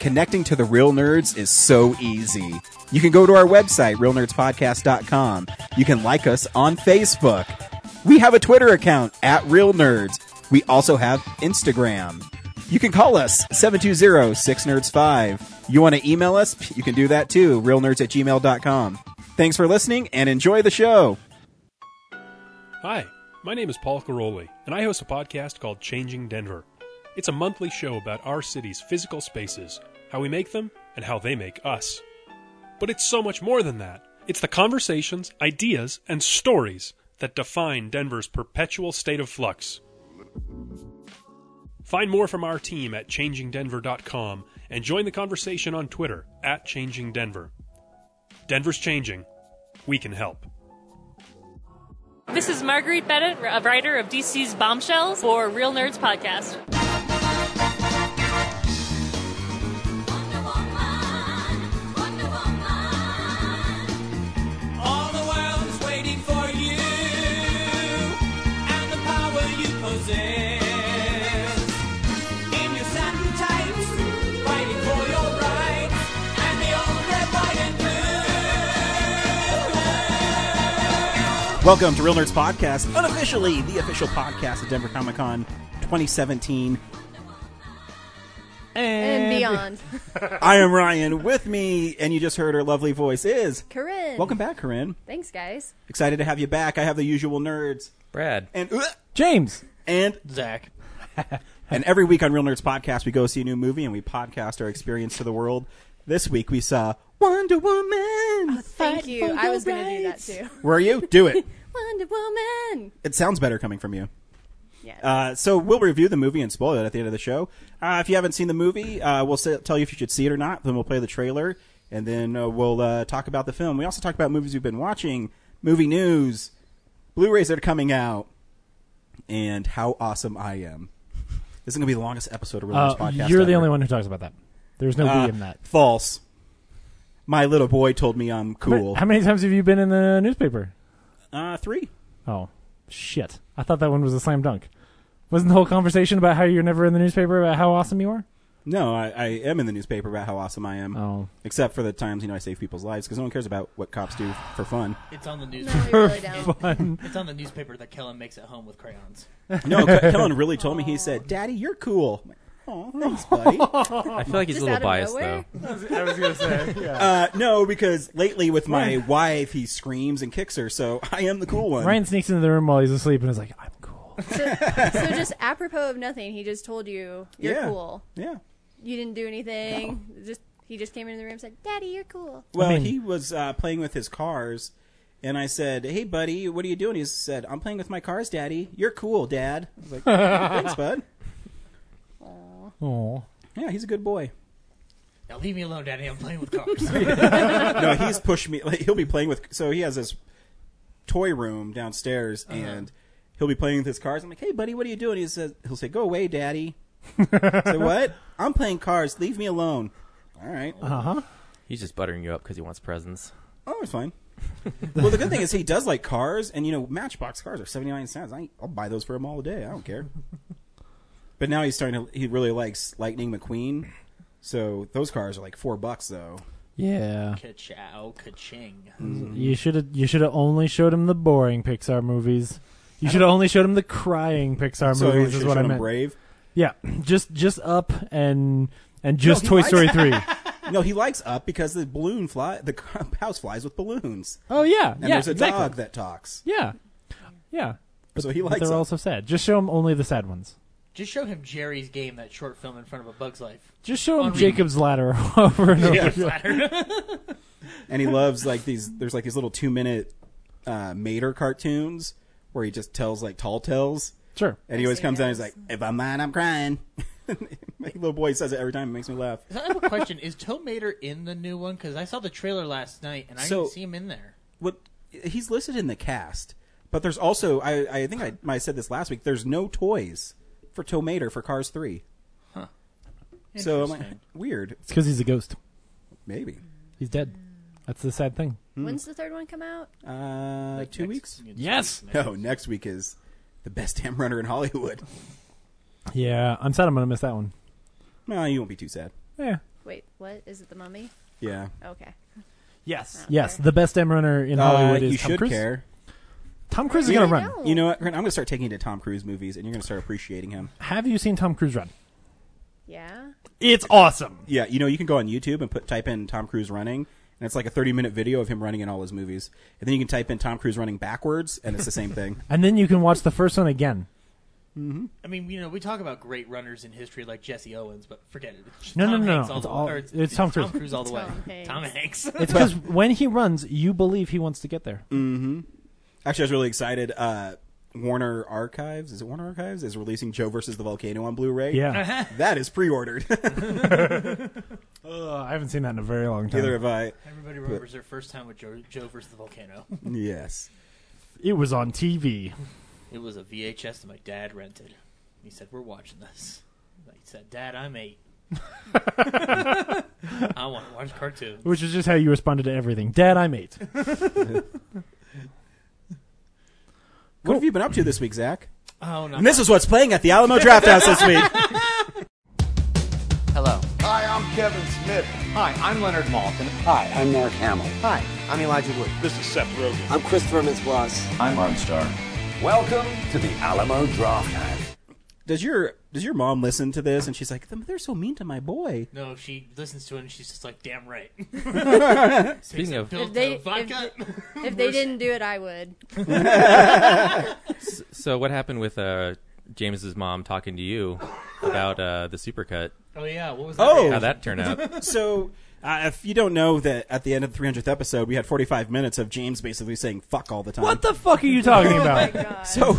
connecting to the real nerds is so easy. You can go to our website, realnerdspodcast.com. You can like us on Facebook. We have a Twitter account at Real Nerds. We also have Instagram. You can call us 720-6nerds5. You want to email us? You can do that too, realnerds at gmail.com. Thanks for listening and enjoy the show. Hi, my name is Paul Caroli, and I host a podcast called Changing Denver. It's a monthly show about our city's physical spaces, how we make them, and how they make us. But it's so much more than that. It's the conversations, ideas, and stories that define Denver's perpetual state of flux. Find more from our team at changingdenver.com and join the conversation on Twitter at changingdenver. Denver's changing. We can help. This is Marguerite Bennett, a writer of DC's Bombshells for Real Nerds Podcast. All the world's waiting for you and the power you possess. In your satin tights, fighting for your rights, and the old red, white, and blue. Welcome to Real Nerds Podcast, unofficially the official podcast of Denver Comic Con 2017. and beyond. I am Ryan. With me, and you just heard her lovely voice, is Corinne. welcome back, Corinne. Thanks, guys. Excited to have you back. I have the usual nerds Brad. and uh, James. and Zach. and every week on Real Nerds Podcast, we go see a new movie and we podcast our experience to the world. This week we saw Wonder Woman. Oh, Thank you. I was going to do that too. Were you? Do it. Wonder Woman. It sounds better coming from you. Yes. Uh, so we'll review the movie and spoil it at the end of the show. Uh, if you haven't seen the movie, uh, we'll say, tell you if you should see it or not. Then we'll play the trailer, and then uh, we'll uh, talk about the film. We also talk about movies we've been watching, movie news, Blu-rays that are coming out, and how awesome I am. This is going to be the longest episode of Real Nerds Uh, Podcast. You're the ever. only one who talks about that. There's no Uh, we in that. False. My little boy told me I'm cool. How many times have you been in the newspaper? Uh, three. Oh, shit. I thought that one was a slam dunk. Wasn't the whole conversation about how you're never in the newspaper about how awesome you are? No, I, I am in the newspaper about how awesome I am. Oh. Except for the times you know I save people's lives because no one cares about what cops do for fun. It's on the no, newspaper. you really don't. It's on the newspaper that Kellen makes at home with crayons. No, Ke- Kellen really told me. He said, "Daddy, you're cool." Oh, thanks, buddy. I feel like he's Just a out little of biased nowhere? though. uh, no, because lately with my wife, he screams and kicks her, so I am the cool one. Ryan sneaks into the room while he's asleep and is like, I'm cool. So, so just apropos of nothing, he just told you you're Yeah. cool. Yeah. You didn't do anything. Just he just came into the room and said, "Daddy, you're cool." Well, mean- he was uh, playing with his cars, and I said, "Hey, buddy, what are you doing?" He said, "I'm playing with my cars, Daddy. You're cool, Dad." I was like, "Thanks, bud." Oh. Yeah, he's a good boy. Now leave me alone, Daddy. I'm playing with cars. no, he's pushed me. Like, he'll be playing with. So he has this toy room downstairs, Uh-huh. and he'll be playing with his cars. I'm like, "Hey, buddy, what are you doing?" He says, "He'll say, go away, daddy." so what? I'm playing cars. Leave me alone. All right. Uh-huh. He's just buttering you up because he wants presents. Oh, it's fine. well, the good thing is he does like cars, and you know, Matchbox cars are seventy nine cents. I, I'll buy those for him all day. I don't care. but now he's starting to. He really likes Lightning McQueen. So those cars are like four bucks though. Yeah. Ka-chow, ka-ching. You should have you should have only showed him the boring Pixar movies. You should have only showed him the crying Pixar So movies should is have what I shown him meant. Brave. Yeah. Just just up and and just he Toy likes- Story 3. No, he likes up because the balloon fly the house flies with balloons, oh yeah. and yeah, there's a exactly. dog that talks. Yeah. Yeah. So he but likes they're them. also sad. Just show him only the sad ones. Just show him Jerry's game, that short film in front of a Bug's Life. Just show him Henri. Jacob's ladder over and over. And he loves like these. There's like these little two minute uh, Mater cartoons where he just tells like tall tales, Sure. and he always comes down. He's like, "If I'm mad, I'm crying." My little boy says it every time. It makes me laugh. I have a question: Is Tom Mater in the new one? Because I saw the trailer last night and I So- didn't see him in there. What he's listed in the cast, but there's also I, I think I, I said this last week. There's no toys for Tomater for Cars Three. Huh. So I'm like, Interesting. weird. It's because he's a ghost. Maybe. He's dead. That's the sad thing. When's the third one come out? Uh, two Next- weeks. Yes. No, next week is the best damn runner in Hollywood. Yeah, I'm sad I'm gonna miss that one. No, you won't be too sad. Yeah. Wait, what? Is it the mummy? Yeah. Okay. Yes, Not yes. fair. The best damn runner in Hollywood Uh, is you Tom should Cruise. care. Tom Cruise Really? is going to run. No. You know what? Grant, I'm going to start taking you to Tom Cruise movies, and you're going to start appreciating him. Have you seen Tom Cruise run? Yeah. It's awesome. Yeah, you know, you can go on YouTube and put type in Tom Cruise running, and it's like a 30 minute video of him running in all his movies. And then you can type in Tom Cruise running backwards, and it's the same thing. And then you can watch the first one again. I mean, you know, we talk about great runners in history like Jesse Owens, but forget it. It's No, no, Tom no, no. Hanks All It's the, all- or it's Tom Cruise. all the way. Tom Hanks. Tom Hanks. It's because when he runs, you believe he wants to get there. Mm. Actually, I was really excited. Uh, Warner Archives is it Warner Archives is releasing Joe versus the Volcano on Blu-ray. Yeah. that is pre-ordered. Ugh, I haven't seen that in a very long time. Neither have I. Everybody remembers their first time with Joe, Joe versus the volcano. Yes. It was on TV. It was a VHS that my dad rented. He said, "We're watching this." I said, "Dad, I'm eight. I want to watch cartoons." Which is just how you responded to everything. Dad, I'm eight. What have you been up to this week, Zach? Oh no! And this is what's playing at the Alamo Draft House this week. Hello. Hi, I'm Kevin Smith. Hi, I'm Leonard Maltin. Hi, I'm Mark Hamill. Hi, I'm Elijah Wood. This is Seth Rogen. I'm Christopher Mintz-Plasse. I'm Armstar. Welcome to the Alamo Draft House. Does your does your mom listen to this? And she's like, "They're so mean to my boy." No, she listens to it and she's just like, "Damn right." Speaking of, Built they- to vodka. If they didn't do it, I would. so what happened with uh, James's mom talking to you about uh, the supercut? oh yeah, what was that? Oh, How that turned out? so uh, if you don't know that at the end of the 300th episode, we had 45 minutes of James basically saying "fuck" all the time. What the fuck are you talking My about? God. So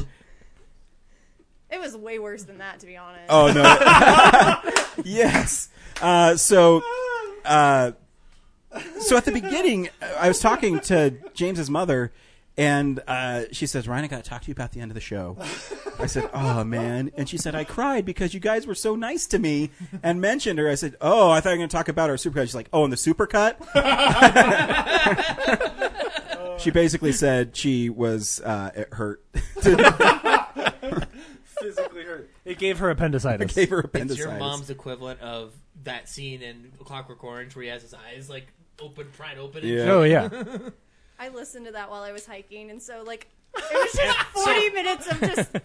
It was way worse than that, to be honest. Oh no! yes. Uh, so, uh, so at the beginning, I was talking to James's mother, and uh, she says, "Ryan, I got to talk to you about the end of the show." I said, "Oh man!" And she said, "I cried because you guys were so nice to me and mentioned her." I said, "Oh, I thought you were going to talk about our supercut." She's like, "Oh, and the supercut." she basically said she was uh, it hurt. It gave her appendicitis. Gave her It's appendicitis. your mom's equivalent of that scene in Clockwork Orange where he has his eyes like open, pried open. And Yeah. oh yeah. I listened to that while I was hiking, and so like it was just forty minutes of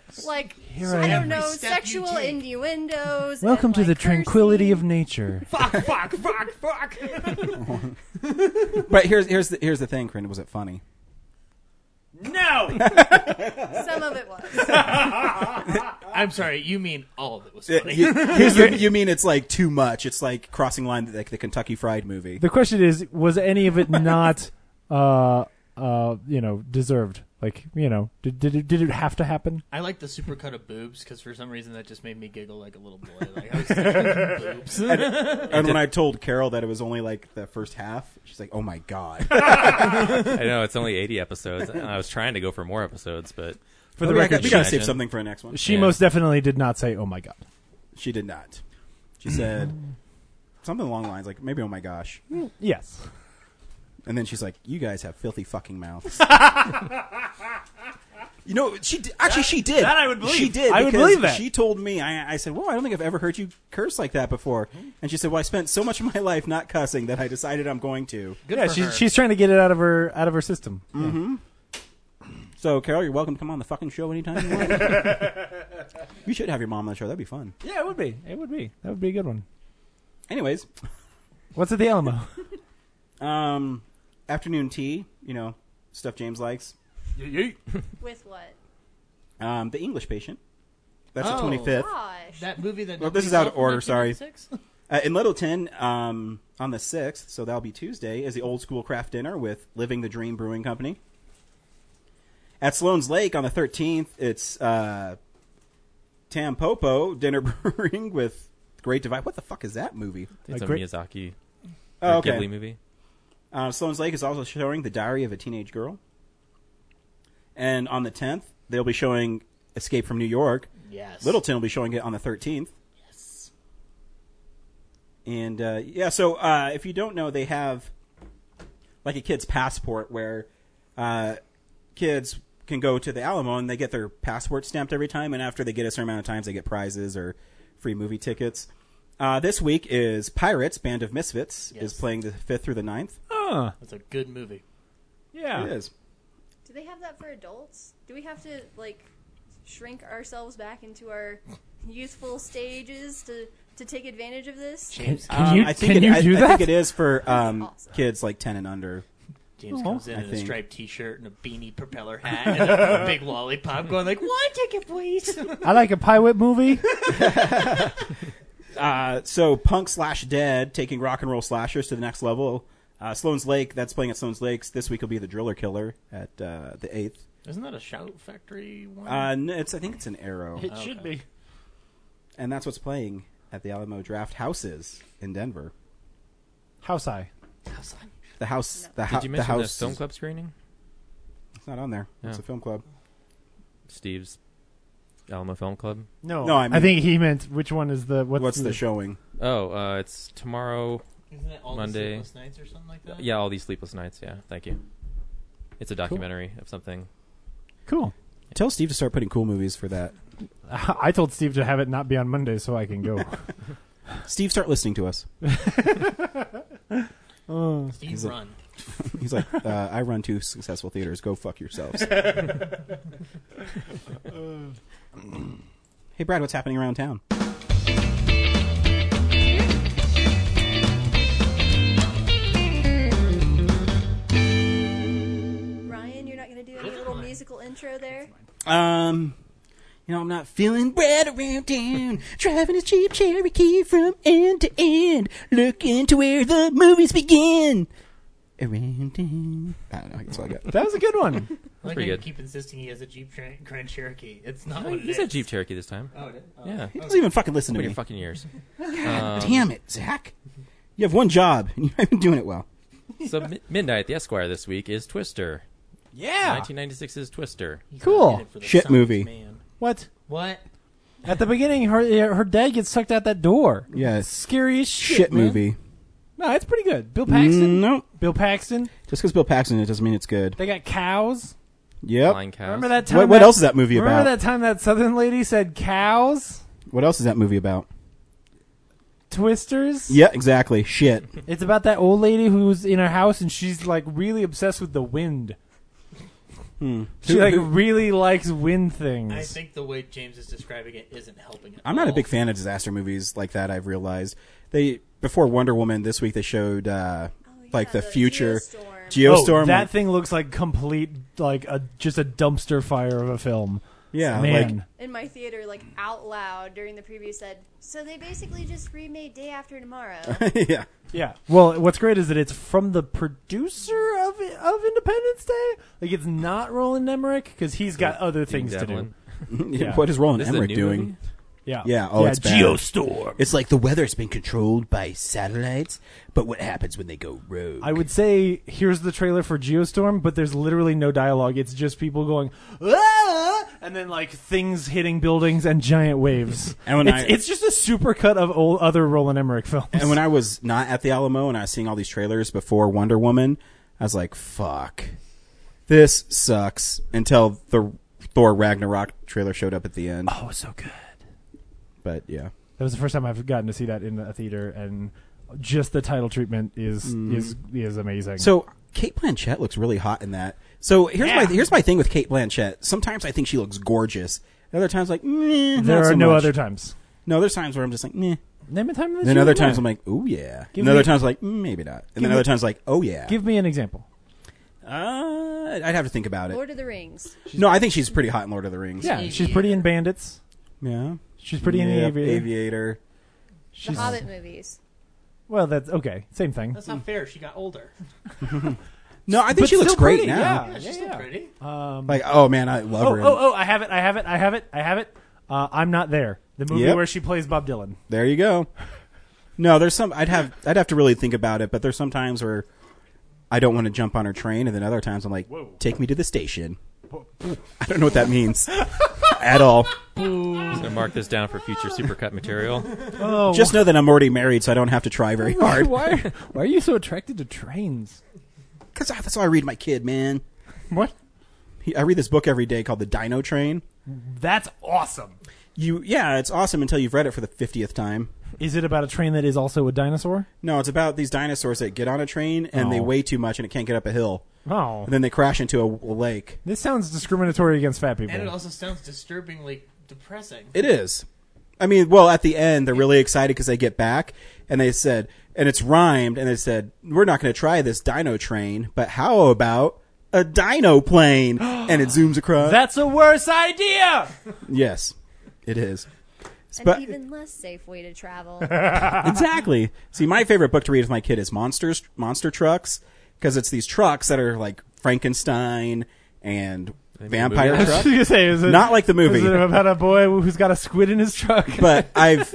just like I I am. don't know Every step sexual you take. innuendos. Welcome and, to like, the cursing. tranquility of nature. fuck, fuck, fuck, fuck. But here's here's the here's the thing, Corinne. Was it funny? no, Some of it was. I'm sorry. You mean all of it was funny. You, here's the- you mean it's like too much? It's like crossing line like the Kentucky Fried movie. The question is, was any of it not, uh, uh, you know, deserved? Like, you know, did did it, did it have to happen? I like the supercut of boobs because for some reason that just made me giggle like a little boy. Like I was like, boobs. and when I told Carol that it was only like the first half, she's like, "Oh my god!" I know it's only 80 episodes. I was trying to go for more episodes, but For the we, record, gotta- we she, gotta she- save something for the next one. she Yeah. most definitely did not say, "Oh my god." She did not. She said something along the lines like, "Maybe oh my gosh," Yes. and then she's like, "You guys have filthy fucking mouths." You know, she did, actually she did. that I would believe. She did. I would because believe that. She told me. I, I said, "Well, I don't think I've ever heard you curse like that before." And she said, "Well, I spent so much of my life not cussing that I decided I'm going to." Good yeah, for she's her. she's trying to get it out of her out of her system. So, Carol, you're welcome to come on the fucking show anytime you want. you should have your mom on the show. That'd be fun. Yeah, it would be. It would be. That would be a good one. Anyways, What's at the Alamo? um, afternoon tea, you know, stuff James likes. With what? Um, the English patient. That's Oh. the 25th. Gosh. that movie that. Well, this nobody is out of saw from order, sorry. 1996? Uh, in Littleton, um, on the 6th, so that'll be Tuesday, is the old school craft dinner with Living the Dream Brewing Company. At Sloan's Lake on the 13th, it's uh, Tampopo Dinner Brewing with Great Divide. What the fuck is that movie? it's A a, great- Miyazaki Oh, or Ghibli movie. Uh, Sloan's Lake is also showing The Diary of a Teenage Girl. And on the 10th, they'll be showing Escape from New York. Yes. Littleton will be showing it on the 13th. And uh, yeah, so uh, if you don't know, they have like a kid's passport where uh, kids can go to the Alamo and they get their passport stamped every time. And after they get a certain amount of times, they get prizes or free movie tickets. Uh, this week is Pirates, Band of Misfits, is Yes. playing the 5th through the 9th. Huh. That's a good movie. Yeah. It is. Do they have that for adults? Do we have to like shrink ourselves back into our youthful stages to to take advantage of this? James, Can you, Um, I think can it, you I, do I that? think it is for um, awesome. kids like 10 and under. James comes in I in a think. striped T-shirt and a beanie propeller hat and a big lollipop, going like, "One ticket, please." I like a pirate movie. Uh, so punk slash dead taking rock and roll slashers to the next level. Uh, Sloan's Lake, that's playing at Sloan's Lakes. This week will be the Driller Killer at uh, the 8th. Isn't that a Shout Factory one? Uh, no, it's, I think it's an arrow. it should be. And that's what's playing at the Alamo Draft Houses in Denver. House Eye. The house. The, hou- Did you the mention the, house. film club screening? It's not on there. It's Yeah. a film club. Steve's Alamo Film Club. No, No, I mean- think he meant which one is the what's, What's, the, showing? Oh, uh, it's tomorrow. Isn't it all Monday. The Sleepless nights or something like that? Yeah, all these sleepless nights. Yeah, thank you. It's a documentary of something. Cool. Tell Steve to start putting cool movies for that. I told Steve to have it not be on Monday so I can go. Steve, start listening to us. Steve Is it- Run. He's like, uh, I run two successful theaters. Go fuck yourselves. hey, Brad, what's happening around town? Ryan, you're not going to do any little musical intro there. Um, you know, I'm not feeling Brad around town. Driving a cheap Cherokee from end to end. Looking to where the movies begin. Around town. I don't know. That's all I got. that was a good one. I like how pretty you good. keep insisting he has a Jeep Cher- Grand Cherokee. It's not. Oh, what it he said is. Jeep Cherokee this time. Oh, it is? Oh. yeah. He doesn't even fucking listen to Open me. your fucking ears. Damn it, Zach. You have one job, and you're not even doing it well. So mi- midnight, at the Esquire this week is Twister. Yeah. 1996's Twister. He's Cool. not in it for the Shit sons, movie. Man. What? What? At the beginning, her her dad gets sucked out that door. Yes. Scary as shit. Shit, man. movie. No, it's pretty good. Bill Paxton. Nope. Bill Paxton. Just because Bill Paxton in it doesn't mean it's good. They got cows. Yep. Flying cows. Remember that time? What, what else is that movie Remember about? that time that Southern lady said cows, What else is that movie about? twisters. Yeah, exactly. Shit. It's about that old lady who's in her house and she's like really obsessed with the wind. She Hmm. Who- like who- really likes wind things. I think the way James is describing it isn't helping. At I'm not a all. big fan of disaster movies like that. I've realized they before Wonder Woman this week they showed uh, like the, the future Geostorm. Geostorm. Oh, that thing looks like complete, like a just a dumpster fire of a film. yeah, Man, like In my theater, like out loud during the preview, said, "So they basically just remade Day After Tomorrow." yeah. yeah. Well, what's great is that it's from the producer of of Independence Day. Like it's not Roland Emmerich because he's got other things to do. Devlin. yeah. What is Roland This is a Emmerich new doing? movie? Yeah. Yeah, oh, it's bad. Geostorm. It's like the weather's been controlled by satellites, but what happens when they go rogue? I would say here's the trailer for Geostorm, but there's literally no dialogue. It's just people going ah! and then like things hitting buildings and giant waves. And when it's, I- it's just a supercut of old other Roland Emmerich films. and when I was not at the Alamo and I was seeing all these trailers before Wonder Woman, I was like, "Fuck, this sucks." Until the Thor Ragnarok trailer showed up at the end, oh, so good. but yeah, That was the first time I've gotten to see that in a theater, and just the title treatment is is is amazing. So Kate Blanchett looks really hot in that. So here's my here's my thing with Kate Blanchett. Sometimes I think she looks gorgeous. And Other times, like meh, there not are so no much. other times. No, there's times where I'm just like meh. Name a time. that Then you other did times that. I'm like, oh yeah. Give and other me- times like mm, maybe not. And then me- other times like, oh yeah. give me an example. uh, I'd have to think about it. Lord of the Rings. No, I think she's pretty hot in Lord of the Rings. Yeah, she's pretty in Bandits. Yeah. She's pretty in Yeah, the Aviator. Aviator. The She's, Hobbit movies. Well, that's okay. Same thing. That's not fair. She got older. No, I think But she looks still great pretty, now. Yeah, She's yeah. still pretty. Like, oh man, I love Oh, her. in- oh, oh! I have it! I have it! I have it! I have it! Uh, I'm not there. The movie Yep. where she plays Bob Dylan. There you go. No, there's some I'd have I'd have to really think about it, but there's some times where I don't want to jump on her train, and then other times I'm like, take me to the station. I don't know what that means at all. So mark this down for future supercut material. Oh, Just know that I'm already married, so I don't have to try very hard. Why? Why are you so attracted to trains? Because that's how I read my kid, man. What? He, I read this book every day called The Dino Train. That's awesome. You, yeah, it's awesome until you've read it for the fiftieth time. Is it about a train that is also a dinosaur? No, it's about these dinosaurs that get on a train and they Oh. weigh too much and it can't get up a hill. Oh. And then they crash into a, a lake. This sounds discriminatory against fat people. And it also sounds disturbingly depressing. It is. I mean, well, at the end, they're really excited because they get back and they said, and it's rhymed, and they said, we're not going to try this dino train, but how about a dino plane? and it zooms across. That's a worse idea. yes, it is. An But- even less safe way to travel. exactly. See, my favorite book to read with my kid is Monsters, Monster Trucks, because it's these trucks that are like Frankenstein and vampire I was just trucks. gonna say, is it Not like the movie. Is it about a boy who's got a squid in his truck? but I've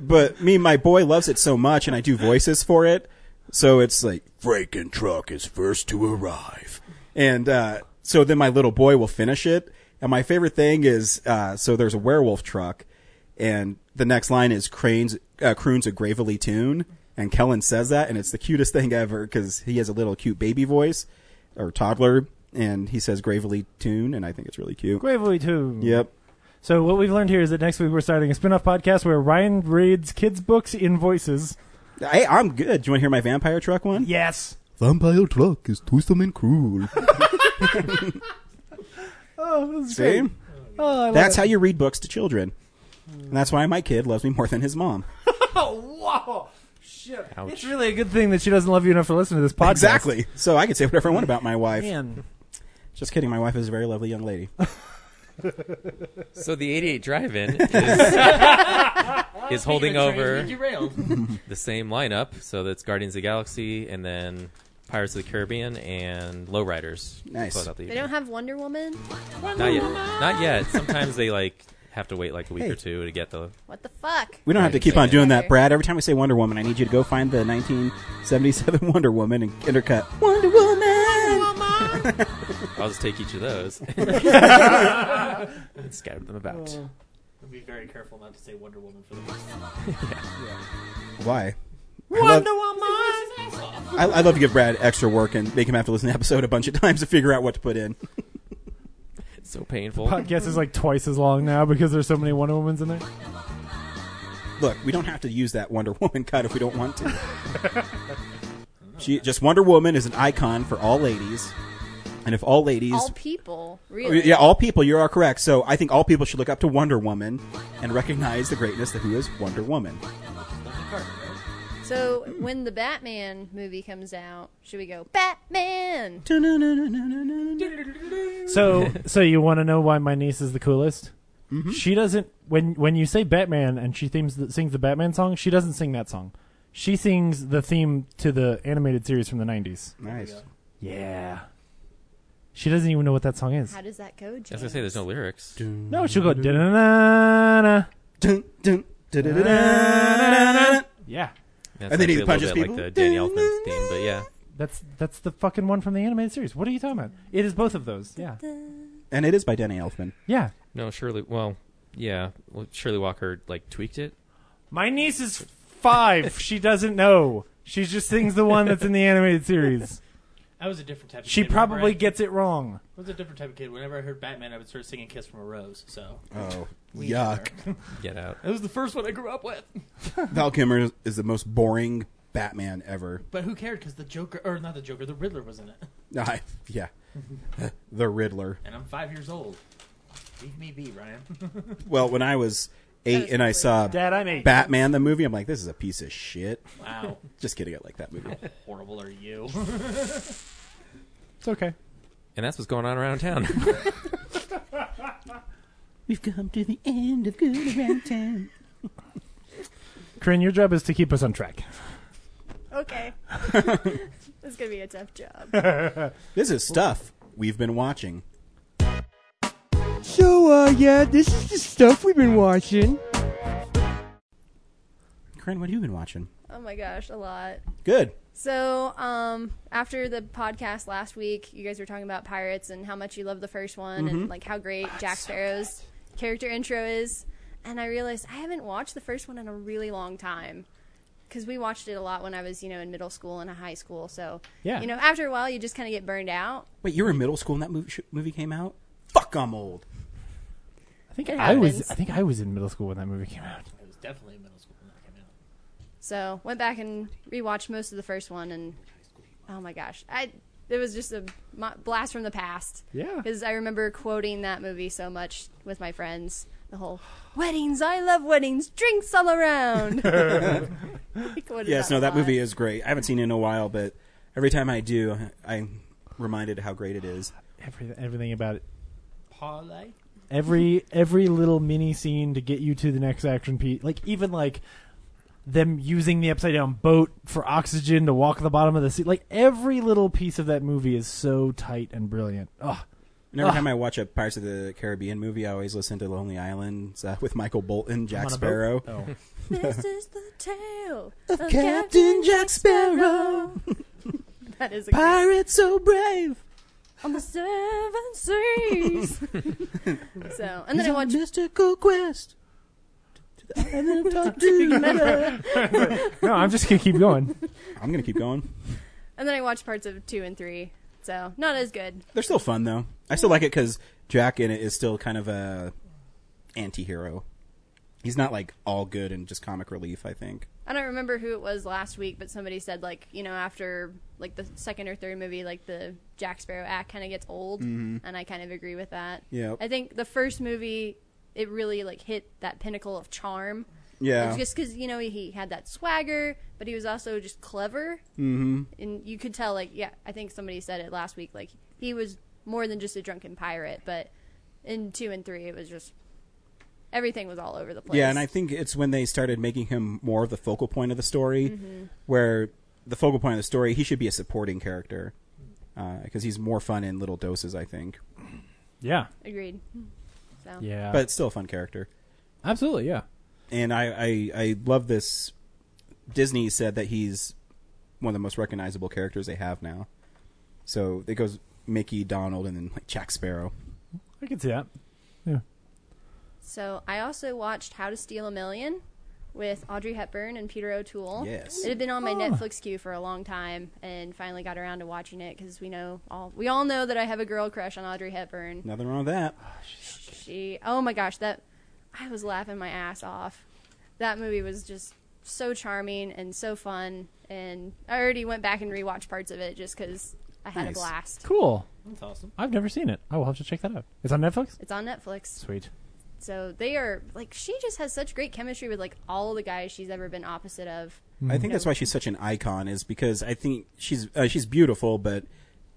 but me my boy loves it so much and I do voices for it. So it's like Franken truck is first to arrive. And uh so then my little boy will finish it. And my favorite thing is uh so there's a werewolf truck and the next line is Crane's uh, croons a gravely tune and Kellen says that and it's the cutest thing ever cuz he has a little cute baby voice or toddler and he says gravely tune and I think it's really cute. Gravely too. Yep. So what we've learned here is that next week we're starting a spin-off podcast where Ryan reads kids' books in voices. Hey, I'm good. Do you want to hear my vampire truck one? Yes. Vampire truck is twisted and cruel. Oh, that's See? great. Oh, I love That's it. how you read books to children. And that's why my kid loves me more than his mom. Oh, whoa. Shit. It's really a good thing that she doesn't love you enough to listen to this podcast. Exactly. So I can say whatever I want about my wife. Man. Just kidding. My wife is a very lovely young lady. So the 88 drive-in is, is holding Speaking of trains, over we derailed. the same lineup. So that's Guardians of the Galaxy, and then Pirates of the Caribbean and Lowriders. to Nice. close out the they evening. don't have Wonder Woman. Not yet. Not yet. Sometimes they like have to wait like a week or two to get the. What the fuck? We don't have to keep on doing that, Brad. Every time we say Wonder Woman, I need you to go find the 1977 Wonder Woman and intercut. Wonder Woman! I'll just take each of those and scatter them about. We'll be very careful not to say Wonder Woman for the first Why? Wonder Woman! I, I love to give Brad extra work and make him have to listen to the episode a bunch of times to figure out what to put in. It's so painful. Podcast is like twice as long now because there's so many Wonder Womans in there. Look, we don't have to use that Wonder Woman cut if we don't want to. she just Wonder Woman is an icon for all ladies, and if all ladies, All people, really. Oh, yeah, all people, you are correct. So I think all people should look up to Wonder Woman and recognize the greatness of who is Wonder Woman. So when the Batman movie comes out, should we go Batman? So, so you want to know why my niece is the coolest? She doesn't when when you say Batman and she themes the, sings the Batman song. She doesn't sing that song. She sings the theme to the animated series from the '90s. Nice. Yeah. She doesn't even know what that song is. How does that go, James? I was gonna say there's no lyrics. No, she'll go da da da Dun, dun, da-da-da-da-da-da-da. Yeah, That's And then he actually a little punches bit people. Like the Danny Elfman theme, but yeah. that's that's the fucking one from the animated series. What are you talking about? It is both of those. Yeah, and it is by Danny Elfman. yeah. No, Shirley. Well, yeah. Well, Shirley Walker like tweaked it. My niece is five. she doesn't know. She just sings the one that's in the animated series. I was a different type of She kid. remember? probably I, gets it wrong. I was a different type of kid. Whenever I heard Batman, I would start singing Kiss from a Rose. So Oh, yuck! Get out. That was the first one I grew up with. Val Kilmer is- is the most boring Batman ever. But who cared? Because the Joker, or not the Joker, the Riddler was in it. I, yeah, the Riddler. And I'm five years old. Leave me be, Ryan. Well, when I was eight and I saw Dad, I'm eight. Batman the movie, I'm like, this is a piece of shit. Wow. Just kidding, I like that movie. Horrible are you? It's okay. And that's what's going on around town. We've come to the end of good around town. Corinne, your job is to keep us on track. Okay. It's gonna be a tough job. This is stuff we've been watching. So, uh, yeah, this is the stuff we've been watching. Corinne, what have you been watching? Oh my gosh, a lot. Good. So, um, after the podcast last week, you guys were talking about pirates and how much you love the first one and like how great Jack Sparrow's character intro is. And I realized I haven't watched the first one in a really long time because we watched it a lot when I was, you know, in middle school and high school. So, Yeah. you know, after a while, you just kind of get burned out. Wait, you were in middle school when that movie, sh- movie came out? Fuck, I'm old. I think It I was. happens. I think I was in middle school when that movie came out. definitely in middle school when that came out. So went back and rewatched most of the first one, and oh my gosh, I it was just a mo- blast from the past. Yeah. because I remember quoting that movie so much with my friends. The whole weddings, I love weddings, drinks all around. Like, what is yes, no, that line? movie is great. I haven't seen it in a while, but every time I do, I'm reminded how great it is. Everything, everything about it. Parlay. every every little mini scene to get you to the next action piece like even like them using the upside down boat for oxygen to walk the bottom of the sea like every little piece of that movie is so tight and brilliant oh And every time I watch a Pirates of the Caribbean movie, I always listen to Lonely Islands uh, with Michael Bolton, Jack on a boat? Sparrow. Oh. this is the tale of, Captain Jack Sparrow. That is a Pirate so brave. on the seven seas. so, and then I watched mystical quest. no i'm just gonna keep going I'm gonna keep going. and then I watched parts of two and three. So not as good. They're still fun though. I still like it because Jack in it is still kind of a anti-hero. He's not like all good and just comic relief. I think. I don't remember who it was last week, but somebody said like you know after like the second or third movie, like the Jack Sparrow act kind of gets old, Mhm. and I kind of agree with that. Yep. I think the first movie it really like hit that pinnacle of charm. Yeah. It's just because you know he had that swagger, but he was also just clever. Mm-hmm. and you could tell like yeah i think somebody said it last week like he was more than just a drunken pirate but in two and three it was just everything was all over the place Yeah, and I think it's when they started making him more of the focal point of the story, Mm-hmm. Mhm. where the focal point of the story he should be a supporting character because he's more fun in little doses. I think. yeah agreed so yeah but it's still a fun character. absolutely yeah And I, I, I love this. Disney said that he's one of the most recognizable characters they have now. So it goes Mickey, Donald, and then like Jack Sparrow. i can see that so i also watched how to steal a million with audrey hepburn and peter o'toole Yes. it had been on my Oh. netflix queue for a long time and finally got around to watching it because we know all we all know that i have a girl crush on audrey hepburn Nothing wrong with that. She, oh my gosh, that I was laughing my ass off. That movie was just so charming and so fun, and I already went back and rewatched parts of it just because I had Nice. a blast. cool That's awesome. i've never seen it i will have to check that out it's on netflix It's on Netflix, sweet so they are like she just has such great chemistry with like all the guys she's ever been opposite of. I think that's why she's such an icon is because I think she's uh, she's beautiful, but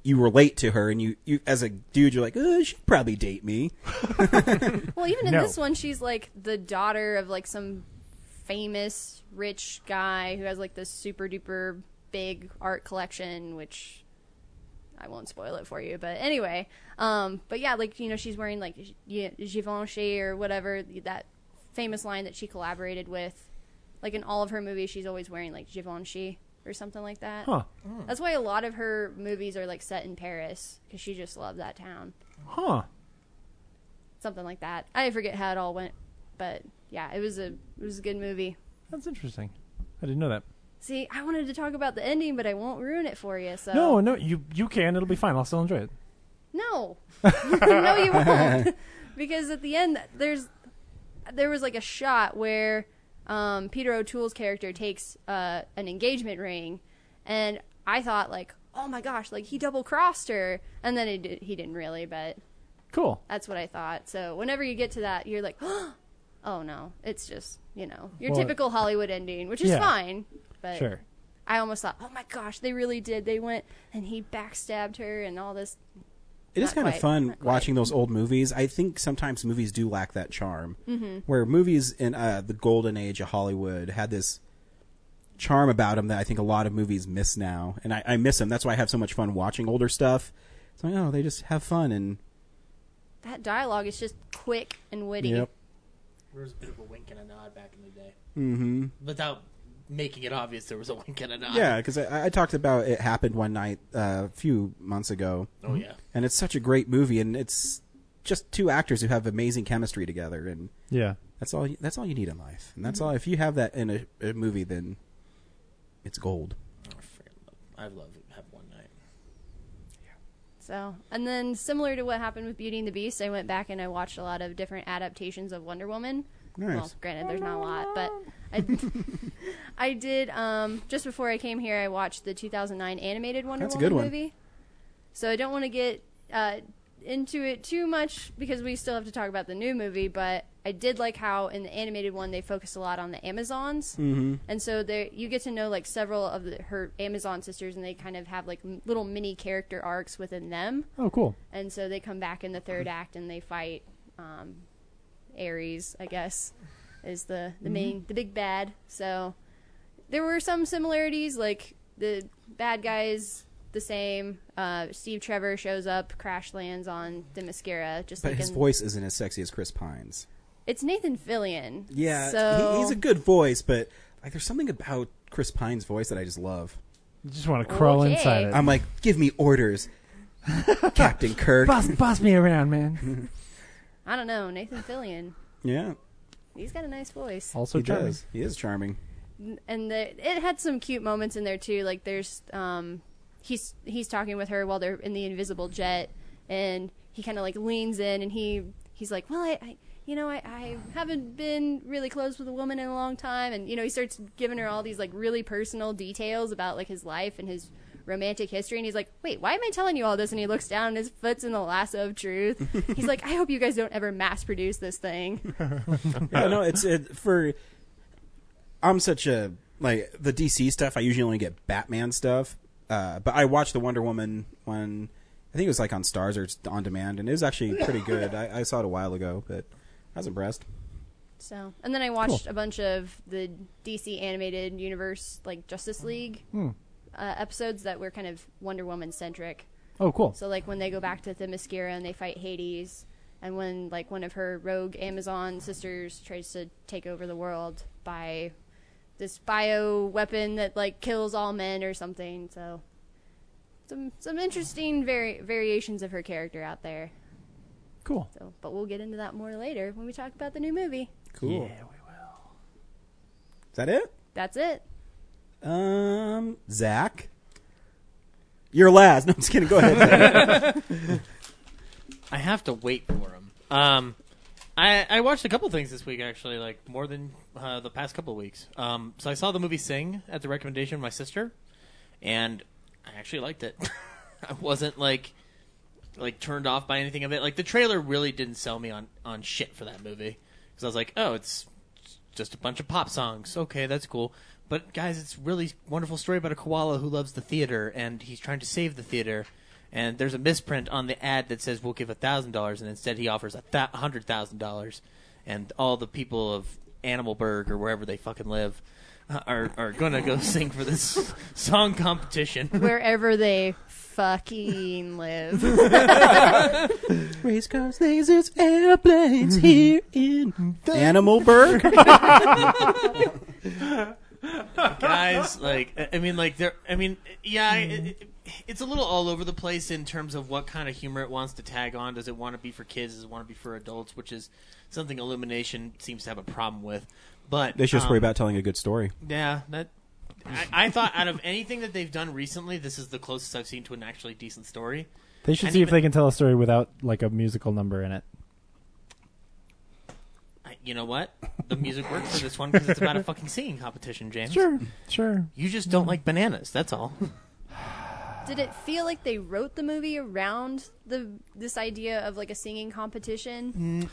you relate to her, and you, you as a dude, you're like, oh, she'd probably date me. Well, even in No. this one, she's like the daughter of like some famous rich guy who has like this super duper big art collection, which I won't spoil it for you. But anyway, um, but yeah, like you know, she's wearing like G- G- Givenchy or whatever that famous line that she collaborated with. Like in all of her movies, she's always wearing like Givenchy or something like that. Huh. That's why a lot of her movies are like set in Paris because she just loved that town huh something like that. I forget how it all went, but yeah, it was a it was a good movie. that's interesting i didn't know that See, I wanted to talk about the ending, but I won't ruin it for you. So no no you you can it'll be fine i'll still enjoy it no, no, you won't, because at the end there's there was like a shot where um, Peter O'Toole's character takes uh, an engagement ring, and I thought like, oh my gosh, like he double crossed her, and then he did, he didn't really, but cool that's what I thought. So whenever you get to that, you're like, oh no, it's just you know your Well, typical Hollywood ending, which is Yeah. fine. But Sure. I almost thought, oh my gosh, they really did. They went and he backstabbed her and all this. It is Not kind of quite. fun watching those old movies. I think sometimes movies do lack that charm, Mhm. where movies in uh, the golden age of Hollywood had this charm about them that I think a lot of movies miss now, and I, I miss them. That's why I have so much fun watching older stuff. It's like, oh, they just have fun and That dialogue is just quick and witty. Yep. There was a bit of a wink and a nod back in the day, mm-hmm. without making it obvious there was a wink and a nod. Yeah, because I, I talked about it happened one night uh, a few months ago. Oh, yeah. and it's such a great movie, and it's just two actors who have amazing chemistry together, and Yeah. that's all. You, that's all you need in life, and that's all. If you have that in a, a movie, then it's gold. I love have one night. So, and then similar to what happened with Beauty and the Beast, I went back and I watched a lot of different adaptations of Wonder Woman. Well, granted, there's not a lot, but I, I did um, just before I came here. I watched the 2009 animated Wonder That's a Woman good one. movie. So I don't want to get uh, into it too much because we still have to talk about the new movie. But I did like how in the animated one they focused a lot on the Amazons, Mm-hmm. Mhm. and so there you get to know like several of the, her Amazon sisters, and they kind of have like m- little mini character arcs within them. Oh, cool. And so they come back in the third act and they fight um, Ares, I guess, is the Mm-hmm. the main the big bad. So there were some similarities, like the bad guys the same. Uh, Steve Trevor shows up, crash lands on the mascara, just But like his in- voice isn't as sexy as Chris Pine's. It's Nathan Fillion. Yeah, he- so he's a good voice, but like there's something about Chris Pine's voice that I just love. You just want to crawl inside it. I'm like, give me orders, Captain Kirk. boss, boss me around, man. I don't know Nathan Fillion. yeah, He's got a nice voice. he does. He is charming. and the, it had some cute moments in there too. Like there's um, he's he's talking with her while they're in the invisible jet, and he kind of like leans in and he he's like, well, I. I you know, I, I haven't been really close with a woman in a long time, and you know he starts giving her all these like really personal details about like his life and his romantic history, and he's like, "Wait, why am I telling you all this?" And he looks down, and his foot's in the lasso of truth. he's like, "I hope you guys don't ever mass produce this thing." I know it's it, for. I'm such a like the DC stuff. I usually only get Batman stuff, uh, but I watched the Wonder Woman one. I think it was like on Stars or it's on demand, and it was actually pretty good. I, I saw it a while ago, but I was impressed. So, and then I watched a bunch of the DC animated universe, like Justice League Hmm. uh, episodes that were kind of Wonder Woman centric. Oh, cool. So, like when they go back to Themyscira and they fight Hades, and when like one of her rogue Amazon sisters tries to take over the world by this bio weapon that like kills all men or something. So, some some interesting vari- variations of her character out there. Cool. So, but we'll get into that more later when we talk about the new movie. Cool. Is that it? That's it. Um, Zach, you're last. No, I'm just kidding. Go ahead. Zach. I have to wait for him. Um, I, I watched a couple things this week actually, like more than uh, the past couple of weeks. Um, so I saw the movie Sing at the recommendation of my sister, and I actually liked it. I wasn't like like turned off by anything of it. Like the trailer really didn't sell me on on shit for that movie because I was like, oh, it's just a bunch of pop songs. Okay, that's cool. But guys, it's really wonderful story about a koala who loves the theater and he's trying to save the theater. And there's a misprint on the ad that says we'll give a thousand dollars, and instead he offers a th- hundred thousand dollars. And all the people of Animalburg or wherever they fucking live uh, are are gonna go sing for this song competition. wherever they fucking live. Race cars, lasers, airplanes here in Animalburg. guys like I- i mean like there i mean yeah it, it, it's a little all over the place in terms of what kind of humor it wants to tag on does it want to be for kids does it want to be for adults which is something illumination seems to have a problem with but They should just worry um, about telling a good story. yeah, that. I, I thought out of anything that they've done recently, this is the closest I've seen to an actually decent story. They should And see if even- they can tell a story without like a musical number in it. I- You know what? The music works for this one because it's about a fucking singing competition, James. Sure, sure. You just don't like bananas. That's all. Did it feel like they wrote the movie around the this idea of like a singing competition?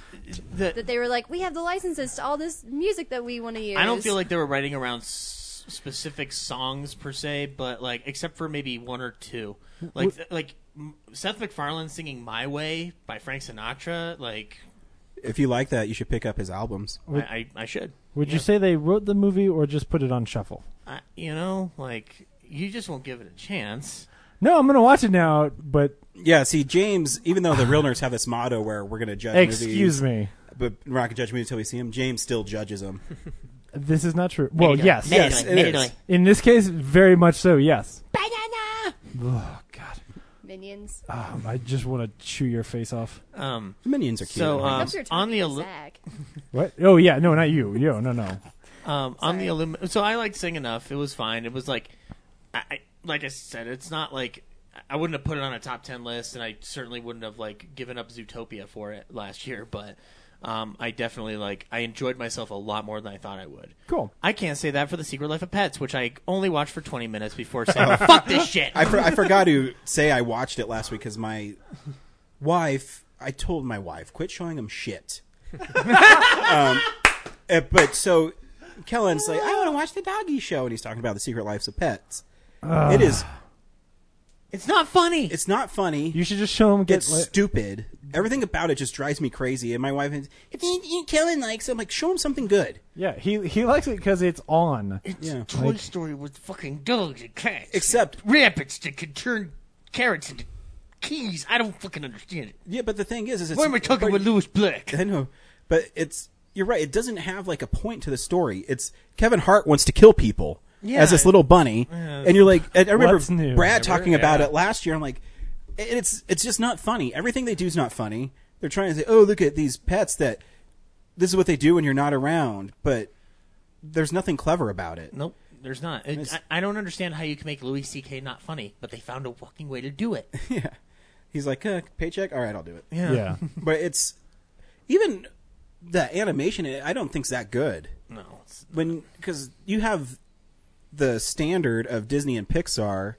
The- that they were like, we have the licenses to all this music that we want to use. I don't feel like they were writing around s- specific songs per se, but like except for maybe one or two, like th- like m- Seth MacFarlane singing "My Way" by Frank Sinatra. Like If you like that, you should pick up his albums. I, I, I should, Would you say they wrote the movie or just put it on shuffle? I, you know, like you just won't give it a chance. No, I'm gonna watch it now. But Yeah, see, James, even though the real nerds have this motto where we're going to judge movies. Excuse me. But we're not going to judge movies until we see them, James still judges them. this is not true. Well, Maybe not. yes, Maybe Yes, not. it Maybe is. not. In this case, very much so. Yes. Banana. minions. Um, I just want to chew your face off. Um, Minions are cute. So I um, hope you're talking on the to Olymp- Zach. What? Oh yeah, no, not you. Yo, no, no. Um, on the Illumi- so I liked Sing enough. It was fine. It was like, I, I like I said, it's not like I wouldn't have put it on a top ten list, and I certainly wouldn't have like given up Zootopia for it last year. But Um, I definitely like I enjoyed myself a lot more than I thought I would. Cool. I can't say that for The Secret Life of Pets, which I only watched for 20 minutes before saying, "Fuck this shit." I, for, I forgot to say I watched it last week because my wife. I told my wife, quit showing him shit. um, eh, but so Kellen's like, I want to watch the doggy show, and he's talking about the Secret Lives of Pets. Ugh. it is. It's not funny. It's not funny. You should just show him. Get it's lit. stupid. Everything about it just drives me crazy. And my wife, is, if you, you Kellen likes, it," I'm like, show him something good. Yeah, he he likes it because it's on. Yeah. Toy Story with fucking dogs and cats. Except- rabbits that can turn carrots into keys. I don't fucking understand it. Yeah, but the thing is, is it's, Why am I talking with Lewis Black? I know, but it's you're right. It doesn't have like a point to the story. It's Kevin Hart wants to kill people Yeah. as this little bunny, Yeah. and you're like, and I remember What's new? Brad talking about Yeah. it last year. I'm like, and it's it's just not funny. Everything they do is not funny. They're trying to say, oh, look at these pets that this is what they do when you're not around, but there's nothing clever about it. Nope, there's not. It- I, I don't understand how you can make Louis C.K. not funny, but they found a fucking way to do it. yeah, he's like, uh, paycheck. All right, I'll do it. Yeah. Yeah. But it's even the animation. I don't think's that good. No. it's- when because you have the standard of Disney and Pixar,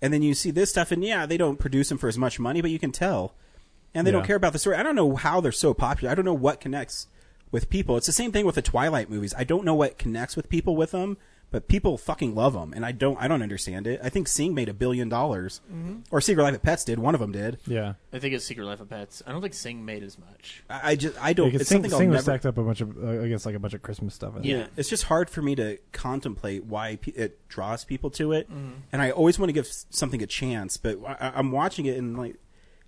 and then you see this stuff, and yeah, they don't produce them for as much money, but you can tell, and they don't Yeah. care about the story. I don't know how they're so popular. I don't know what connects with people. It's the same thing with the Twilight movies. I don't know what connects with people with them, but people fucking love them, and I don't. I don't understand it. I think Sing made a billion dollars, or Secret Life of Pets did. One of them did. Mm-hmm. Yeah. I think it's Secret Life of Pets. I don't think Sing made as much. I, I just I Yeah, don't. 'cause it's Sing, something Sing I'll was never. stacked up a bunch of, uh, I guess, like a bunch of Christmas stuff. in it. Yeah. it's just hard for me to contemplate why pe- it draws people to it, Mm-hmm. and I always want to give s- something a chance, but I, I- I'm watching it and like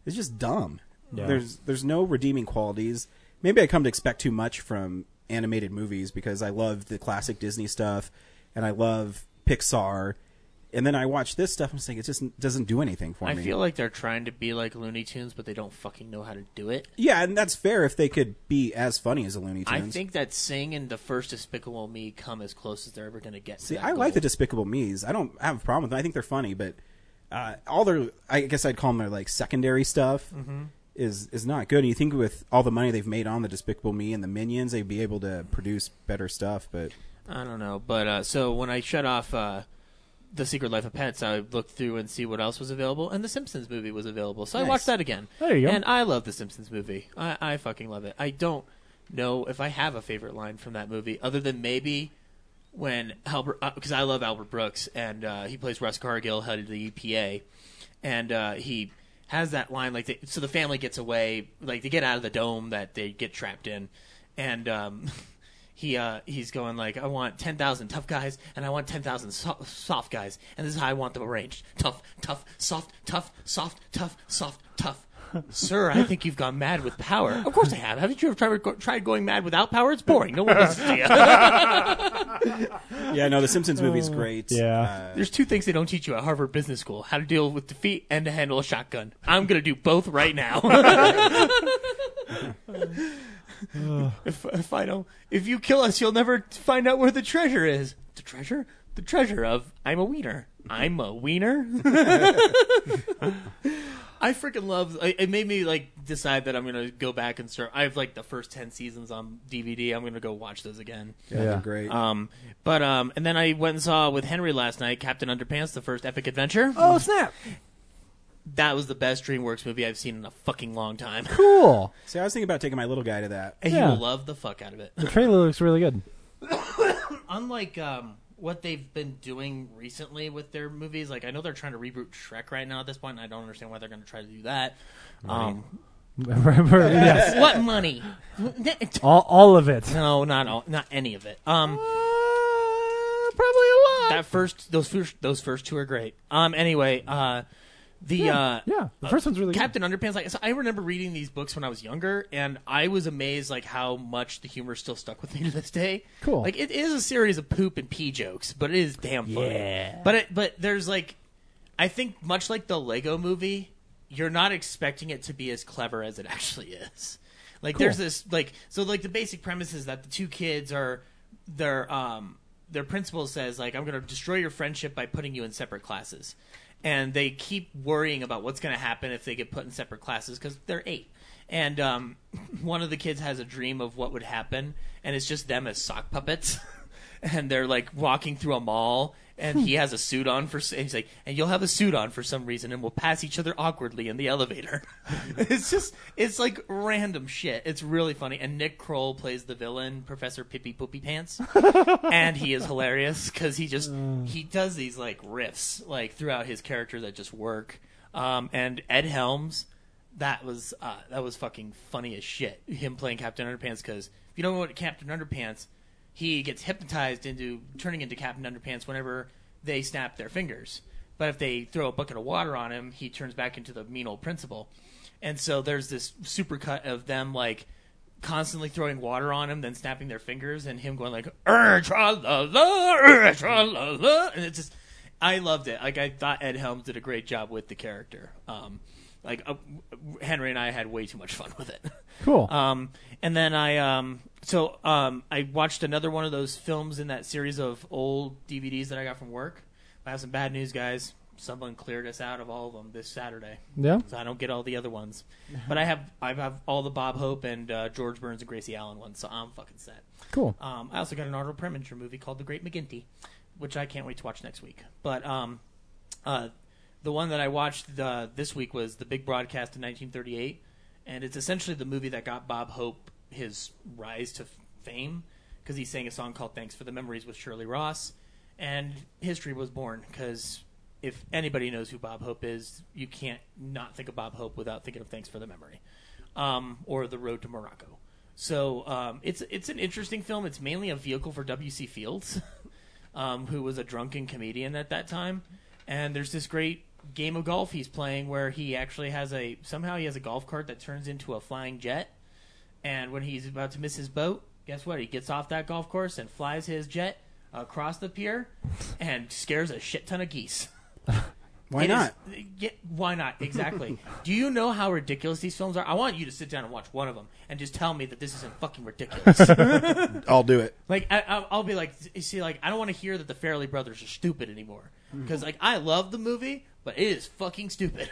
it's just dumb. Yeah. There's there's no redeeming qualities. Maybe I come to expect too much from animated movies because I love the classic Disney stuff and I love Pixar, and then I watch this stuff. I'm saying it just n- doesn't do anything for I me. feel like they're trying to be like Looney Tunes, but they don't fucking know how to do it. yeah, and that's fair if they could be as funny as a Looney I Tunes. think that Sing and the first Despicable Me come as close as they're ever going to get. to See, that I like the goal. Despicable Me's. I don't have a problem with them. I think they're funny, but uh, all their, I guess I'd call them their like secondary stuff is is not good. And you think with all the money they've made on the Despicable Me and the Minions, they'd be able to produce better stuff. But I don't know, but uh, so when I shut off uh, the Secret Life of Pets, I would look through and see what else was available, and the Simpsons movie was available, so I Nice. watched that again. There you go. And I love the Simpsons movie. I, I fucking love it. I don't know if I have a favorite line from that movie, other than maybe when Albert, because I love Albert Brooks, and uh, he plays Russ Cargill, head of the EPA, and uh, he has that line like, they, so the family gets away, like they get out of the dome that they get trapped in, and um, he uh, he's going like, I want ten thousand tough guys, and I want ten thousand so- soft guys, and this is how I want them arranged: tough, tough, soft, tough, soft, tough, soft, tough. Sir, I think you've gone mad with power. Of course I have. Haven't you ever tried, tried going mad without power? It's boring. No one listens to you. yeah, no, the Simpsons movie's great. yeah. Uh, There's two things they don't teach you at Harvard Business School: how to deal with defeat and to handle a shotgun. I'm gonna do both right now. if, if I don't, if you kill us, you'll never find out where the treasure is. The treasure, the treasure of I'm a wiener. I'm a wiener. I freaking love. I- It made me like decide that I'm gonna go back and start. I have like the first ten seasons on DVD. I'm gonna go watch those again. yeah, they're Yeah. great. Um, but um, and then I went and saw with Henry last night Captain Underpants, the first epic adventure. Oh snap! That was the best DreamWorks movie I've seen in a fucking long time, Cool. See, I was thinking about taking my little guy to that. and Yeah. you will love the fuck out of it. The trailer looks really good. Unlike um, what they've been doing recently with their movies, like I know they're trying to reboot Shrek right now at this point, and I don't understand why they're going to try to do that. Um, Remember- yes. what money? All, all of it. No, not all, not any of it. Um. Uh, probably a lot. That first, those first, those first two are great. Um. Anyway, uh, the uh, yeah, the first one's really good. Captain Underpants. Like, so I remember reading these books when I was younger, and I was amazed like how much the humor still stuck with me to this day. Cool. Like it is a series of poop and pee jokes, but it is damn funny. Yeah. But it, but there's like, I think much like the Lego Movie, you're not expecting it to be as clever as it actually is. Like there's this like so like the basic premise is that the two kids are their um their principal says like I'm gonna destroy your friendship by putting you in separate classes, and they keep worrying about what's going to happen if they get put in separate classes because they're eight. And um, one of the kids has a dream of what would happen, and it's just them as sock puppets, and they're like walking through a mall, and he has a suit on for. s- And he's like, and you'll have a suit on for some reason, and we'll pass each other awkwardly in the elevator. it's just, it's like random shit. It's really funny. And Nick Kroll plays the villain, Professor Pippy Poopy Pants, and he is hilarious because he just he does these like riffs like throughout his character that just work. Um, and Ed Helms, that was uh, that was fucking funny as shit. Him playing Captain Underpants because if you don't know what Captain Underpants, he gets hypnotized into turning into Captain Underpants whenever they snap their fingers. But if they throw a bucket of water on him, he turns back into the mean old principal. And so there's this supercut of them like constantly throwing water on him, then snapping their fingers, and him going like "Er, tra la la, er, tra la la," and it just I loved it. Like I thought Ed Helms did a great job with the character. Um, like uh, Henry and I had way too much fun with it. Cool. Um, and then I um, so um, I watched another one of those films in that series of old DVDs that I got from work. I have some bad news, guys. Someone cleared us out of all of them this Saturday. Yeah. So I don't get all the other ones, but I have I have all the Bob Hope and uh, George Burns and Gracie Allen ones, so I'm fucking set. Cool. Um, I also got an Arnold Preminger movie called The Great McGinty, which I can't wait to watch next week. But um, uh, the one that I watched uh, this week was The Big Broadcast in 1938, and it's essentially the movie that got Bob Hope his rise to f- fame because he sang a song called "Thanks for the Memories" with Shirley Ross, and history was born because if anybody knows who Bob Hope is, you can't not think of Bob Hope without thinking of "Thanks for the Memory" um, or "The Road to Morocco." So um, it's it's an interesting film. It's mainly a vehicle for W.C. Fields, um, who was a drunken comedian at that time. And there's this great game of golf he's playing where he actually has a somehow he has a golf cart that turns into a flying jet. And when he's about to miss his boat, guess what? He gets off that golf course and flies his jet across the pier and scares a shit ton of geese. Why It is- not? yeah, why not? Exactly. Do you know how ridiculous these films are? I want you to sit down and watch one of them and just tell me that this isn't fucking ridiculous. I'll do it. Like I, I- I'll be like, you see, like I don't want to hear that the Farrelly brothers are stupid anymore because like I love the movie, but it is fucking stupid.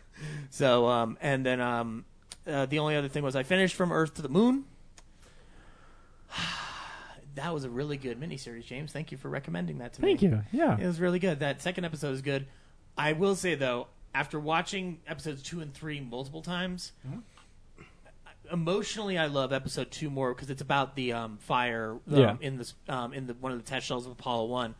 so um, and then um, uh, the only other thing was I finished from Earth to the Moon. that was a really good miniseries, James. Thank you for recommending that to me. Thank you. Yeah. it was really good. That second episode is good. I will say though, after watching episodes two and three multiple times, Mm-hmm. emotionally I love episode two more because it's about the um, fire um, Yeah. in this um, in the one of the test shells of Apollo One.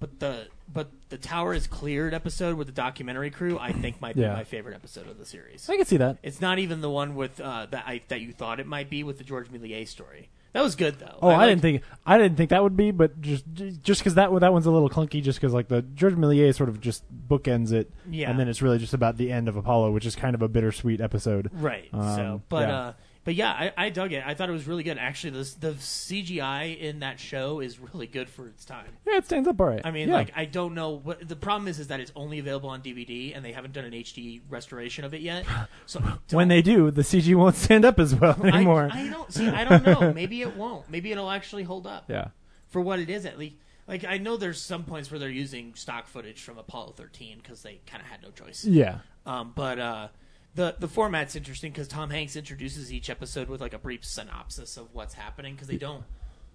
But the but the tower is cleared episode with the documentary crew I think might Yeah. be my favorite episode of the series. I can see that. It's not even the one with uh, that I that you thought it might be with the George Millier story. That was good though. Oh, I, liked- didn't think I didn't think that would be, but just just because that one- that one's a little clunky, just because like the George Millier sort of just bookends it, Yeah. and then it's really just about the end of Apollo, which is kind of a bittersweet episode, Right. so, Um, but yeah. uh, but yeah, I, I dug it. I thought it was really good. Actually, this, the CGI in that show is really good for its time. yeah, it stands up all right. I mean, Yeah. like I don't know what the problem is. Is that it's only available on DVD, and they haven't done an HD restoration of it yet. So I don't- when they do, the CG won't stand up as well I- anymore. I, don't see. I don't know. Maybe it won't. Maybe it'll actually hold up. Yeah. For what it is, at least. Like I know there's some points where they're using stock footage from Apollo 13 because they kind of had no choice. Yeah. Um, but uh, the the format's interesting because Tom Hanks introduces each episode with like a brief synopsis of what's happening because they don't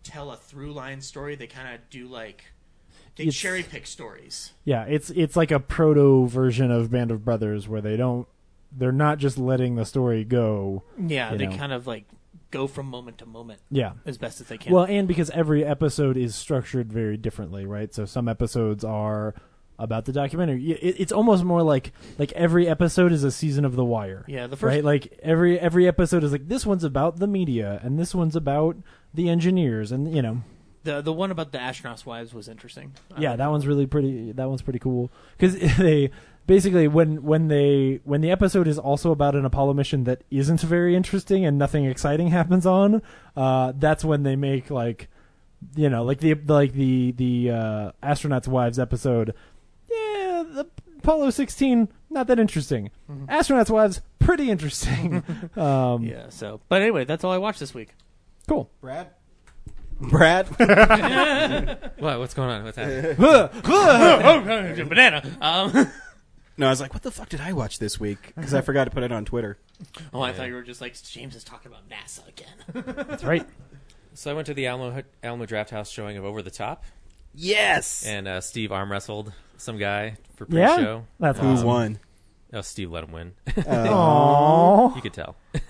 tell a through line story. They kind of do like they It's- cherry pick stories. Yeah, it's it's like a proto version of Band of Brothers where they don't they're not just letting the story go. Yeah, you they know. kind of like go from moment to moment. Yeah. as best as they can. Well, and because every episode is structured very differently, right? So some episodes are about the documentary. Y- it- It's almost more like like every episode is a season of The Wire. Yeah, the first- right. Like every every episode is like this one's about the media and this one's about the engineers and you know the the one about the astronauts' wives was interesting. I yeah, that one's really pretty. That one's pretty cool because they basically when when they when the episode is also about an Apollo mission that isn't very interesting and nothing exciting happens on, uh, that's when they make like, you know, like the like the the uh, astronauts' wives episode. Yeah, the Apollo sixteen not that interesting. Mm-hmm. Astronauts' wives pretty interesting. um, Uh, Yeah. So, but anyway, that's all I watched this week. Cool. Brad? Brad? What? What's going on? What's happening? Huh, huh. banana. Um, No, I was like, what the fuck did I watch this week? Because I forgot to put it on Twitter. Oh, I thought you were just like James is talking about NASA again. So I went to the Alamo Alamo Draft House showing of Over the Top. Yes. And uh, Steve arm wrestled some guy for pre-show. Yeah? That's Who awesome. won? Oh, Steve let him win. Aw. you could tell.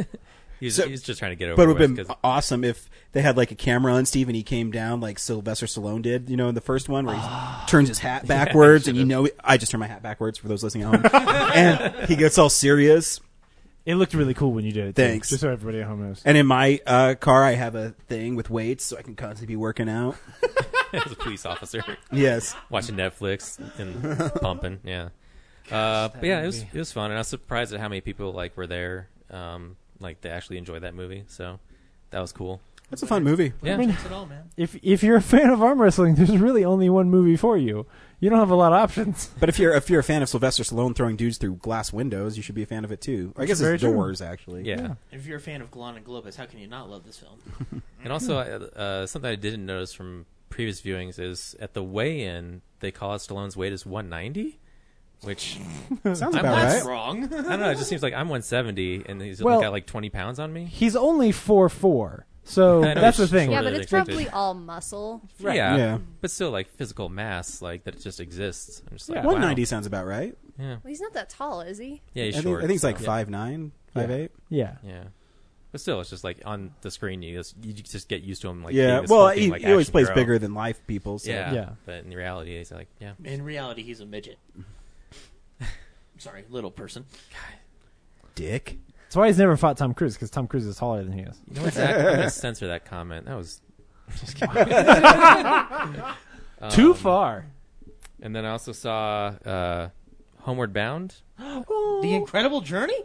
he's, So- he's just trying to get over. But it would have with been 'cause- awesome if they had like a camera on Steve and he came down like Sylvester Stallone did, you know, in the first one where he turns his hat backwards and you know, I just turn my hat backwards for those listening at home. and he gets all serious. It looked really cool when you did it. too, Thanks. just so everybody at home knows. And in my uh, car, I have a thing with weights so I can constantly be working out. as a police officer. Yes. Watching Netflix and pumping. Yeah. uh, but yeah, it was it was fun, and I was surprised at how many people like were there. Um, like they actually enjoyed that movie, so that was cool. That's a fun movie. Yeah. If if you're a fan of arm wrestling, there's really only one movie for you. You don't have a lot of options. But if you're if you're a fan of Sylvester Stallone throwing dudes through glass windows, you should be a fan of it too. I That's guess very it's true. doors actually. Yeah. If you're a fan of Golan and Globus, how can you not love this film? And also, I- uh, something I didn't notice from previous viewings is at the weigh-in, they call out Stallone's weight as 190, which Sounds I'm- about That's right. wrong. I don't know. It just seems like I'm 170, and he's Well- only got like 20 pounds on me. He's only four four, so I know, that's the it's thing. shorter Yeah, but than it's expected. probably all muscle. Yeah. Yeah. but still, like physical mass, like that it just exists. I'm just like, wow. 190 sounds about right. Yeah, Well, he's not that tall, is he? yeah, he's I think, short. I think it's like so- five nine, five eight. Yeah, Yeah, but still, it's just like on the screen, you just, you just get used to him. Like yeah. being this Well, hulking, he, like, he always action plays hero. bigger than life people. So. Yeah. Yeah. but in reality, he's like, yeah, In reality, he's a midget. Sorry, little person. Dick. that's why he's never fought Tom Cruise because Tom Cruise is taller than he is. You know what, Zach? I'm gonna censor that comment. That was just kidding. Too far. And then I also saw uh, Homeward Bound. The Incredible Journey.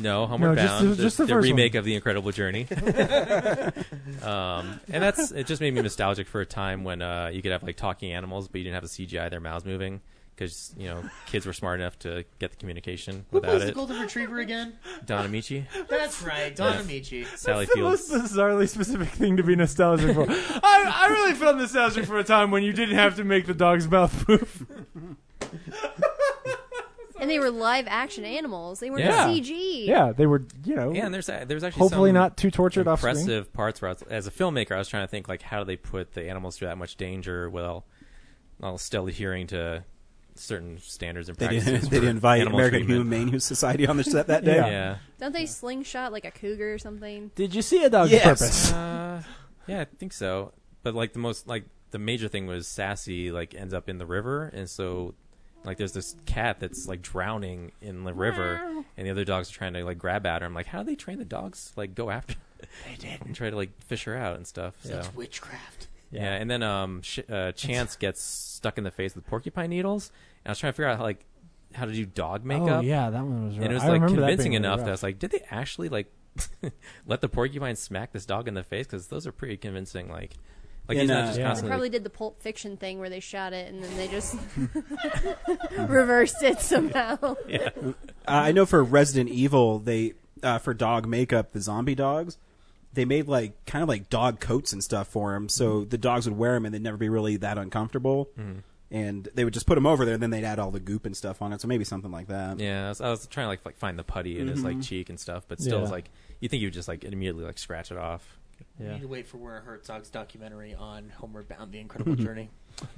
No, Homeward No, just Bound, the- just the first remake of The Incredible Journey. um, and that's it. Just made me nostalgic for a time when uh, you could have like talking animals, but you didn't have a CGI their mouths moving because you know kids were smart enough to get the communication Who without plays the it. Golden Retriever again? Don Amici, That's right, Don Amici. Sally That's the most Fields. bizarrely specific thing to be nostalgic for. I, I really felt nostalgic for a time when you didn't have to make the dog's mouth move. And they were live action animals. They weren't Yeah. CG. Yeah, they were, you know, Yeah, and there's a- there's actually hopefully some not too tortured off screen. impressive parts where I was, as a filmmaker, I was trying to think like how do they put the animals through that much danger while while still adhering to certain standards and They didn't, they practices. for didn't invite animal American treatment. Humane Society on the set that day. Yeah. Yeah. Don't they slingshot like a cougar or something? Did you see a dog's Yes. purpose? Uh, yeah, I think so. But like the most like the major thing was Sassy like ends up in the river, and so like there's this cat that's like drowning in the river, and the other dogs are trying to like grab at her. I'm like, how do they train the dogs like go after? They did and try to like fish her out and stuff. So That's witchcraft. yeah. and then um sh- uh, Chance gets stuck in the face with porcupine needles, and I was trying to figure out like how to do dog makeup. Oh yeah, that one was. And it was like convincing enough that I was like, did they actually like let the porcupine smack this dog in the face? Because those are pretty convincing. Like, like he's In, not uh, just Yeah. They constantly. probably did the Pulp Fiction thing where they shot it and then they just reversed it somehow. Uh, I know for Resident Evil, they uh, for dog makeup, the zombie dogs, they made like kind of like dog coats and stuff for them, so Mm-hmm. the dogs would wear them and they'd never be really that uncomfortable. And they would just put them over there, and then they'd add all the goop and stuff on it. So maybe something like that. yeah, I was, I was trying to like, like find the putty in his like cheek and stuff, but still, Yeah. it's like you think you would just like immediately like scratch it off. You Yeah. need to wait for Werner Herzog's documentary on Homeward Bound: The Incredible Journey.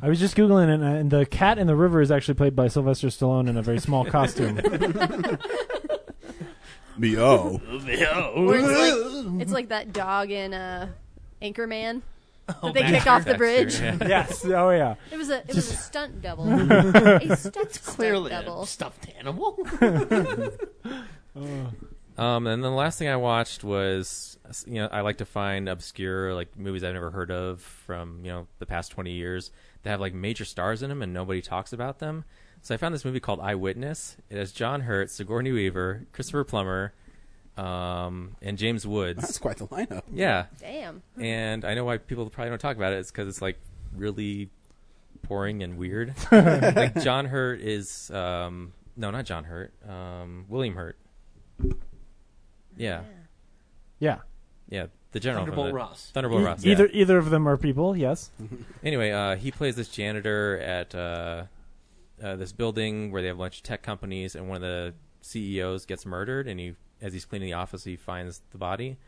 I was just googling, and, uh, and the cat in the river is actually played by Sylvester Stallone in a very small costume. Meow. Where it's, like, it's like that dog in uh, Anchorman. Oh, they Baxter. kick off the Baxter, bridge. yeah. yes. Oh yeah. It was a it was a stunt double. a stunt, Clearly, stunt a double. stuffed animal. Um, and then the last thing I watched was, you know, I like to find obscure like movies I've never heard of from you know the past twenty years that have like major stars in them and nobody talks about them. So I found this movie called Eyewitness. It has John Hurt, Sigourney Weaver, Christopher Plummer, um, and James That's Woods. quite the lineup. Yeah, Damn. and I know why people probably don't talk about it. It's because it's like really boring and weird. like John Hurt is um, no, not John Hurt. Um, William Hurt. Yeah, Yeah. yeah, the general. from Thunderbolt the- Ross. Thunderbolt E- Ross. yeah. Either either of them are people. Yes. Anyway, uh, he plays this janitor at uh, uh, this building where they have a bunch of tech companies, and one of the CEOs gets murdered, and he, as he's cleaning the office, he finds the body.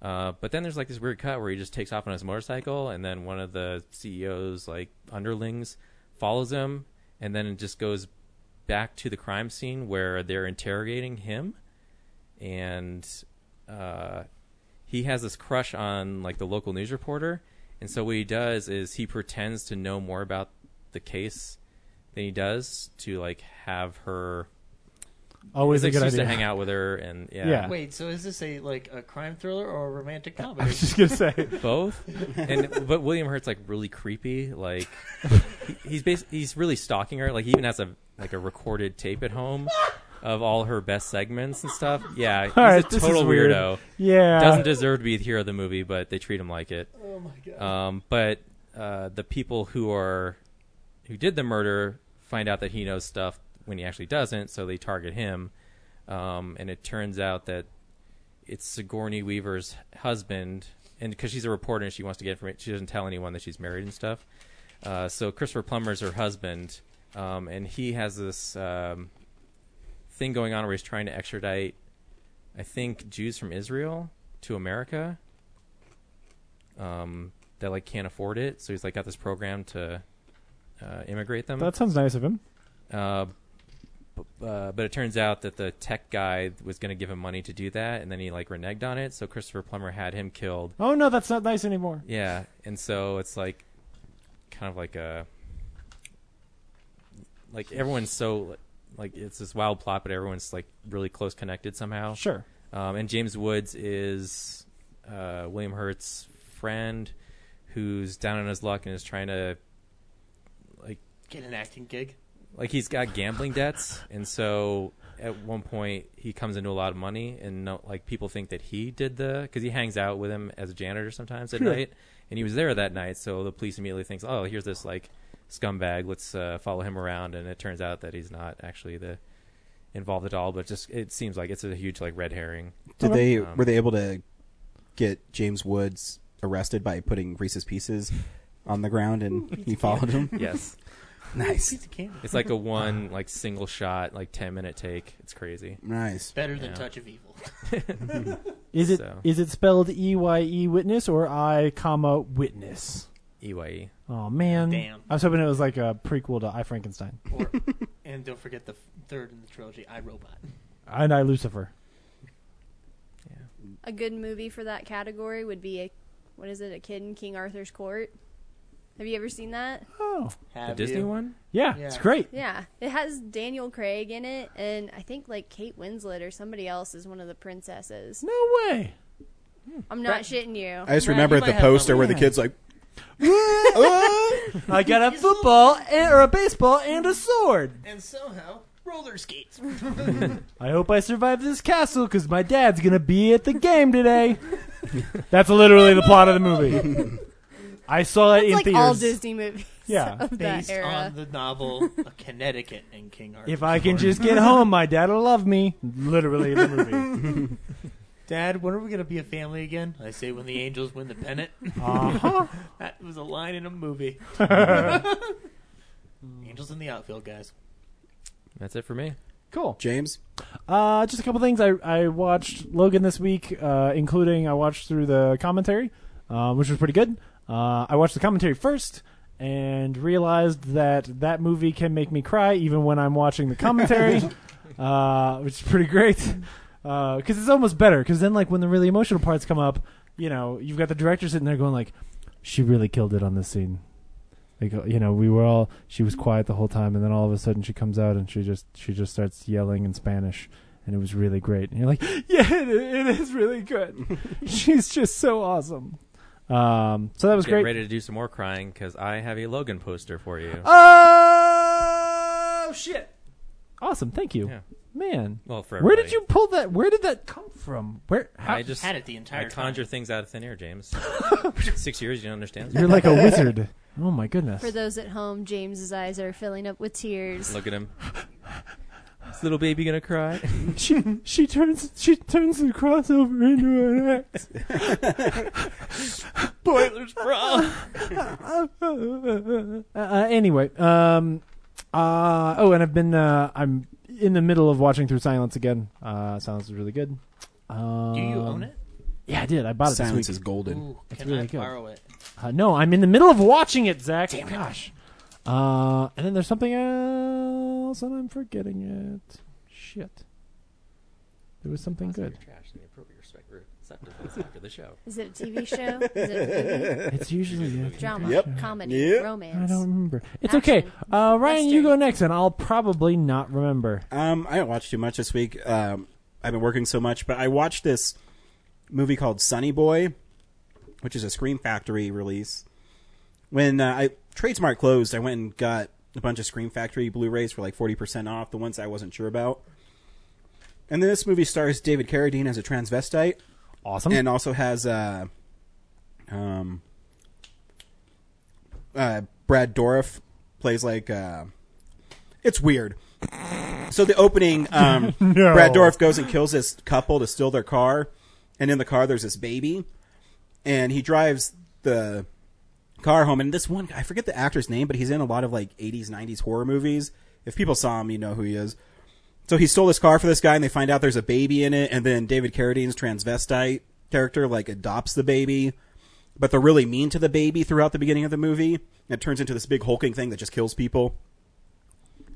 Uh, but then there's like this weird cut where he just takes off on his motorcycle, and then one of the CEO's like underlings follows him, and then it just goes back to the crime scene where they're interrogating him, and uh, he has this crush on like the local news reporter, and so what he does is he pretends to know more about the case than he does to like have her Always his a good excuse to idea. hang out with her, and yeah, Wait, so is this a like a crime thriller or a romantic comedy? was just gonna say. both. and but William Hurt's like really creepy. Like he, he's bas- he's really stalking her. Like he even has a like a recorded tape at home of all her best segments and stuff. Yeah, he's All right, a this is total weird. weirdo. Yeah. doesn't deserve to be the hero of the movie, but they treat him like it. Oh my god. Um, but uh, the people who are who did the murder find out that he knows stuff when he actually doesn't, so they target him. Um, and it turns out that it's Sigourney Weaver's husband, and because she's a reporter and she wants to get information, she doesn't tell anyone that she's married and stuff. Uh, so Christopher Plummer's her husband, um, and he has this um, thing going on where he's trying to extradite, I think, Jews from Israel to America um, that like can't afford it. So he's like got this program to uh, immigrate them. That sounds nice of him. Uh, b- uh, but it turns out that the tech guy was going to give him money to do that, and then he like reneged on it. So Christopher Plummer had him killed. Oh no, that's not nice anymore. Yeah, and so it's like kind of like a like everyone's so like it's this wild plot, but everyone's like really close connected somehow. Sure. Um, and James Woods is uh, William Hurt's friend who's down on his luck and is trying to like Get an acting gig. like he's got gambling debts and so at one point he comes into a lot of money and no, like people think that he did the because he hangs out with him as a janitor sometimes at Sure. night and he was there that night so the police immediately thinks oh here's this like scumbag let's uh, follow him around and it turns out that he's not actually the involved at all but just it seems like it's a huge like red herring Did they Um, were they able to get James Woods arrested by putting Reese's Pieces on the ground and he followed him? yes Nice, Pizza candy. it's like a one like single shot like 10 minute take it's crazy nice. Better than Yeah. Touch of Evil. Is it is So. it spelled E Y E witness or I comma witness? EYE Oh man, Damn. I was hoping it was like a prequel to I Frankenstein Or, and don't forget the f- third in the trilogy, I Robot. and I Lucifer. A good movie for that category would be a, what is it? A Kid in King Arthur's Court. Have you ever seen that? Oh the Have Disney you? one yeah, Yeah. it's great. Yeah, it has Daniel Craig in it, and I think like Kate Winslet or somebody else is one of the princesses. No way. I'm not shitting you. I just Matt, remember you at the might have poster where the Yeah. kid's like, I got a football and, or a baseball and a sword. And somehow, roller skates. I hope I survive this castle because my dad's gonna be at the game today. That's literally the plot of the movie. I saw it It's in like theaters. all Disney movies Yeah. of that Based era. on the novel A Connecticut and King Arthur. if I can just get home, my dad'll love me. Literally the movie. Dad, when are we going to be a family again? I say when the Angels win the pennant. Uh-huh. That was a line in a movie. Angels in the outfield, guys. that's it for me Cool. James, Uh, just a couple things. I I watched Logan this week, uh, including I watched through the commentary, uh, which was pretty good. Uh, I watched the commentary first and realized that that movie can make me cry even when I'm watching the commentary, uh, which is pretty great. Because it's almost better. Because then, like when the really emotional parts come up, you know, you've got the director sitting there going like, "She really killed it on this scene." like uh, you know we were all she was quiet the whole time and then all of a sudden she comes out and she just she just starts yelling in spanish and it was really great and you're like yeah it, it is really good she's just so awesome um so that was Get great ready to do some more crying because I have a Logan poster for you. oh shit awesome thank you Yeah. man Well, for where did everybody. you pull that where did that come from where how, I just Had it the entire I conjure time. things out of thin air, James. Six years, you don't understand. you're like a wizard oh my goodness For those at home, James's eyes are filling up with tears. Look at him. Is little baby gonna cry? she she turns she turns the crossover into an axe Spoilers, bro. uh, uh, anyway, um, Uh, oh, and I've been uh, I'm in the middle of watching through Silence again. Uh, Silence is really good. Um, Do you own it? Yeah, I did. I bought it Silence this week. is golden. Ooh, It's can really I good. borrow it? Uh, no, I'm in the middle of watching it, Zach. Gosh. Uh, and then there's something else, and I'm forgetting it. Shit. There was something good. Trash in the appropriate respect for acceptance after the show. Is it a TV show? Is it a It's usually yeah, I movie? think drama, Yep. comedy, Yep. I romance? don't remember. It's Action. okay. Uh, Ryan, Western. you go next, and I'll probably not remember. Um, I don't watch too much this week. Um, I've been working so much, but I watched this movie called Sunny Boy, which is a Scream Factory release. When uh, I Tradesmart closed, I went and got a bunch of Scream Factory Blu-rays for like forty percent off. The ones I wasn't sure about. And then this movie stars David Carradine as a transvestite, Awesome. and also has uh, um, uh, Brad Dorff plays like uh, it's weird. So the opening, um, No. Brad Dorff goes and kills this couple to steal their car, and in the car there's this baby, and he drives the car home. And this one, I forget the actor's name, but he's in a lot of like '80s, '90s horror movies. If people saw him, you know who he is. So he stole this car for this guy, and they find out there's a baby in it. And then David Carradine's transvestite character like adopts the baby, but they're really mean to the baby throughout the beginning of the movie. And it turns into this big hulking thing that just kills people,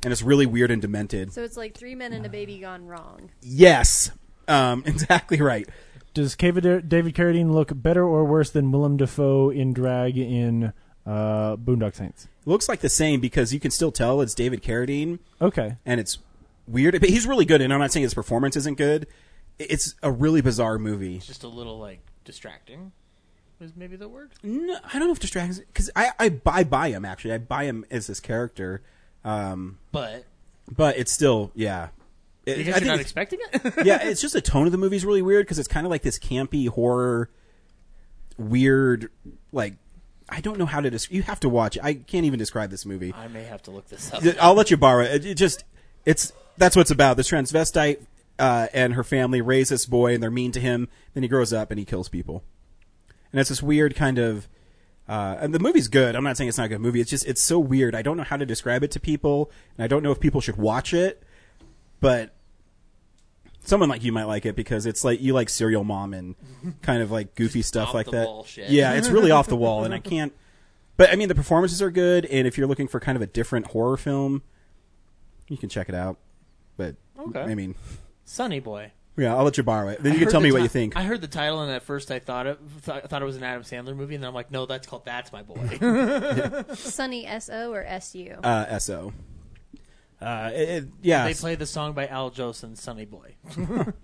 and it's really weird and demented. So it's like three men and a baby gone wrong. Yes, um, exactly right. Does Cava- David Carradine look better or worse than Willem Dafoe in drag in uh, Boondock Saints? Looks like the same because you can still tell it's David Carradine, Okay. and it's weird. But he's really good, and I'm not saying his performance isn't good. It's a really bizarre movie. It's just a little like distracting. Is maybe the word? No, I don't know if distracts because I, I buy buy him actually. I buy him as this character, um, But but it's still yeah. It- I because you're think not it's- expecting it. yeah, it's just the tone of the movie is really weird because it's kind of like this campy horror, weird like I don't know how to describe. You have to watch. it. I can't even describe this movie. I may have to look this up. Th- uh, I'll let you borrow it. It just it's that's what it's about. This transvestite uh, and her family raise this boy, and they're mean to him. Then he grows up and he kills people, and it's this weird kind of. Uh, and the movie's good. I'm not saying it's not a good movie. It's just it's so weird. I don't know how to describe it to people, and I don't know if people should watch it. But someone like you might like it because it's like you like serial mom and kind of like goofy stuff off like the that. wall shit. Yeah, it's really off the wall, and I can't. But I mean, the performances are good, and if you're looking for kind of a different horror film, you can check it out. But Okay. I mean, Sunny boy. yeah, I'll let you borrow it. Then I you can heard tell the me what ti- you think. I heard the title, and at first I thought it th- thought it was an Adam Sandler movie, and then I'm like, no, that's called That's My Boy. Sunny S O or S U? Uh, So, uh, it, it- yeah, they they, play the song by Al Jolson, Sunny Boy.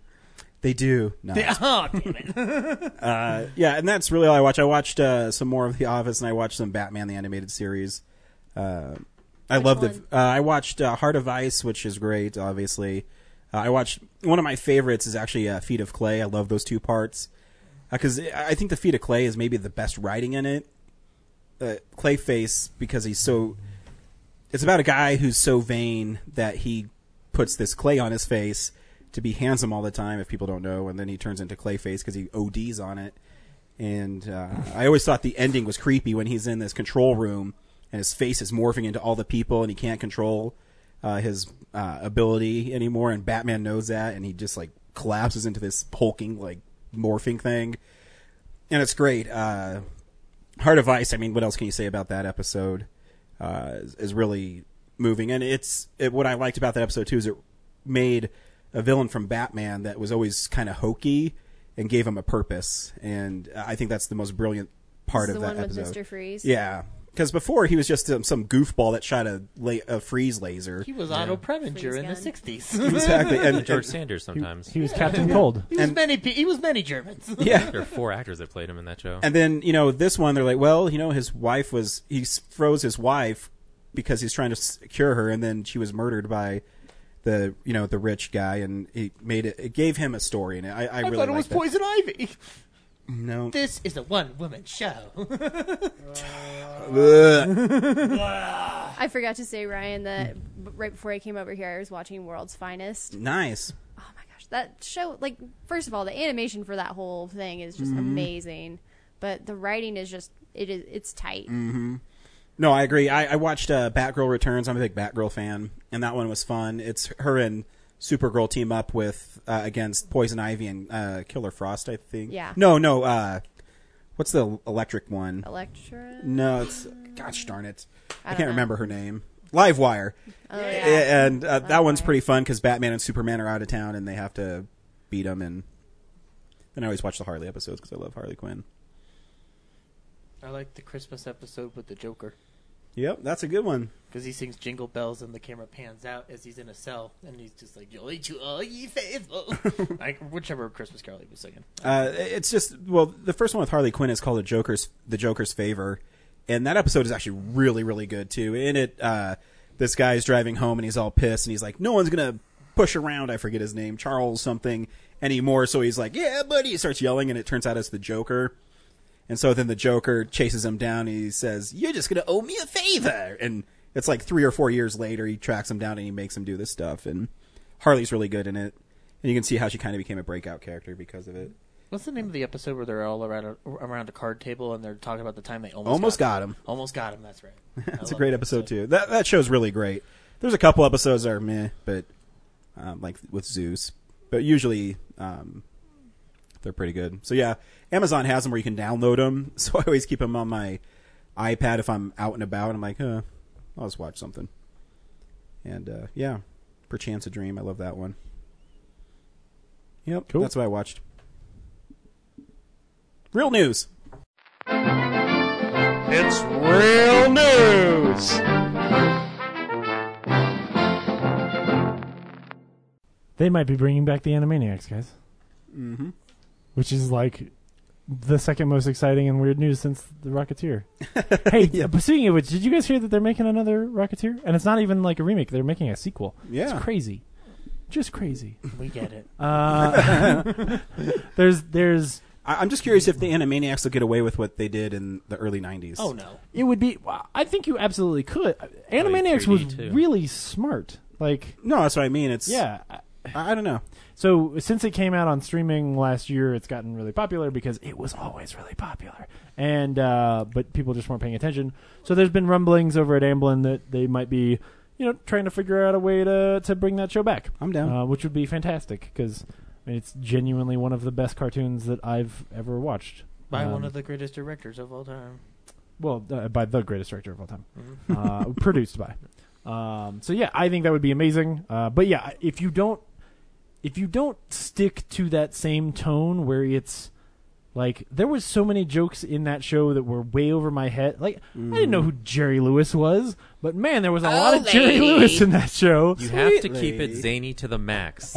do. No. oh, damn it! yeah, and that's really all I watch. I watched uh, some more of The Office, and I watched some Batman the animated series. Uh, I Which love one? the. Uh, I watched uh, Heart of Ice, which is great. Obviously, uh, I watched one of my favorites is actually uh, Feet of Clay. I love those two parts because I I think the Feet of Clay is maybe the best writing in it. Uh, Clayface because he's so. It's about a guy who's so vain that he puts this clay on his face to be handsome all the time. If people don't know, and then he turns into Clayface because he ODs on it and uh, I always thought the ending was creepy when he's in this control room and his face is morphing into all the people and he can't control uh, his uh, ability anymore. And Batman knows that, and he just like collapses into this hulking like morphing thing, and it's great. Uh, Heart of Ice. I mean, what else can you say about that episode? Uh, is, is really moving, and it's it, what I liked about that episode too is it made a villain from Batman that was always kind of hokey and gave him a purpose, and I think that's the most brilliant part This is of the that one with episode. Mr. Freeze? Yeah, because before he was just um, some goofball that shot a, la- a freeze laser. He was Otto Freeze Preminger in the gun. '60s. exactly, and, George and- Sanders sometimes. He was Captain Cold. He was many. pe- He was many Germans. yeah, there are four actors that played him in that show. And then you know this one, they're like, well, you know, his wife was he s- froze his wife because he's trying to s- cure her, and then she was murdered by the you know the rich guy, and he made it. It gave him a story, and I, I, I really thought it liked was that. Poison Ivy. No, This is a one-woman show. Ugh. I forgot to say, Ryan, that b- right before I came over here, I was watching World's Finest. nice. Oh my gosh, that show! Like, first of all, the animation for that whole Mm-hmm. Mm. thing is just amazing, but the writing is just it is it's tight. No, I agree. I, I watched uh, Batgirl Returns. I'm a big Batgirl fan, and that one was fun. It's her and Supergirl team up with uh, against Poison Ivy and uh, Killer Frost. I think. Yeah. No, no. Uh, what's the electric one? Electra. No, it's gosh darn it. I, I don't can't know. remember her name. Livewire. A- Oh, yeah. And uh, that one's pretty fun because Batman and Superman are out of town and they have to beat them. And then I always watch the Harley episodes because I love Harley Quinn. I like the Christmas episode with the Joker Yep, that's a good one. because he sings Jingle Bells and the camera pans out as he's in a cell and he's just like, "Joy to all ye faithful," like whichever Christmas Carol he was singing. Uh, it's just well, the first one with Harley Quinn is called the Joker's the Joker's Favor, and that episode is actually really really good too. In it, uh, this guy's driving home and he's all pissed and he's like, "No one's gonna push around." I forget his name, Charles something anymore. So he's like, "Yeah, buddy," he starts yelling, and it turns out it's the Joker. And so then the Joker chases him down and he says, You're just going to owe me a favor. And it's like three or four years later, he tracks him down and he makes him do this stuff. And Harley's really good in it. And you can see how she kind of became a breakout character because of it. What's the name of the episode where they're all around a, around a card table and they're talking about the time they almost Almost got, got him. Almost got him. That's right. It's a great episode, too. That, that show's really great. There's a couple episodes that are meh, but um, like with Zeus. But usually um, they're pretty good. So yeah, Amazon has them where you can download them. So I always keep them on my iPad if I'm out and about. And I'm like, huh, I'll just watch something. And uh, yeah, Perchance a Dream. I love that one. Yep, Cool. that's what I watched. Real news. It's real news. They might be bringing back the Animaniacs, guys, Mm-hmm. which is like the second most exciting and weird news since the Rocketeer. hey, but speaking of which, did you guys hear that they're making another Rocketeer? And it's not even like a remake; they're making a sequel. Yeah. it's crazy, just crazy. We get it. Uh, there's there's I, I'm just curious if the Animaniacs will get away with what they did in the early '90s. Oh no. it would be. wow, I think you absolutely could. Animaniacs 3D was too. really smart. Like no, that's what I mean. It's yeah, I- I, I don't know. So since it came out on streaming last year, it's gotten really popular because it was always really popular, and uh, but people just weren't paying attention. So there's been rumblings over at Amblin that they might be, you know, trying to figure out a way to to bring that show back. I'm down. uh, which would be fantastic because I mean, it's genuinely one of the best cartoons that I've ever watched. By Um, one of the greatest directors of all time. Mm-hmm. well, uh, by the greatest director of all time, uh, produced by. Um, so yeah, I think that would be amazing. Uh, but yeah, if you don't, if you don't stick to that same tone where it's like there was so many jokes in that show that were way over my head. Like I didn't know who Jerry Lewis was, but man, there was a lot of Jerry Lewis in that show. You have to keep it zany to the max.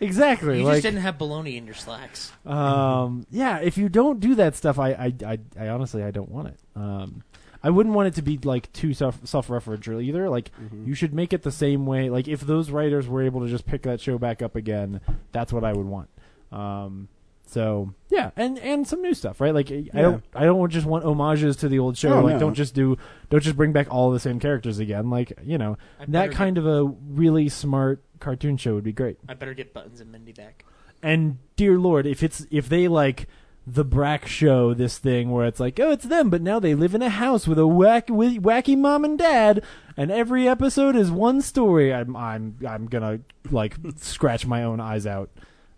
exactly. You like, just didn't have baloney in your slacks. Um, yeah, if you don't do that stuff, I, I, I, I honestly, I don't want it. Um, I wouldn't want it to be like too self self-referential either. Like you should make it the same way. Like if those writers were able to just pick that show back up again, that's what I would want. Um, so yeah, and and some new stuff, right? Like I don't I don't just want homages to the old show. No, like no. don't just do don't just bring back all the same characters again. Like you know I better that get- kind of a really smart cartoon show would be great I better get Buttons and Mindy back. and dear lord if it's if they like the brack show this thing where it's like oh it's them but now they live in a house with a whack with wacky mom and dad and every episode is one story i'm i'm i'm gonna like scratch my own eyes out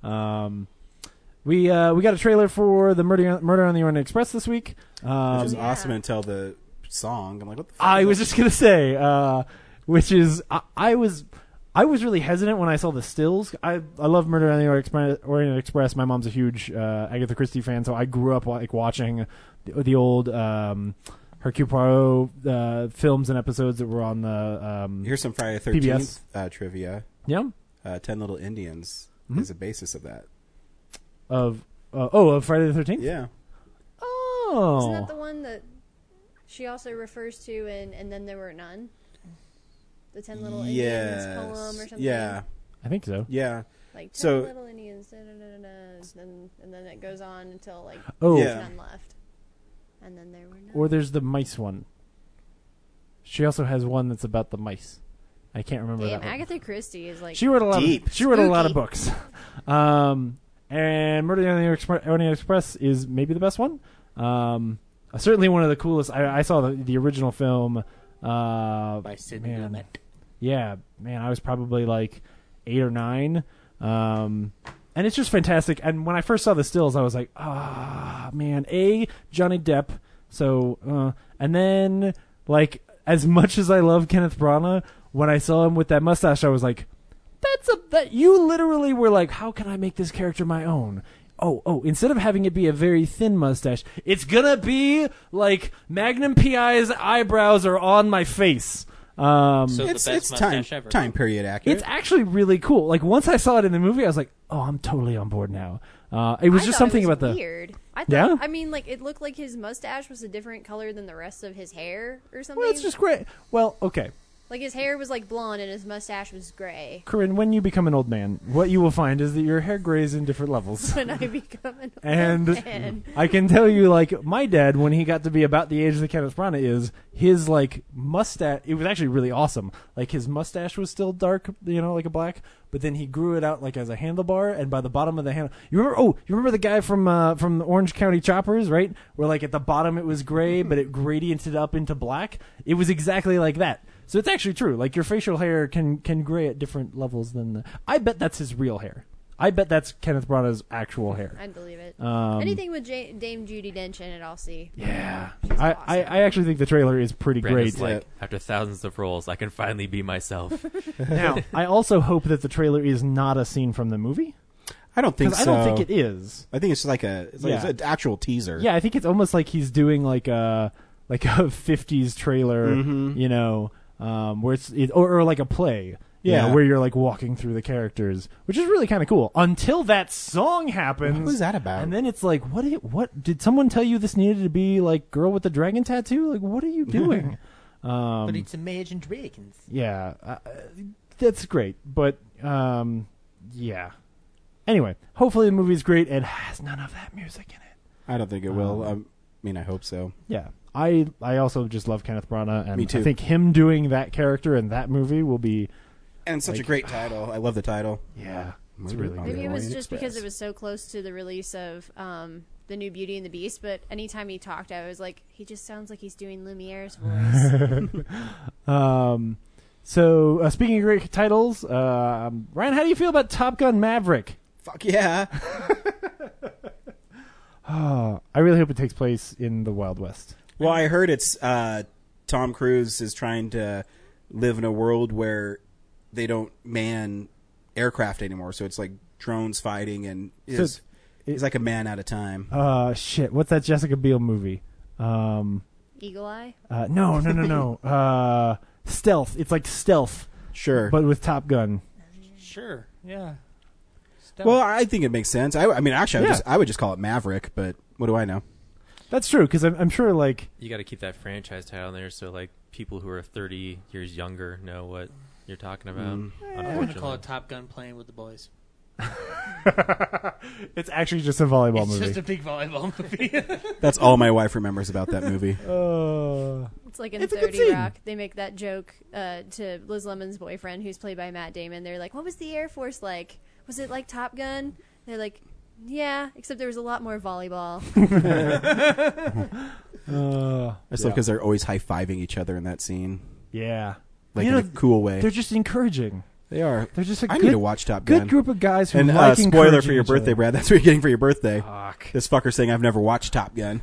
um we uh we got a trailer for the murder murder on the Orient express this week um Which is awesome until the song. I'm like, what the? Fuck I is was that? just gonna say, uh, which is I, I was I was really hesitant when I saw the stills. I I love Murder on the Orient Express. Orient Express. My mom's a huge uh, Agatha Christie fan, so I grew up like watching the, the old um, Hercule Poirot uh, films and episodes that were on the um, Here's some Friday Thirteenth PBS. uh, trivia. yeah Uh, Ten Little Indians Mm-hmm. is the basis of that. of uh, oh of Friday the Thirteenth. Yeah, Isn't Oh, that the one that she also refers to in And Then There Were None? The Ten Little yes, Indians poem or something? yeah, I think so. yeah. Like, Ten So- Little Indians, da, da, da, da, da, and, and then it goes on until, like, Oh. there's Yeah. none left. And then there were none. Or there's the mice one. She also has one that's about the mice. I can't remember Damn, that. one. Agatha Christie is like. she wrote a lot. Deep. Of, she wrote a lot of Spooky. books. Um, and Murder on the Orient Express, Orient Express is maybe the best one. Um, Uh, certainly one of the coolest. I, I saw the, the original film uh, by Sid man, Yeah, man, I was probably like eight or nine, um, and it's just fantastic. And when I first saw the stills, I was like, ah, man, a Johnny Depp. So, uh, and then like as much as I love Kenneth Branagh, when I saw him with that mustache, I was like, that's a that you literally were like, how can I make this character my own? Oh, oh, instead of having it be a very thin mustache, it's gonna be like Magnum PI's eyebrows are on my face. Um, So the It's- best it's time- mustache ever. time period accurate. It's actually really cool. Like once I saw it in the movie, I was like, "Oh, I'm totally on board now." Uh, it was I just thought something it was about the weird. I thought, Yeah? I mean, like it looked like his mustache was a different color than the rest of his hair or something. Well, it's just great. Well, okay, Like his hair was like blonde and his mustache was gray. Corinne, when you become an old man, what you will find is that your hair grays in different levels. When I become an old and man. I can tell you, like my dad, when he got to be about the age that Kenneth Branagh is, his like mustache. It was actually really awesome. Like his mustache was still dark, you know, like a black. But then he grew it out like as a handlebar, and by the bottom of the handle, you remember? Oh, you remember the guy from uh, from the Orange County Choppers, right? Where like at the bottom it was gray, but it gradiented up into black. It was exactly like that. So it's actually true. Like your facial hair can can gray at different levels than the. I bet that's his real hair. I bet that's Kenneth Branagh's actual hair. I believe it. Um, Anything with Ja Dame Judy Dench in it, I'll see. Yeah. I, I, I actually think the trailer is pretty Brandon's great. Like after thousands of roles, I can finally be myself. now, I also hope that the trailer is not a scene from the movie. I don't think 'Cause I don't so. think it is. I think it's like a it's like Yeah. it's an actual teaser. Yeah, I think it's almost like he's doing like a like a 50s trailer, Mhm. you know, um, where it's it, or, or like a play. you Yeah. know, where you're like walking through the characters, which is really kind of cool. Until that song happens, What was that about? And then it's like, what? Did, what did someone tell you this needed to be like girl with the dragon tattoo? Like, what are you doing? um, but it's Imagine Dragons. Yeah, uh, that's great. But um, yeah. Anyway, hopefully the movie's great and has none of that music in it. I don't think it will. Um, Um, I mean, I hope so. Yeah, I I also just love Kenneth Branagh, and Me too. I think him doing that character in that movie will be And such a like, great title. I love the title. Yeah, it's really good. Maybe it was just because it was so close to the release of um, the new Beauty and the Beast, but anytime he talked, I was like, he just sounds like he's doing Lumiere's voice. um, so uh, speaking of great titles, um, Ryan, how do you feel about Top Gun Maverick? Fuck yeah! Oh, I really hope it takes place in the Wild West. Well, I heard it's uh, Tom Cruise is trying to live in a world where they don't man aircraft anymore, so it's like drones fighting, and So it's he's like a man out of time. Uh, shit, what's that Jessica Biel movie? Um, Eagle Eye? Uh, no, no, no, no. uh, stealth. It's like stealth. Sure. But with Top Gun. Sure. Yeah. Well, I think it makes sense. I, I mean, actually, I would, Yeah. just, I would just call it Maverick, but what do I know? That's true because I'm, I'm sure like you got to keep that franchise title in there, so like people who are 30 years younger know what you're talking about. Mm. I want to Unfortunately, call it Top Gun playing with the boys. it's actually just a volleyball it's movie. just a big volleyball movie. That's all my wife remembers about that movie. Uh, It's like in It's a good 30 scene. Rock. They make that joke uh, to Liz Lemon's boyfriend, who's played by Matt Damon. They're like, what was the Air Force like? Was it like Top Gun? They're like, yeah, except there was a lot more volleyball. Uh, I just love because they're always high fiving each other in that scene. Yeah. Like You in know, a cool way. They're just encouraging. They are. They're just. A I good, need to watch Top Gun. Good group of guys who and like uh, spoiler for encouraging your each other. Ah. birthday, Brad. That's what you're getting for your birthday. Fuck. This fucker's saying I've never watched Top Gun.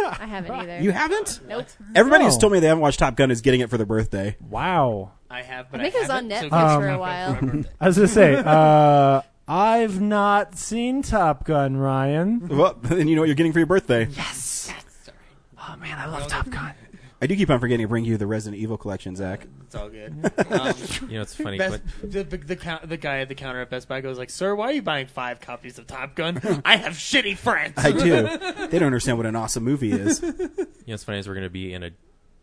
I haven't either. You haven't? Nope. Everybody who's No. told me they haven't watched Top Gun is getting it for their birthday. Wow. I have, I but I, think it was on haven't, so Netflix it gets Um, for a wrapped while. up for my birthday. I was gonna say. Uh, I've not seen Top Gun, Ryan. Well, then you know what you're getting for your birthday. Yes. Oh man, I love Top Gun. I do keep on forgetting to bring you the Resident Evil collection, Zach. It's all good. Um, you know it's funny. Best, the, the, the, cou- the guy at the counter at Best Buy goes like, "Sir, why are you buying five copies of Top Gun? I have shitty friends." I do. they don't understand what an awesome movie is. you know, it's funny is we're going to be in a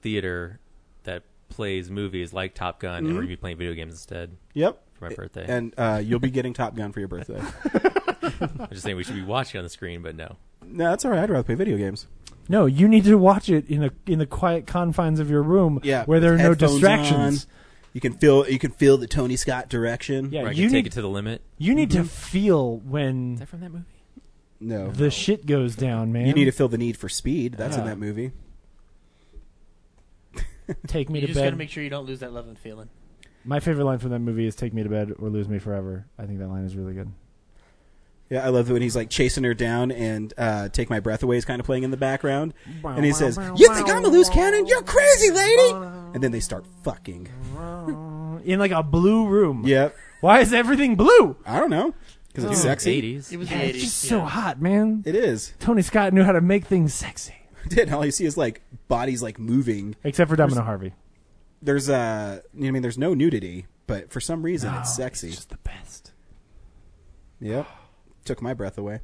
theater that plays movies like Top Gun, and we're Mhm. going to be playing video games instead. Yep. For my birthday. And uh, you'll be getting Top Gun for your birthday. I'm just saying we should be watching on the screen, but no. no, that's all right. I'd rather play video games. No, you need to watch it in a in the quiet confines of your room, Yeah. where there are with no headphones distractions. on. You can feel you can feel the Tony Scott direction. Yeah, Where I you can need Mm-hmm. take it to the limit. you need to feel when Is that from that movie? No. The shit goes down, man. You need to feel the need for speed. That's in Yeah. that movie. Take me you to just bed. gotta make sure you don't lose that love and feeling. My favorite line from that movie is "Take me to bed or lose me forever." I think that line is really good. Yeah, I love it when he's like chasing her down and uh, "Take My Breath Away" is kind of playing in the background, and he says, "You think I'm a loose cannon? You're crazy, lady!" And then they start fucking. In like a blue room. Yep. Why is everything blue? I don't know. Because it's sexy. It was It's just so hot, man. It is. Tony Scott knew how to make things sexy. Did all you see is like bodies like moving. Except for Domino There's- Harvey. There's uh, you know, I mean, there's no nudity, but for some reason it's sexy. It's just the best. Yep. Took my breath away.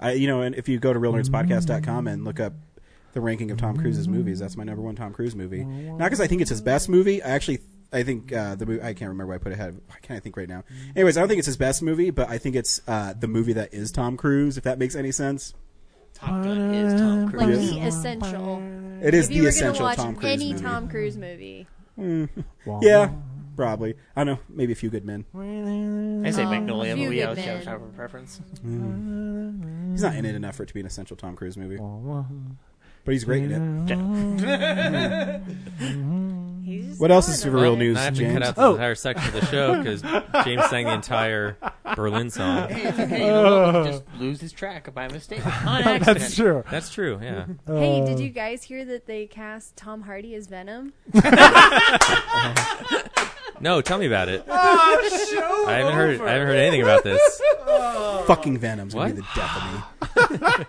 I, you know, and if you go to realnerdspodcast.com and look up the ranking of Tom Cruise's movies, that's my number one Tom Cruise movie. Not because I think it's his best movie. I actually, I think uh, the movie. I can't remember why I put it ahead. Why can't I think right now? Anyways, I don't think it's his best movie, but I think it's uh, the movie that is Tom Cruise. If that makes any sense. Top Gun is Tom Cruise. Like Yes. the essential. It is if you the were essential gonna watch Tom Cruise any movie. Tom Cruise movie. Mm. Wow. Yeah, probably. I don't know. Maybe a few good men. I say Um, Magnolia, Few but we Good always Men. have our preference. He's not in it enough for it to be an essential Tom Cruise movie. But he's great in it. what else is for Well, real news, now I have to James? Oh. cut out the entire section of the show because James sang the entire Berlin song. Hey, it's okay. You know what? We just lose his track by mistake. On accident. That's true. Yeah. Hey, did you guys hear that they cast Tom Hardy as Venom? No, tell me about it. Ah, Oh, I haven't heard. I haven't heard anything about this. Fucking Venom's gonna be the death of me.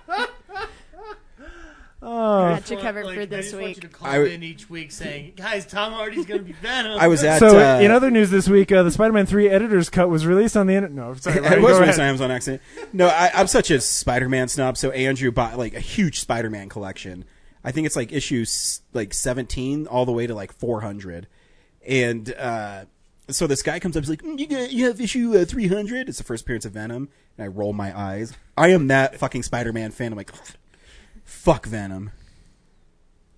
Oh. Got you covered for this I just want week. you to call I w- in each week saying, "Guys, Tom Hardy's going to be Venom." I was at, so, uh, in other news this week, uh, the Spider-Man 3 editor's cut was released on the internet. No, sorry. I Ryan, was go released on ahead. Amazon accident. No, I, I'm such a Spider-Man snob. So Andrew bought like a huge Spider-Man collection. I think it's like issue s- like 17 all the way to like 400. And uh, so this guy comes up, he's like, "Mm, "You got- you have issue uh, 300." It's the first appearance of Venom, and I roll my eyes. I am that fucking Spider-Man fan. I'm like, fuck Venom.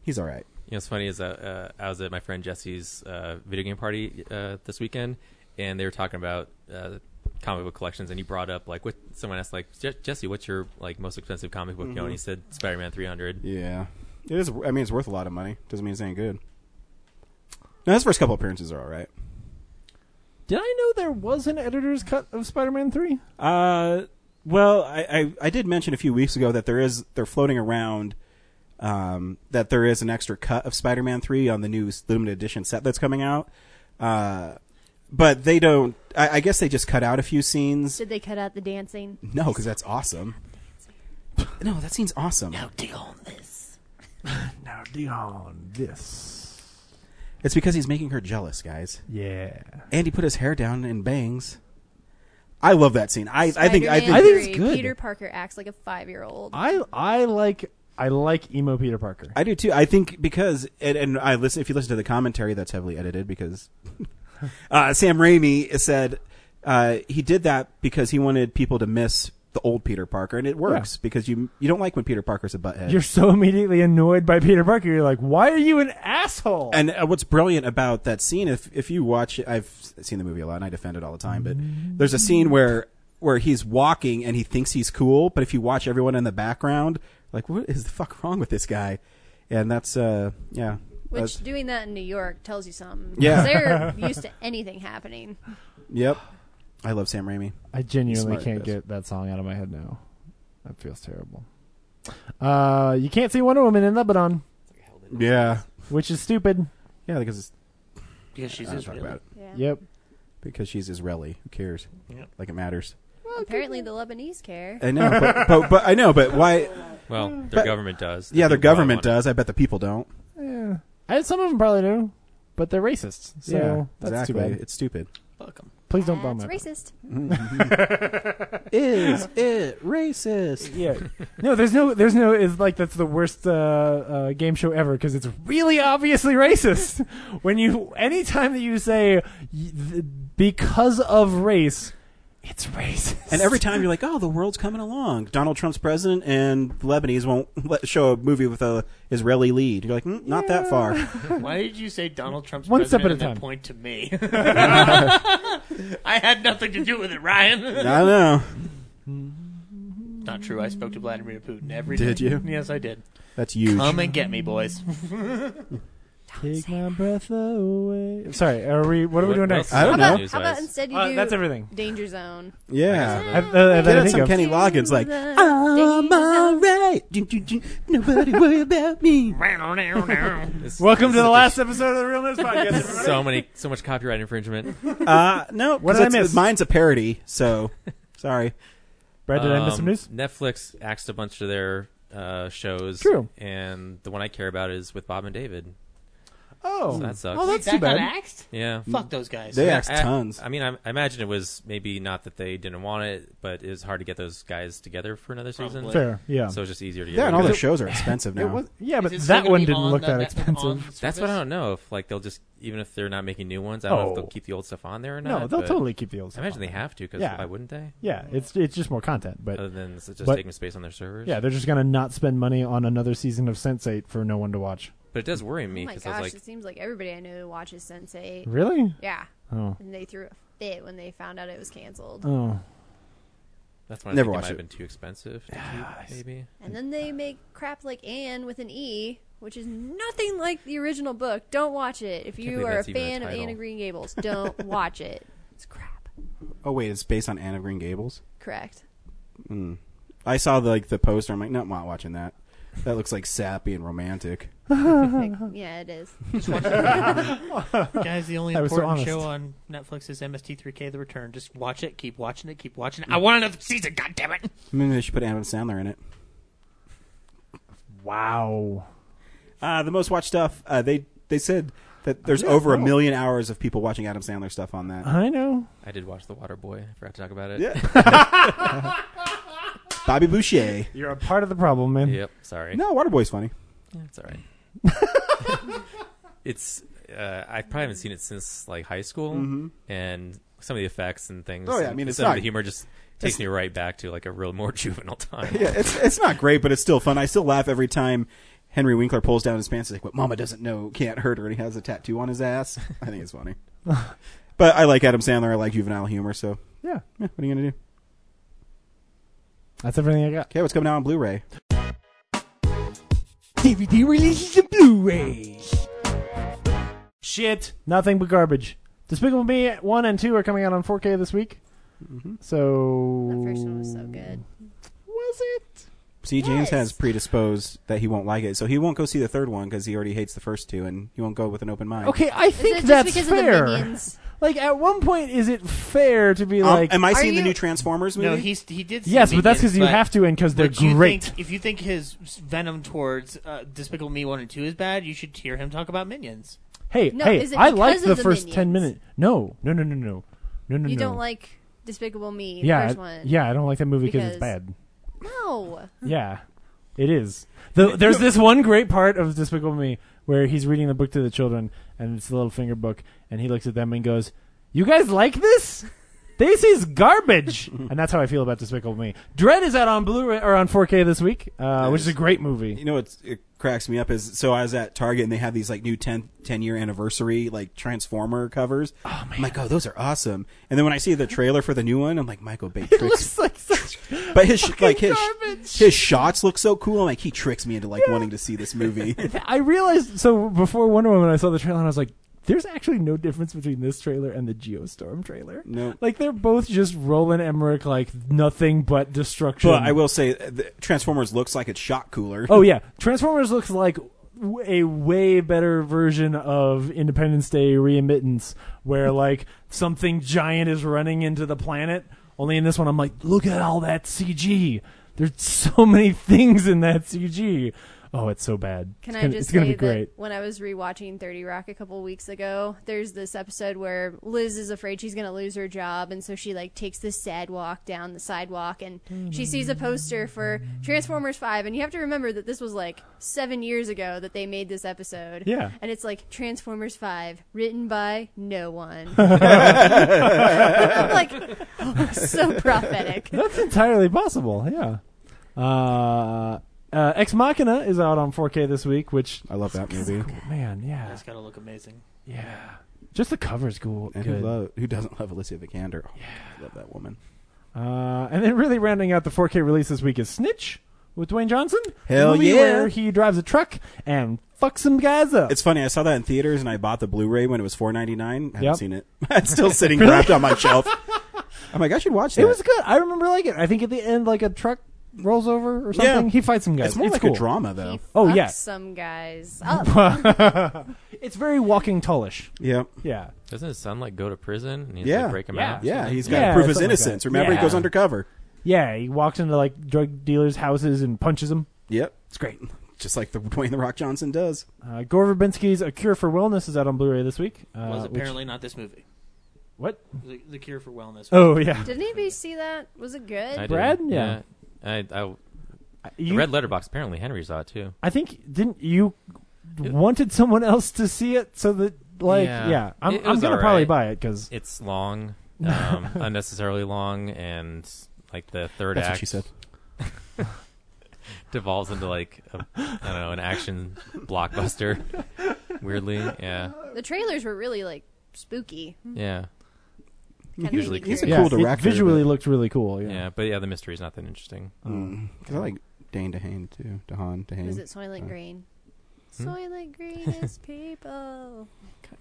He's all right. You know, what's funny is that uh, I was at my friend Jesse's uh, video game party uh, this weekend, and they were talking about uh, comic book collections, and he brought up like what someone asked, like "Je- Jesse, what's your like most expensive comic book? You know, Mhm. Mm-hmm. and he said Spider-Man 300. Yeah, it is. I mean, it's worth a lot of money. Doesn't mean it's any good. Now his first couple appearances are all right. Did I know there was an editor's cut of Spider-Man 3? Uh, well, I, I, I did mention a few weeks ago that there is they're floating around um, that there is an extra cut of Spider-Man three on the new limited edition set that's coming out. Uh, but they don't. I, I guess they just cut out a few scenes. Did they cut out the dancing? No, because that's awesome. No, that seems awesome. Now dig on this. Now, Dion, this. It's because he's making her jealous, guys. Yeah. And he put his hair down in bangs. I love that scene. I, I think I think, Spider-Man it's 3, good. Peter Parker acts like a five-year-old. I I like I like emo Peter Parker. I do too. I think because and, and I listen if you listen to the commentary that's heavily edited because uh, Sam Raimi said uh, he did that because he wanted people to miss the old Peter Parker, and it works because you you don't like when Peter Parker's a butthead. You're so immediately annoyed by Peter Parker. You're like, why are you an asshole? and uh, what's brilliant about that scene, if if you watch, it, I've seen the movie a lot and I defend it all the time, but there's a scene where where he's walking and he thinks he's cool, but if you watch everyone in the background, like what is the fuck wrong with this guy? And that's uh yeah. Which That's- doing that in New York tells you something. 'Cause Yeah. they're used to anything happening. Yep. I love Sam Raimi. I He's genuinely smart, can't yes. get that song out of my head now. That feels terrible. Uh, you can't see Wonder Woman in Lebanon, Yeah. which is stupid. Yeah, because it's because she's I don't talk Israeli. about it. Yeah. Yep. Because she's Israeli. Who cares? Like it matters. Apparently, the Lebanese care. I know, but, but, but I know, but why? Well, their but- government does. Yeah, their people government don't does. I bet the people don't. Yeah. I, some of them probably do, but they're racist. So yeah, that's exactly. too bad. It's stupid. Please don't bomb That's it. racist. Is it racist? Yeah. No, there's no, there's no. It's like that's the worst uh, uh, game show ever because it's really obviously racist. when you, anytime that you say y- th- because of race, It's racist. And every time you're like, oh, the world's coming along. Donald Trump's president, and the Lebanese won't let, show a movie with a Israeli lead. You're like, mm, not that far. Why did you say Donald Trump's One president step at a and then time. point to me? I had nothing to do with it, Ryan. I know. Not true. I spoke to Vladimir Putin every day. Did you? Yes, I did. That's huge. Come and get me, boys. Take my breath away. Sorry, are we? What are we What- doing what next? Uh, else is I don't How about, how about instead you Uh, do that's everything. Danger Zone. Yeah. I guess so. Uh, uh, that I Get out think some of. Kenny Loggins, like, I'm Oh alright. Nobody worry about me. Welcome to the last episode of the Real News Podcast. everybody. so many, so much copyright infringement. Uh, no, What 'cause did I it's- miss? Mine's a parody, so sorry. Brad, did I miss some news? Um, Netflix axed a bunch of their uh, shows. True. And the one I care about is with Bob and David. Oh. So that sucks. Oh, that's That too got bad. axed? Yeah. Fuck those guys. They Yeah, axed I- tons. I, mean, I, I imagine it was maybe not that they didn't want it, but it was hard to get those guys together for another season. Probably. Fair, yeah. So it's just easier to get. Yeah, and all the their shows are expensive now. yeah, but that one didn't look that expensive. That's what I don't know. If like they'll just even if they're not making new ones, I don't know if Oh. they'll keep the old stuff on there or No, not. they'll but totally keep the old stuff I imagine on they there. have Oh, to because Yeah. why wouldn't they? Yeah, it's it's just more content, but Other than it's just but- taking space on their servers. Yeah, they're just gonna not spend money on another season of Sense Eight for no one to watch. But it does worry me Oh my because gosh, I was it seems like everybody I know watches Sense8. Really? Yeah. Oh. And they threw a fit when they found out it was canceled. Oh, that's when I Never think it watched might have it. been too expensive. To keep, maybe. And then they make crap like Anne with an E, which is nothing like the original book. Don't watch it. If you believe are a that's even a fan of title. Anne of Green Gables, don't watch it. Oh, wait, it's based on Anne of Green Gables? Correct. Mm. I saw the, like the poster. I'm like, no, I'm not watching that. That looks like sappy and romantic. Like, yeah, it is. Guys, the only I was so important honest. show on Netflix is MST3K: The Return. Just watch it, keep watching it, keep watching Mm. it. I want another season. God damn it! Maybe they should put Adam Sandler in it. Wow. Uh, the most watched stuff. Uh, they they said that there's Yeah, over a no. Uh-huh. million hours of people watching Adam Sandler stuff on that. I know. I did watch The Water Boy. I forgot to talk about it. Yeah. Bobby Boucher. You're a part of the problem, man. Yep. Sorry. No, Waterboy's funny. Yeah, it's all right. it's uh, I probably haven't seen it since like high school, Mhm. and some of the effects and things. Oh, yeah, I and mean, it's some not- of the humor just takes me right back to like a real more juvenile time. Yeah, it's it's not great, but it's still fun. I still laugh every time Henry Winkler pulls down his pants. He's like, "What Mama doesn't know can't hurt her," and he has a tattoo on his ass. I think it's funny. but I like Adam Sandler. I like juvenile humor. So Yeah. what are you gonna do? That's everything I got. Okay, what's coming out on Blu-ray? DVD releases and Blu-rays. Shit. Nothing but garbage. Despicable Me 1 and 2 are coming out on 4K this week. Mm-hmm. So. That first one was so good. Was it? See, James has predisposed that he won't like it, so he won't go see the third one because he already hates the first two, and he won't go with an open mind. Okay, I Is it think just that's because of the fair. minions? like, at one point, is it fair to be Um, like. am I seeing the new Transformers movie? No, he's he did. see Yes, but that's Minions, 'cause you but- have to and 'cause they're but you great. think- if you think his venom towards uh, Despicable Me one and two is bad, you should hear him talk about Minions. Hey, No, hey, is it I because like of the, the first 10 minutes. No, no, no, no, no. No, no, you no. don't like Despicable Me, the yeah, first one. Yeah, I don't like that movie because Because- it's bad. No. Yeah, it is. The, there's this one great part of Despicable Me where he's reading the book to the children, and it's the little finger book, and he looks at them and goes, "You guys like this? This is garbage." and that's how I feel about Despicable Me. Dread is out on Blu-ray or on 4K this week, uh, which is a great movie. You know what it cracks me up is so I was at Target and they have these like new 10, 10 year anniversary like Transformer covers. Oh man, I'm like oh those are awesome. And then when I see the trailer for the new one, I'm like Michael Bay tricks. but his sh- like his his shots look so cool. I'm like he tricks me into like wanting to see this movie. I realized so before Wonder Woman, I saw the trailer and I was like. There's actually no difference between this trailer and the Geostorm trailer. No. Like they're both just Roland Emmerich like nothing but destruction. but I will say uh, the Transformers looks like it's shot cooler. Oh yeah, Transformers looks like w- a way better version of Independence Day reemittance, where like something giant is running into the planet. Only in this one, I'm like, look at all that CG. There's so many things in that CG. oh, it's so bad. Can it's I gonna, just it's gonna say be great. that when I was rewatching 30 Rock a couple weeks ago, there's this episode where Liz is afraid she's going to lose her job and so she like takes this sad walk down the sidewalk and Mm-hmm. she sees a poster for Transformers 5 and you have to remember that this was like 7 years ago that they made this episode. Yeah. And it's like Transformers 5 written by no one. like so prophetic. That's entirely possible. Yeah. Uh, uh, Ex Machina is out on 4K this week, which I love that movie. Man, yeah, That's gotta look amazing. Yeah. just the cover's cool. And who, good. lo- who doesn't love Alicia Vikander? Oh, yeah. I love that woman. Uh, and then really rounding out the 4K release this week is Snitch with Dwayne Johnson. Hell The movie yeah. Where he drives a truck and fucks some guys up. It's funny. I saw that in theaters, and I bought the Blu-ray when it was four ninety nine. I haven't Yep. seen it. it's still sitting wrapped on my shelf. I'm like, I should watch that. It was good. I remember like it. I think at the end, like a truck rolls over or something. He fights some guys. It's more like cool. a drama, though. Oh Fuck yeah, Some guys. Oh. it's very Walking Tallish. Yeah. Yeah. Doesn't his son like go to prison and he's yeah. like, break him yeah. out? Yeah, he's got Yeah, to prove his something like innocence. that. Remember, Yeah. he goes undercover. Yeah, he walks into like drug dealers' houses and punches them. Yep, it's great. Just like the Dwayne the Rock Johnson does. Uh, Gore Verbinski's A Cure for Wellness is out on Blu-ray this week. Uh, was which- apparently not this movie. What? The, the Cure for Wellness. Oh, yeah. Didn't anybody see that? Was it good? I did. Brad? Yeah. I, I, you- the red letterbox. Apparently, Henry saw it too. I think didn't you wanted someone else to see it so that like yeah, I'm, It- it I'm was gonna all probably right. buy it because it's long, um, unnecessarily long, and like the third That's what act. she said. devolves into like a, I don't know an action blockbuster. Weirdly, yeah, The trailers were really like spooky. yeah, Kinda Usually made me cool. curious. He's a cool director, It visually but- mm, looked really cool. Yeah. yeah. But yeah, the mystery's not that interesting. Because I like Dane DeHaan too. DeHaan DeHaan. Was it Soylent Oh. Green? Hmm? Soylent Green is people.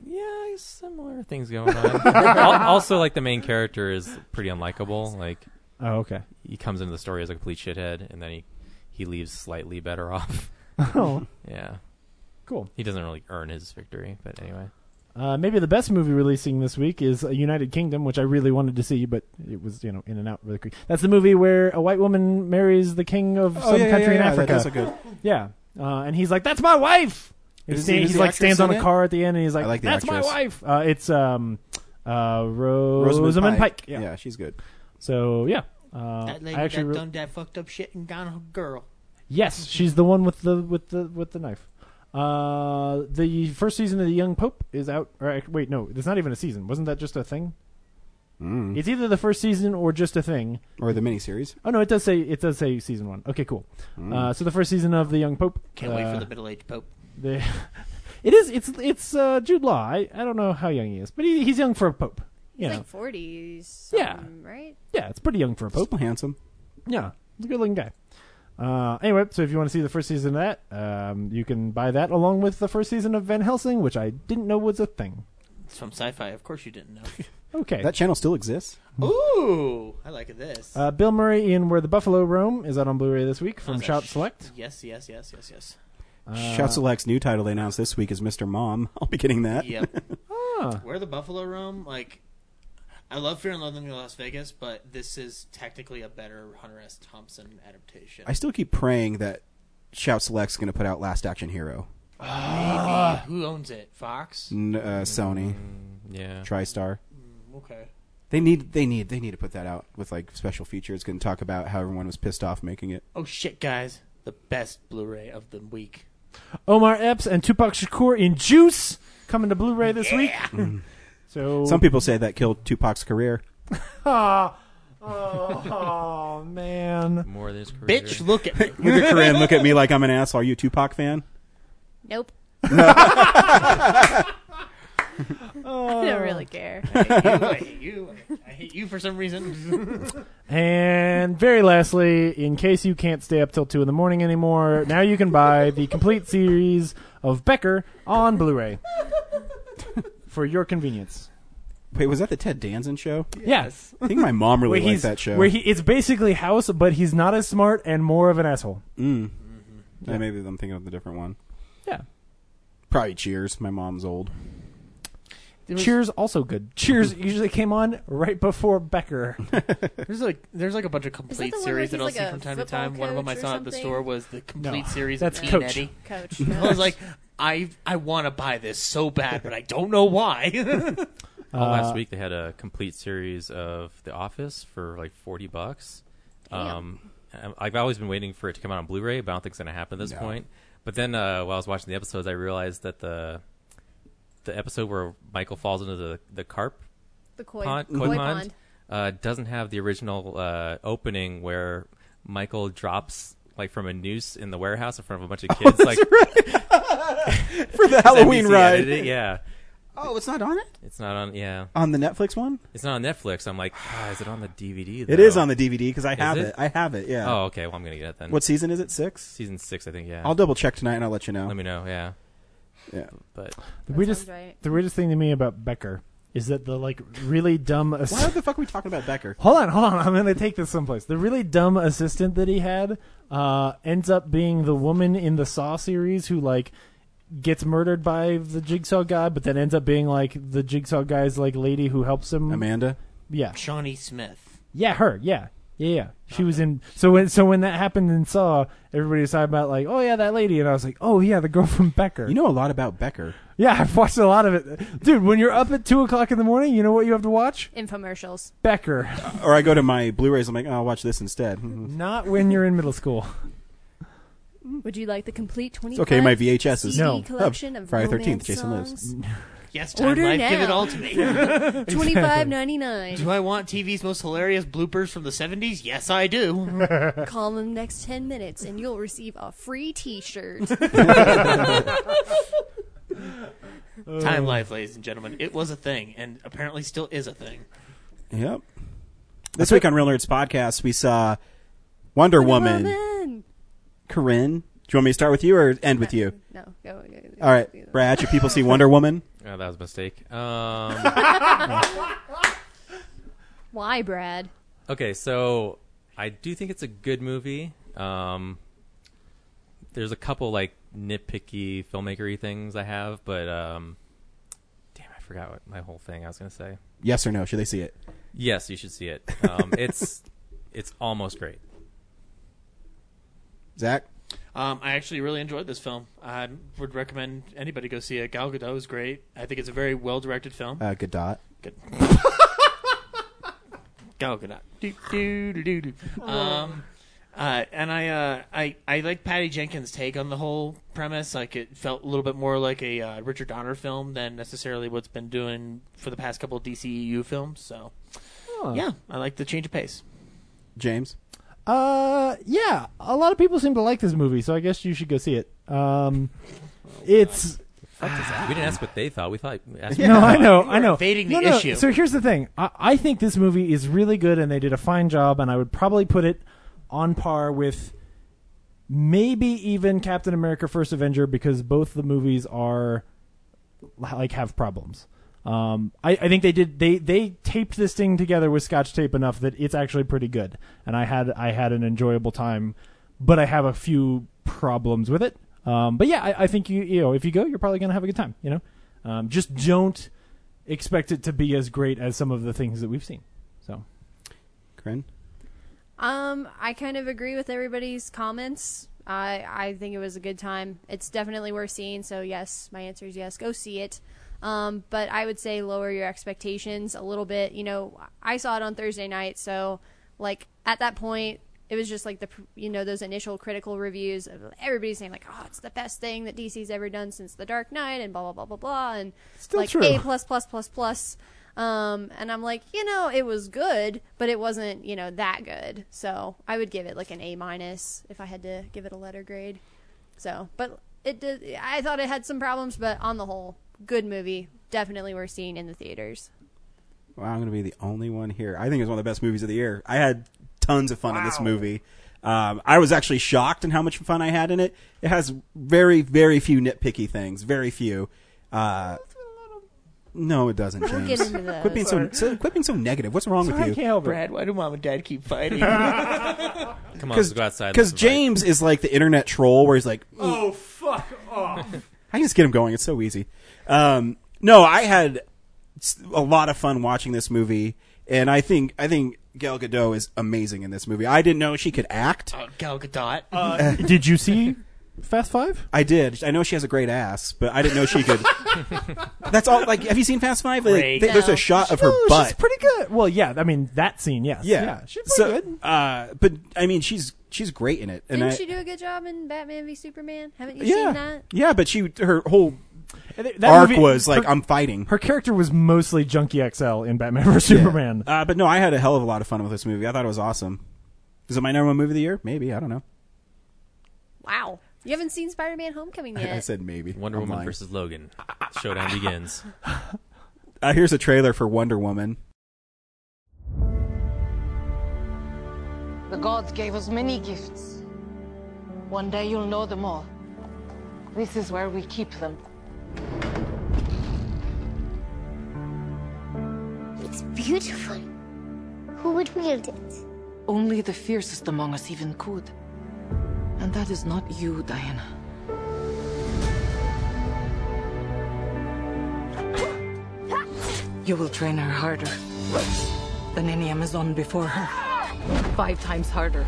Yeah, similar things going on. Al- also, like the main character is pretty unlikable. Like Oh okay. he comes into the story as a complete shithead, and then he he leaves slightly better off. Oh, yeah, cool. He doesn't really earn his victory, but anyway. Uh, maybe the best movie releasing this week is uh, United Kingdom, which I really wanted to see, but it was you know in and out really quick. That's the movie where a white woman marries the king of Oh, some yeah, yeah, country yeah, in yeah, Africa. That's a good. Yeah, uh, and he's like, "That's my wife." And Is- he's is he's the like actress stands on in a it? car at the end, and he's like, like the "That's my actress. wife." Uh, it's um, uh, Ro- Rosamund, Pike. Yeah. she's good. So yeah, uh, That lady I actually that re- done that fucked up shit and gone a girl. yes, she's the one with the with the with the knife. Uh, the first season of the Young Pope is out. Or, ac- wait, no, it's not even a season. Wasn't that just a thing? Mm. It's either the first season or just a thing. Or the miniseries. Oh no, it does say it does say season one. Okay, cool. Uh, so the first season of the Young Pope. Can't wait uh, for the middle aged Pope. The it is. It's it's uh, Jude Law. I, I don't know how young he is, but he, he's young for a pope. He's You know. like forties. Yeah. Right. yeah, it's pretty young for a pope. Still handsome. Yeah, he's a good looking guy. Uh, anyway, so if you want to see the first season of that, um, you can buy that along with the first season of Van Helsing, which I didn't know was a thing. It's from sci fi. Of course you didn't know. Okay. That channel still exists. Ooh, I like this. uh, Bill Murray in Where the Buffalo Roam is out on Blu-ray this week from How's that? Shout Select. Yes, yes, yes, yes, yes. Shout Select's new title they announced this week is Mr. Mom. I'll be getting that. Yep. Ah, Where the Buffalo Roam, like, I love Fear and Loathing in Las Vegas, but this is technically a better Hunter S. Thompson adaptation. I still keep praying that Shout Select's going to put out Last Action Hero. Maybe. Who owns it? Fox? Mm. N- uh, Sony, Yeah, TriStar. Okay. They need they need they need to put that out with like special features. Going to talk about how everyone was pissed off making it. Oh shit, guys! The best Blu-ray of the week. Omar Epps and Tupac Shakur in Juice coming to Blu-ray this week. so Some people say that killed Tupac's career. Ah, oh, oh, man. more than his career. Bitch, look at me. Look at Corinne. Look at me like I'm an asshole. Are you a Tupac fan? Nope. I don't really care. I hate you. I hate you for some reason. And very lastly, in case you can't stay up till 2 in the morning anymore, now you can buy the complete series of Becker on Blu ray for your convenience. Wait, was that the Ted Danson show? Yes. I think my mom really Where liked he's that show. where he it's basically House, but he's not as smart and more of an asshole. Mm. Yeah, maybe I'm thinking of the different one. Yeah. Probably Cheers. My mom's old. was- Cheers also good. Cheers usually came on right before Becker. There's like there's like a bunch of complete one where series that he's I'll like see a from time to football time. One of them I coach or saw at the something? store was the complete No, series that's of Teen Coach. Eddie. Coach, I was like, I I want to buy this so bad, but I don't know why. Oh, last Uh, week they had a complete series of The Office for like forty bucks. Um, I- I've always been waiting for it to come out on Blu-ray, but I don't think it's going to happen at this No. point. But then uh, while I was watching the episodes, I realized that the the episode where Michael falls into the the carp The koi- pond, koi pond. Uh, doesn't have the original uh, opening where Michael drops like from a noose in the warehouse in front of a bunch of kids, like for the It's Halloween NBC ride. edited it, yeah. Oh, it's not on it. It's not on. Yeah, On the Netflix one, it's not on Netflix. I'm like, ah, is it on the DVD? It though?" is on the DVD 'cause I Is have it. I have it, yeah. Oh, okay. Well, I'm gonna get it then. What season is it? Six. Season six, I think. Yeah. I'll double check tonight and I'll let you know. Let me know. Yeah. Yeah. But The weirdest, the weirdest thing to me about Becker is that the like really dumb. ass- Why the fuck are we talking about Becker? Um, Hold on, hold on. I'm going to take this someplace. The really dumb assistant that he had uh, ends up being the woman in the Saw series who like gets murdered by the Jigsaw guy, but then ends up being like the Jigsaw guy's like lady who helps him. Amanda. Yeah. Shawnee Smith. Yeah, her. Yeah. Yeah, yeah. She was in. So when so when that happened in Saw, everybody was talking about like, oh yeah, that lady, and I was like, oh yeah, the girl from Becker. You know a lot about Becker. Yeah, I've watched a lot of it, dude. When you're up at two o'clock in the morning, you know what you have to watch? infomercials. Becker. Or I go to my Blu-rays. I'm like, oh, I'll watch this instead. Mm-hmm. Not when you're in middle school. Would you like the complete twenty? It's okay, my VHS is no. collection of Friday Thirteenth. Thirteenth. Jason lives. Yes, time Order life. now. Give it all to me. Twenty five ninety nine. Do I want TV's most hilarious bloopers from the 70s? Yes, I do. Call in the next ten minutes, and you'll receive a free T-shirt. Time life, ladies and gentlemen. It was a thing, and apparently still is a thing. Mm-hmm. Yep. This week on Real Nerds podcast, we saw Wonder, Woman. Corinne, do you want me to start with you or end with you? No, go. go, go. All right, Brad. Should people see Wonder Woman? Oh, that was a mistake. Um, Why, Brad? okay, so I do think it's a good movie. Um, there's a couple like nitpicky filmmakery things I have, but um, damn, I forgot what my whole thing I was gonna say. Yes or no? Should they see it? Yes, you should see it. Um, it's it's almost great. Zach. Um, I actually really enjoyed this film. I would recommend anybody go see it. Gal Gadot is great. I think it's a very well directed film. Uh, Godot. Good. Gal Gadot. Do, do, do, do, do. Um, uh, and I, uh, I, I like Patty Jenkins' take on the whole premise. Like it felt a little bit more like a uh, Richard Donner film than necessarily what's been doing for the past couple of DCEU films. So, Huh. yeah, I like the change of pace. James. Uh, yeah. A lot of people seem to like this movie, so I guess you should go see it. Um, it's We didn't ask what they thought. We thought we asked what no, they I thought. know, I know. No, no, So here's the thing. I, I think this movie is really good, and they did a fine job. And I would probably put it on par with maybe even Captain America: First Avenger because both the movies are like have problems. Um, I, I think they did they they taped this thing together with Scotch tape enough that it's actually pretty good, and I had I had an enjoyable time, but I have a few problems with it. Um, but yeah, I, I think you you know if you go, you're probably gonna have a good time. You know, um, just don't expect it to be as great as some of the things that we've seen. So, Corinne, Um, I kind of agree with everybody's comments. I I think it was a good time. It's definitely worth seeing. So yes, my answer is yes. Go see it. Um, but I would say lower your expectations a little bit. You know, I saw it on Thursday night, so like at that point, it was just like the pr- you know those initial critical reviews of everybody's saying like, oh, it's the best thing that DC's ever done since The Dark Knight, and blah blah blah blah blah, and Still like true. A plus plus plus plus. Um, and I'm like, you know, it was good, but it wasn't, you know, that good. So I would give it like an A minus if I had to give it a letter grade. So, but it did. I thought it had some problems, but on the whole, good movie. Definitely worth seeing in the theaters. Wow, I'm going to be the only one here. I think it was one of the best movies of the year. I had tons of fun in this movie. Um, I was actually shocked in how much fun I had in it. It has very, very few nitpicky things. Very few. Uh, no, it doesn't, We'll James. get into Quit being so, those. so quit being so negative. What's wrong with you? Brad, why do mom and dad keep fighting? Come on, Because let's go outside. because James is like the internet troll, where he's like, oh, fuck off. I can just get him going. It's so easy. Um, no, I had it's a lot of fun watching this movie, and I think I think Gal Gadot is amazing in this movie. I didn't know she could act. Gal Gadot. did you see Fast Five? I did. I know she has a great ass, but I didn't know she could. That's all. Like, have you seen Fast Five? Like, Great. th- There's No. a shot of her No, butt. She's pretty good. Well, yeah. I mean, that scene, yes. yeah. she's pretty so, good. Uh, but I mean, she's she's great in it, and Didn't I, she do a good job in Batman v Superman? Haven't you yeah, seen that? yeah. But she her whole that uh, arc movie- was like her- I'm fighting. Her character was mostly Junkie XL in Batman vs Superman. Uh, but no, I had a hell of a lot of fun with this movie. I thought it was awesome. Is it my number one movie of the year? Maybe I don't know. Wow. You haven't seen Spider Man Homecoming I- yet. I said maybe. Wonder I'm Woman lying. versus Logan. Showdown begins. Uh, here's a trailer for Wonder Woman. The gods gave us many gifts. One day you'll know them all. This is where we keep them. It's beautiful. Who would wield it? Only the fiercest among us even could. And that is not you, Diana. You will train her harder than any Amazon before her. Five times harder.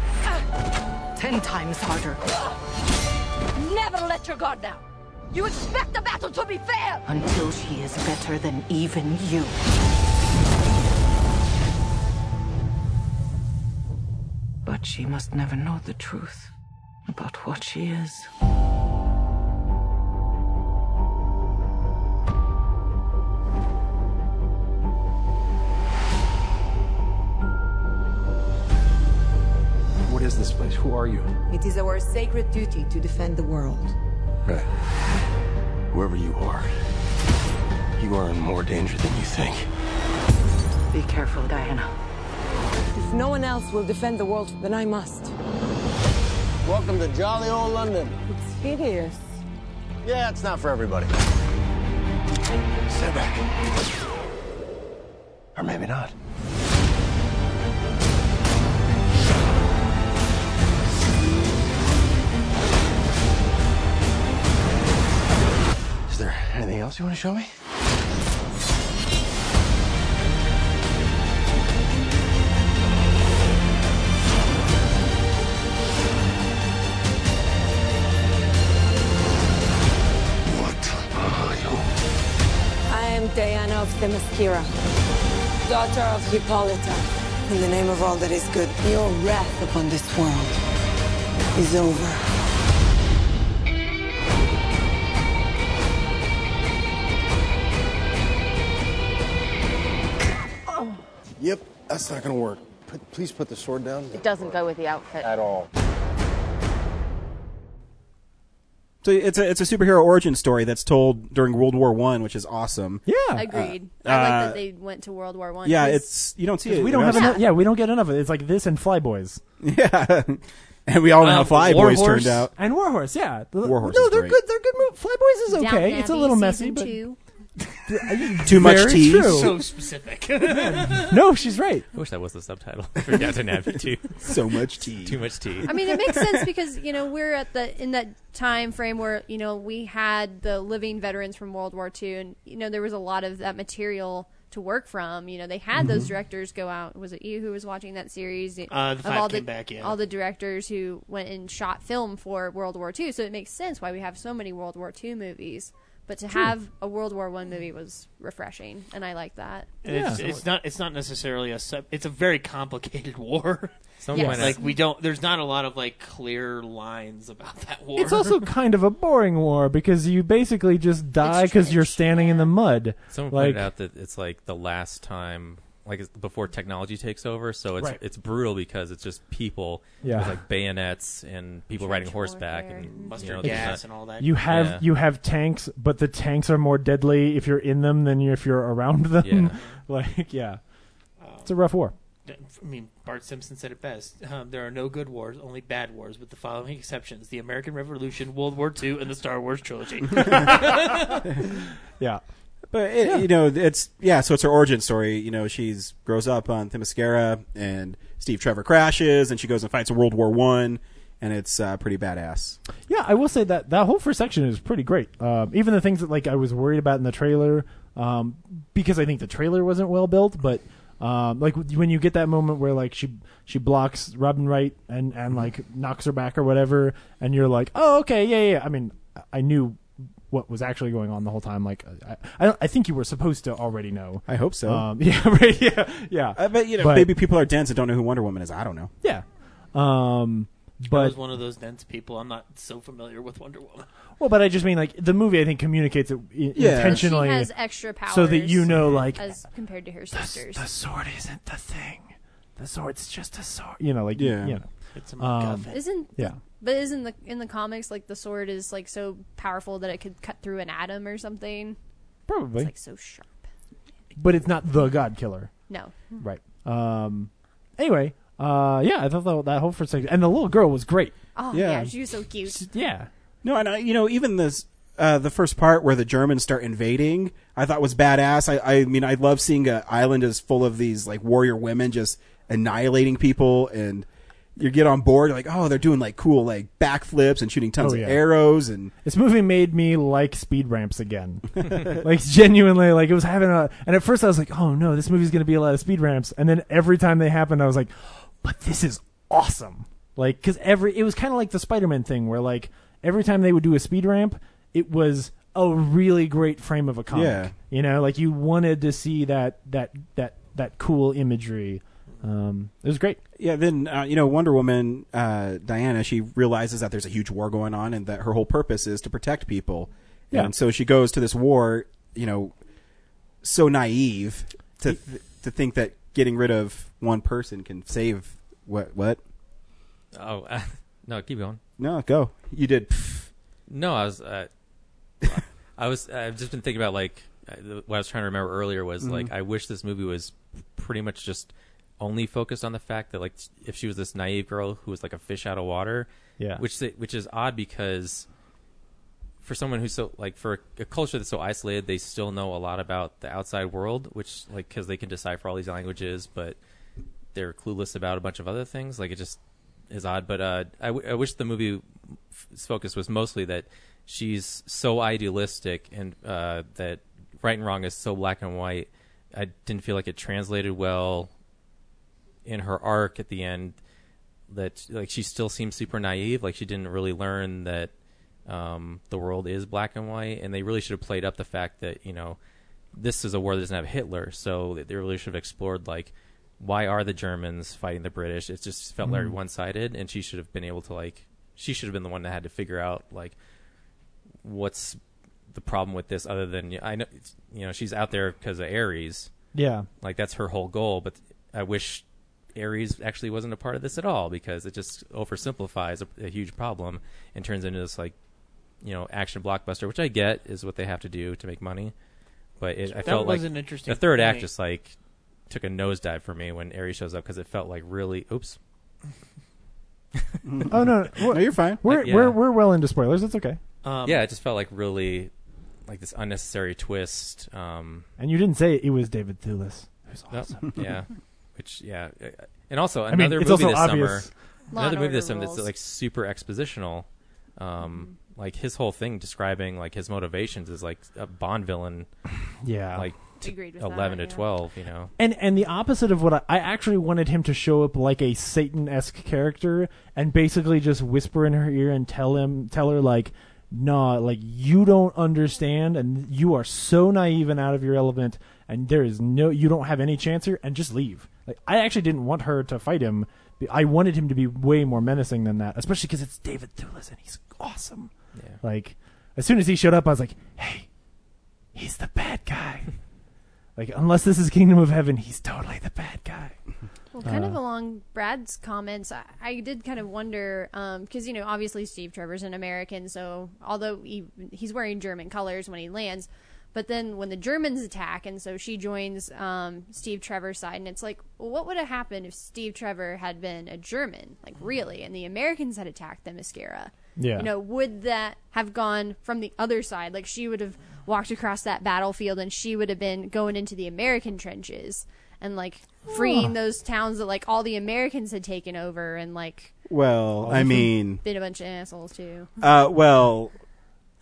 Ten times harder. Never let your guard down. You expect the battle to be fair. Until she is better than even you. But she must never know the truth about what she is. What is this place? Who are you? It is our sacred duty to defend the world. Right. Whoever you are, you are in more danger than you think. Be careful, Diana. If no one else will defend the world, then I must. Welcome to jolly old London. It's hideous. Yeah, it's not for everybody. Step back. Or maybe not. Is there anything else you want to show me? I am Diana of Themyscira, daughter of Hippolyta. In the name of all that is good, your wrath upon this world is over. Yep, that's not gonna work. Put, please put the sword down. It doesn't go with the outfit. At all. So it's a it's a superhero origin story that's told during World War One, which is awesome. Yeah, Agreed. I like that they went to World War One. yeah, it's you don't see 'Cause it. We don't have enough. enough. Yeah, we don't get enough of it. It's like this and Flyboys. Yeah, and we all know how Um, Fly War Boys Horse. turned out. And Warhorse, yeah. The- Warhorse No, is they're great. good. They're good movies. Flyboys is Downton okay. it's a Abbey little season messy, but two. Too much Very tea. true. So specific. no, she's right. I wish that was the subtitle for Downton Abbey too. so much tea. Too much tea. I mean, it makes sense because you know we're at the in that time frame where you know we had the living veterans from World War II, and you know there was a lot of that material to work from. You know, they had those Mhm. Mm-hmm. directors go out. Was it you who was watching that series? Uh, Of the five all came the back, yeah. all the directors who went and shot film for World War II. So it makes sense why we have so many World War II movies. But to True. have a World War One movie was refreshing, and I like that. And it's, it's not. It's not necessarily a. Sub, it's a very complicated war. Someone Yes. Like we don't. There's not a lot of like clear lines about that war. It's also kind of a boring war because you basically just die because you're standing in the mud. Someone like, pointed out that it's like the last time, like it's before technology takes over. So it's Right. it's brutal because it's just people Yeah. with like bayonets and people riding horseback and Mustard you know, gas there's not- and all that. You have Yeah. you have tanks, but the tanks are more deadly if you're in them than if you're around them. Yeah. like yeah, it's a rough war. I mean, Bart Simpson said it best. Um, there are no good wars, only bad wars, with the following exceptions: the American Revolution, World War II, and the Star Wars trilogy. Yeah. But it, you know, it's yeah. So it's her origin story. You know, she's grows up on Themyscira, and Steve Trevor crashes, and she goes and fights World War One, and it's uh, pretty badass. Yeah, I will say that that whole first section is pretty great. Um, even the things that like I was worried about in the trailer, um, because I think the trailer wasn't well built. But um, like when you get that moment where like she she blocks Robin Wright and Mm-hmm. and like knocks her back or whatever, and you're like, oh okay, yeah, yeah, yeah. I mean, I knew what was actually going on the whole time. Like I I, don't- I think you were supposed to already know. I hope so. Um, yeah, right. Yeah, yeah. I bet you know But- maybe people are dense and don't know who Wonder Woman is. I don't know. Yeah. Um, I but was one of those dense people. I'm not so familiar with Wonder Woman. Well, but I just mean like the movie. I think communicates it i- Yeah. intentionally, She has extra powers, so that you know, like as compared to her sisters. the sword isn't the thing. The sword's just a sword. you know, like Yeah. you know, It's a um, Isn't yeah. But isn't the in the comics like the sword is like so powerful that it could cut through an atom or something? Probably. It's like so sharp. But it's not the God Killer, No. right? Um. Anyway, uh, yeah, I thought that, that whole first section and the little girl was great. Oh yeah, Yeah. she was so cute. Yeah. No, and I, you know, even this uh, the first part where the Germans start invading, I thought was badass. I, I mean, I love seeing an island is full of these like warrior women just annihilating people, and you get on board, you're like, oh, they're doing like cool like backflips and shooting tons Oh, of yeah. arrows, and This movie made me like speed ramps again. like genuinely, like it was having a. And at first, I was like, "Oh no, this movie's going to be a lot of speed ramps." And then every time they happened, I was like, "But this is awesome!" Like because every it was kind of like the Spider-Man thing, where like every time they would do a speed ramp, it was a really great frame of a comic. Yeah. You know, like you wanted to see that that that that cool imagery. Um, it was great. Yeah, then uh, you know Wonder Woman, uh, Diana. She realizes that there's a huge war going on, and that her whole purpose is to protect people. Yeah. And so she goes to this war, you know, so naive to th- to think that getting rid of one person can save what what? Oh no, keep going. No, go. You did. No, I was. Uh, I was. I've just been thinking about like uh, the- what I was trying to remember earlier was Mhm. like I wish this movie was pretty much just only focused on the fact that like if she was this naive girl who was like a fish out of water, Yeah. which they- which is odd because for someone who's so like for a culture that's so isolated, they still know a lot about the outside world, which like because they can decipher all these languages, but they're clueless about a bunch of other things. Like it just is odd. But uh, I, w- I wish the movie f- focus was mostly that she's so idealistic and uh, that right and wrong is so black and white. I didn't feel like it translated well in her arc at the end that like she still seems super naive like she didn't really learn that um, the world is black and white and they really should have played up the fact that you know this is a war that doesn't have hitler so they really should have explored like why are the germans fighting the british it just felt very Mhm. one-sided and she should have been able to like she should have been the one that had to figure out like what's the problem with this other than i know it's- you know she's out there because of aries Yeah. like that's her whole goal but i wish aries actually wasn't a part of this at all because it just oversimplifies a, a huge problem and turns into this like you know action blockbuster which i get is what they have to do to make money but it, i That felt was like an interesting the third act point. just like took a nosedive for me when aries shows up because it felt like really oops Oh no, no, you're fine. We're Like, yeah. we're we're well into spoilers. It's okay. Um, yeah it just felt like really like this unnecessary twist um And you didn't say it was David Thewlis. Who's Yep. awesome. yeah. Which yeah, uh, and also I another mean, it's movie also this obvious. summer. Law another and movie Order this summer that's rules. Mm-hmm. like super expositional. Um, like his whole thing describing like his motivations is like a Bond villain. Yeah. Like t- Agreed with that, eleven to yeah. twelve. You know. And and the opposite of what I, I actually wanted him to show up like a Satan esque character and basically just whisper in her ear and tell him tell her like, nah, like you don't understand and you are so naive and out of your element and there is no you don't have any chance here and just leave. Like I actually didn't want her to fight him. I wanted him to be way more menacing than that, especially because it's David Thewlis and he's awesome. Yeah. Like as soon as he showed up, I was like, hey, he's the bad guy. Like, unless this is Kingdom of Heaven, he's totally the bad guy. Well, kind of Uh, along Brad's comments, I, I did kind of wonder because you know obviously Steve Trevor's an American, so although he he's wearing German colors when he lands, but then when the Germans attack, and so she joins um, Steve Trevor's side, and it's like, well, what would have happened if Steve Trevor had been a German, like really, and the Americans had attacked the Mascara? Yeah. you know, would that have gone from the other side? Like she would have walked across that battlefield and she would have been going into the American trenches. and like freeing Huh. those towns that like all the Americans had taken over and like Oh, Well, I mean, been a bunch of assholes too. uh, well,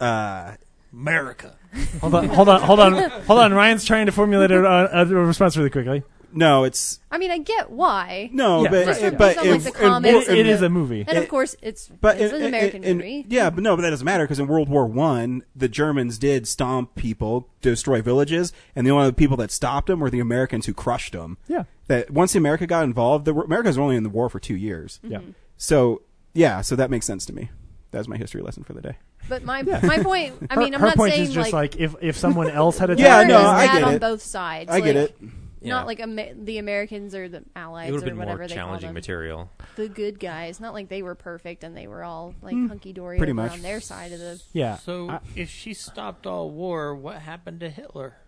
uh, America. Hold on, hold on, hold on, hold on. Ryan's trying to formulate a, a, a response really quickly. Mm-hmm. No, it's I mean, I get why. No, Yeah, but right. it, but It's not like the comics It- it is a movie. And of course, it's but it's in- an in- American in- movie. Yeah, but no, but that doesn't matter because in World War One, the Germans did stomp people, destroy villages, and the only people that stopped them were the Americans who crushed them. Yeah. That once America got involved, the Americans were only in the war for two years. Yeah. So yeah, so that makes sense to me. That's my history lesson for the day. But my my point. I Her- mean, I'm her not point saying is just like, if if someone else had a Yeah, There no, is I bad get on it. both sides. I get like, it. Yeah. Not like Ama- the Americans or the Allies It or would've been more whatever they call challenging them. material. The good guys. Not like they were perfect and they were all like Hmm. hunky dory Pretty on much. their side of the. So if she stopped all war, what happened to Hitler?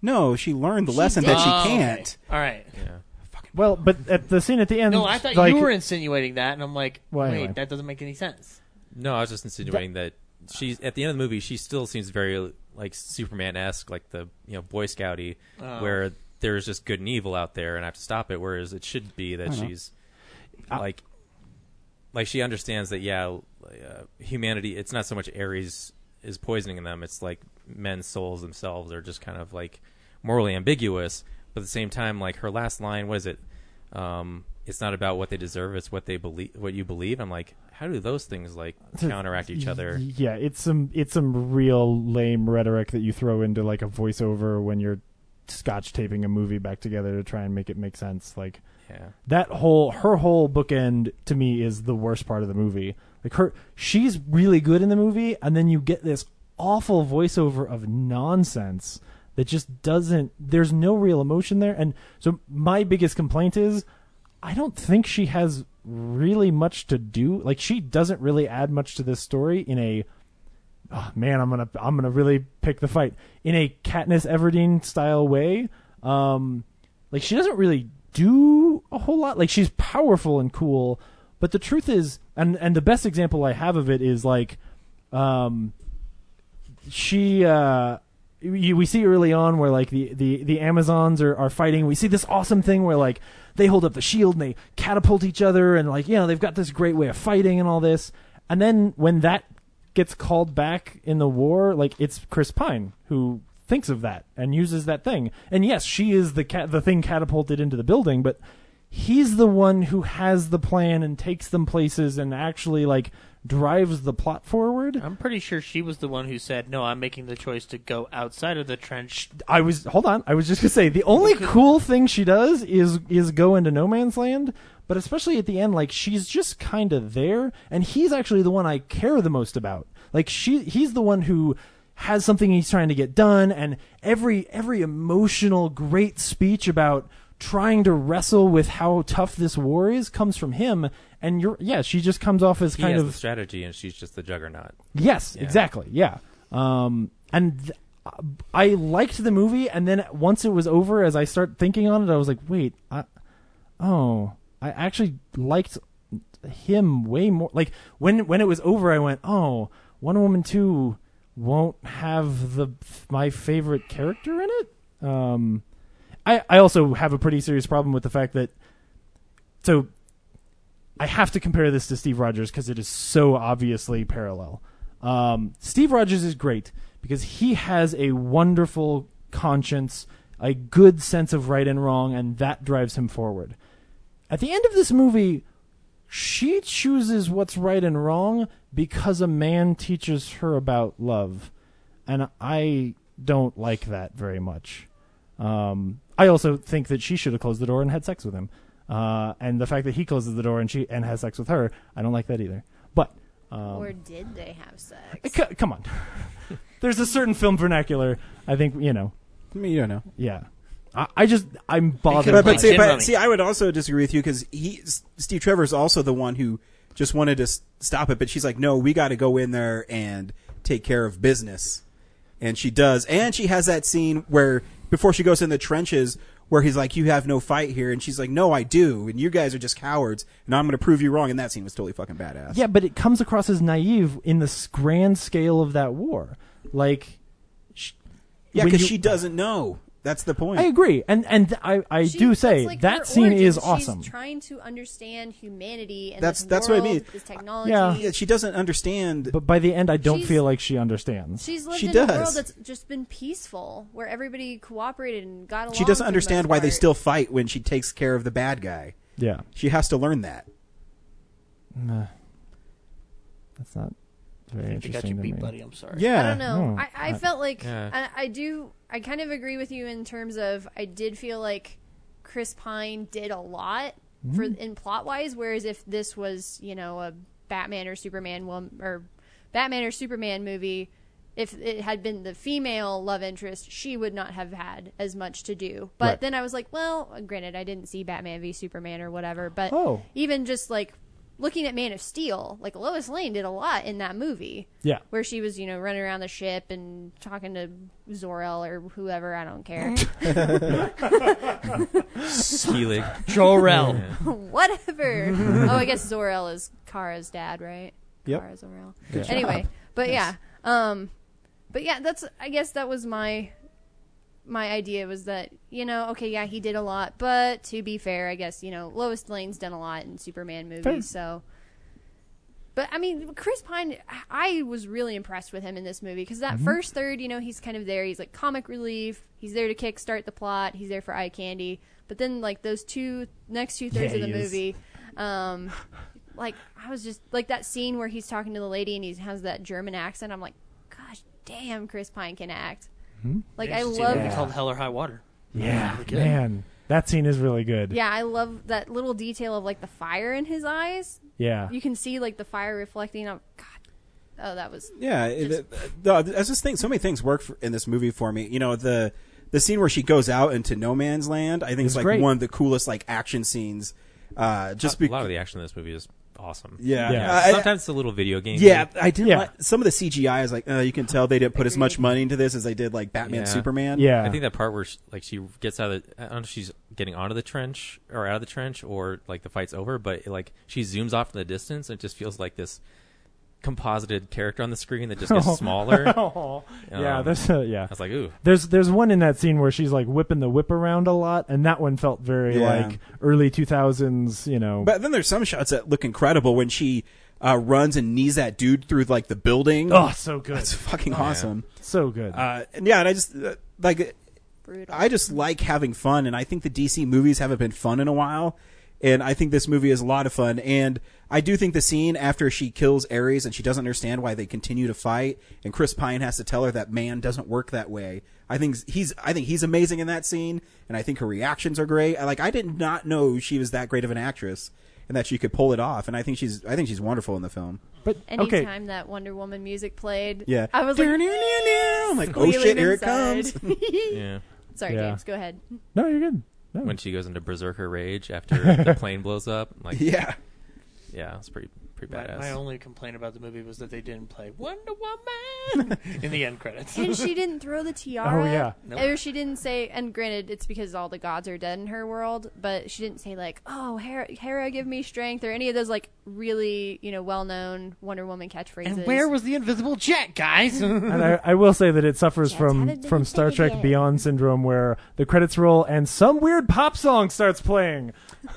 No, she learned the She lesson that did. she can't. Oh. All right. Well, but at the scene at the end, No, I thought like, you were insinuating that, and I'm like, Well, wait, anyway. that doesn't make any sense. No, I was just insinuating that she's at the end of the movie. She still seems very like Superman esque, like the you know Boy Scouty, Oh. where there's just good and evil out there, and I have to stop it. Whereas it should be I that know. she's like, like she understands that yeah, uh, humanity. It's not so much Ares is poisoning them. It's like men's souls themselves are just kind of like morally ambiguous. But at the same time, like her last line was it. Um, it's not about what they deserve; it's what they believe, what you believe. I'm like, how do those things like counteract each other. Yeah, it's some it's some real lame rhetoric that you throw into like a voiceover when you're scotch taping a movie back together to try and make it make sense. Like Yeah. that whole her whole bookend to me is the worst part of the movie. Like her she's really good in the movie and then you get this awful voiceover of nonsense that just doesn't there's no real emotion there and so my biggest complaint is I don't think she has really much to do. Like she doesn't really add much to this story in a oh, man, I'm gonna I'm gonna really pick the fight in a Katniss Everdeen style way. Um, like she doesn't really do a whole lot. Like she's powerful and cool, but the truth is, and and the best example I have of it is like, um, she uh you, we see early on where like the the the amazons are, are fighting we see this awesome thing where like they hold up the shield and they catapult each other and like you know they've got this great way of fighting and all this and then when that gets called back in the war like it's chris pine who thinks of that and uses that thing and yes she is the cat the thing catapulted into the building but he's the one who has the plan and takes them places and actually like drives the plot forward I'm pretty sure she was the one who said, "No, I'm making the choice to go outside of the trench." I was hold on. I was just gonna say the only cool thing she does is is go into no man's land, but especially at the end, like she's just kind of there, and he's actually the one I care the most about. Like she, he's the one who has something he's trying to get done, and every every emotional great speech about trying to wrestle with how tough this war is comes from him. And you're yeah, she just comes off as He kind has of the strategy, and she's just the juggernaut. Yes, Yeah. exactly. Yeah. Um, and th- I liked the movie, and then once it was over, as I start thinking on it, I was like, wait, I, oh, I actually liked him way more. Like when when it was over, I went, oh, Wonder Woman two won't have the my favorite character in it. Um, I I also have a pretty serious problem with the fact that so I have to compare this to Steve Rogers because it is so obviously parallel. Um, Steve Rogers is great because he has a wonderful conscience, a good sense of right and wrong, and that drives him forward. At the end of this movie, she chooses what's right and wrong because a man teaches her about love. And I don't like that very much. Um, I also think that she should have closed the door and had sex with him. Uh, and the fact that he closes the door and she and has sex with her, I don't like that either. But um, or did they have sex? c- come on, there's a certain film vernacular. I think you know. I mean, you don't know. Yeah, I, I just I'm bothered. But, by but, see, it. but see, I would also disagree with you because he, S- Steve Trevor is also the one who just wanted to s- stop it, but she's like, no, we got to go in there and take care of business. And she does. And she has that scene where before she goes in the trenches where he's like, you have no fight here. And she's like, no, I do. And you guys are just cowards. And I'm going to prove you wrong. And that scene was totally fucking badass. Yeah, but it comes across as naive in the s- grand scale of that war. Like, sh- Yeah, when because you- she doesn't know. That's the point. I agree, and and I I She- do that's say like her that scene origin. is She's awesome. trying to understand humanity and That's this that's what I world, mean. This technology. she doesn't understand. But by the end, I don't She's- feel like she understands. She's lived She in a does. world that's just been peaceful, where everybody cooperated and got along. She doesn't for the understand most why they part. still fight when she takes care of the bad guy. Yeah. She has to learn that. Nah. that's not very I think I got interesting you to beat, me. buddy. I'm sorry. Yeah. I don't know. No, I, I I- felt like Yeah. I, I do. I kind of agree with you in terms of I did feel like Chris Pine did a lot Mm-hmm. for Mhm. in plot wise, whereas if this was you know a Batman or Superman wom- or Batman or Superman movie, if it had been the female love interest, she would not have had as much to do. But Right. then I was like, well, granted, I didn't see Batman v Superman or whatever, but Oh. even just like looking at Man of Steel, like Lois Lane did a lot in that movie Yeah. where she was, you know, running around the ship and talking to Zorel or whoever. I don't care. Keelig. Jor-El. Whatever. oh, I guess Zorel is Kara's dad, right? Yep. Kara's Zorel. Good job. Anyway, but Yes. yeah, um, but yeah, that's. I guess that was my my idea was that you know, okay, yeah, he did a lot, but to be fair, I guess you know, Lois Lane's done a lot in Superman movies, Fair. so. But I mean, Chris Pine, I was really impressed with him in this movie because that Mhm. first third, you know, he's kind of there. He's like comic relief. He's there to kickstart the plot. He's there for eye candy. But then, like those two next two thirds Yeah, of the he is. movie, um, like I was just like that scene where he's talking to the lady and he has that German accent. I'm like, gosh, damn, Chris Pine can act. Hmm? Like I Interesting love movie called Hell or High Water. Yeah, Really good. man, that scene is really good. Yeah, I love that little detail of like the fire in his eyes. Yeah. you can see like the fire reflecting. on God, oh, that was Yeah, it- the- the- I was just thinking so many things work for, in this movie for me. You know the the scene where she goes out into no man's land. I think it's like great. one of the coolest like action scenes. Uh, just a lot of the action in this movie is awesome. Yeah. Uh, I- Sometimes it's a little video game. Yeah, I did. not Like, some of the CGI is like uh, you can tell they didn't put as much money into this as they did like Batman, Superman. I think that part where she, like she gets out of the, I don't know if she's getting onto the trench or out of the trench or like the fight's over, but like she zooms off in the distance and it just feels like this composited character on the screen that just gets smaller. Aw. yeah, Um, there's a, yeah. I was like, ooh. There's there's one in that scene where she's like whipping the whip around a lot, and that one felt very Yeah. like early two thousands. You know, But then there's some shots that look incredible when she uh, runs and knees that dude through like the building. Oh, so good. That's fucking Oh, yeah. awesome. So good. Uh, and yeah, and I just uh, like I just like having fun, and I think the DC movies haven't been fun in a while. And I think this movie is a lot of fun. And I do think the scene after she kills Ares and she doesn't understand why they continue to fight, and Chris Pine has to tell her that man doesn't work that way. I think he's I think he's amazing in that scene, and I think her reactions are great. I- Like I did not know she was that great of an actress and that she could pull it off. And I think she's I think she's wonderful in the film. But anytime that Wonder Woman music played. Yeah. I was like, I'm like, oh shit, here it comes. Yeah. Sorry, Yeah. James, go ahead. No, you're good. When she goes into berserker rage after the plane blows up, like yeah, yeah, it's pretty pretty My, badass. my only complaint about the movie was that they didn't play Wonder Woman in the end credits. And she didn't throw the tiara. Oh, yeah. Nope. Or she didn't say, and granted, it's because all the gods are dead in her world, but she didn't say, like, oh, Hera, Hera give me strength, or any of those, like, really, you know, well known Wonder Woman catchphrases. And where was the invisible jet, guys? and I, I will say that it suffers from haven't been from Star Trek yet. Beyond syndrome, where the credits roll and some weird pop song starts playing.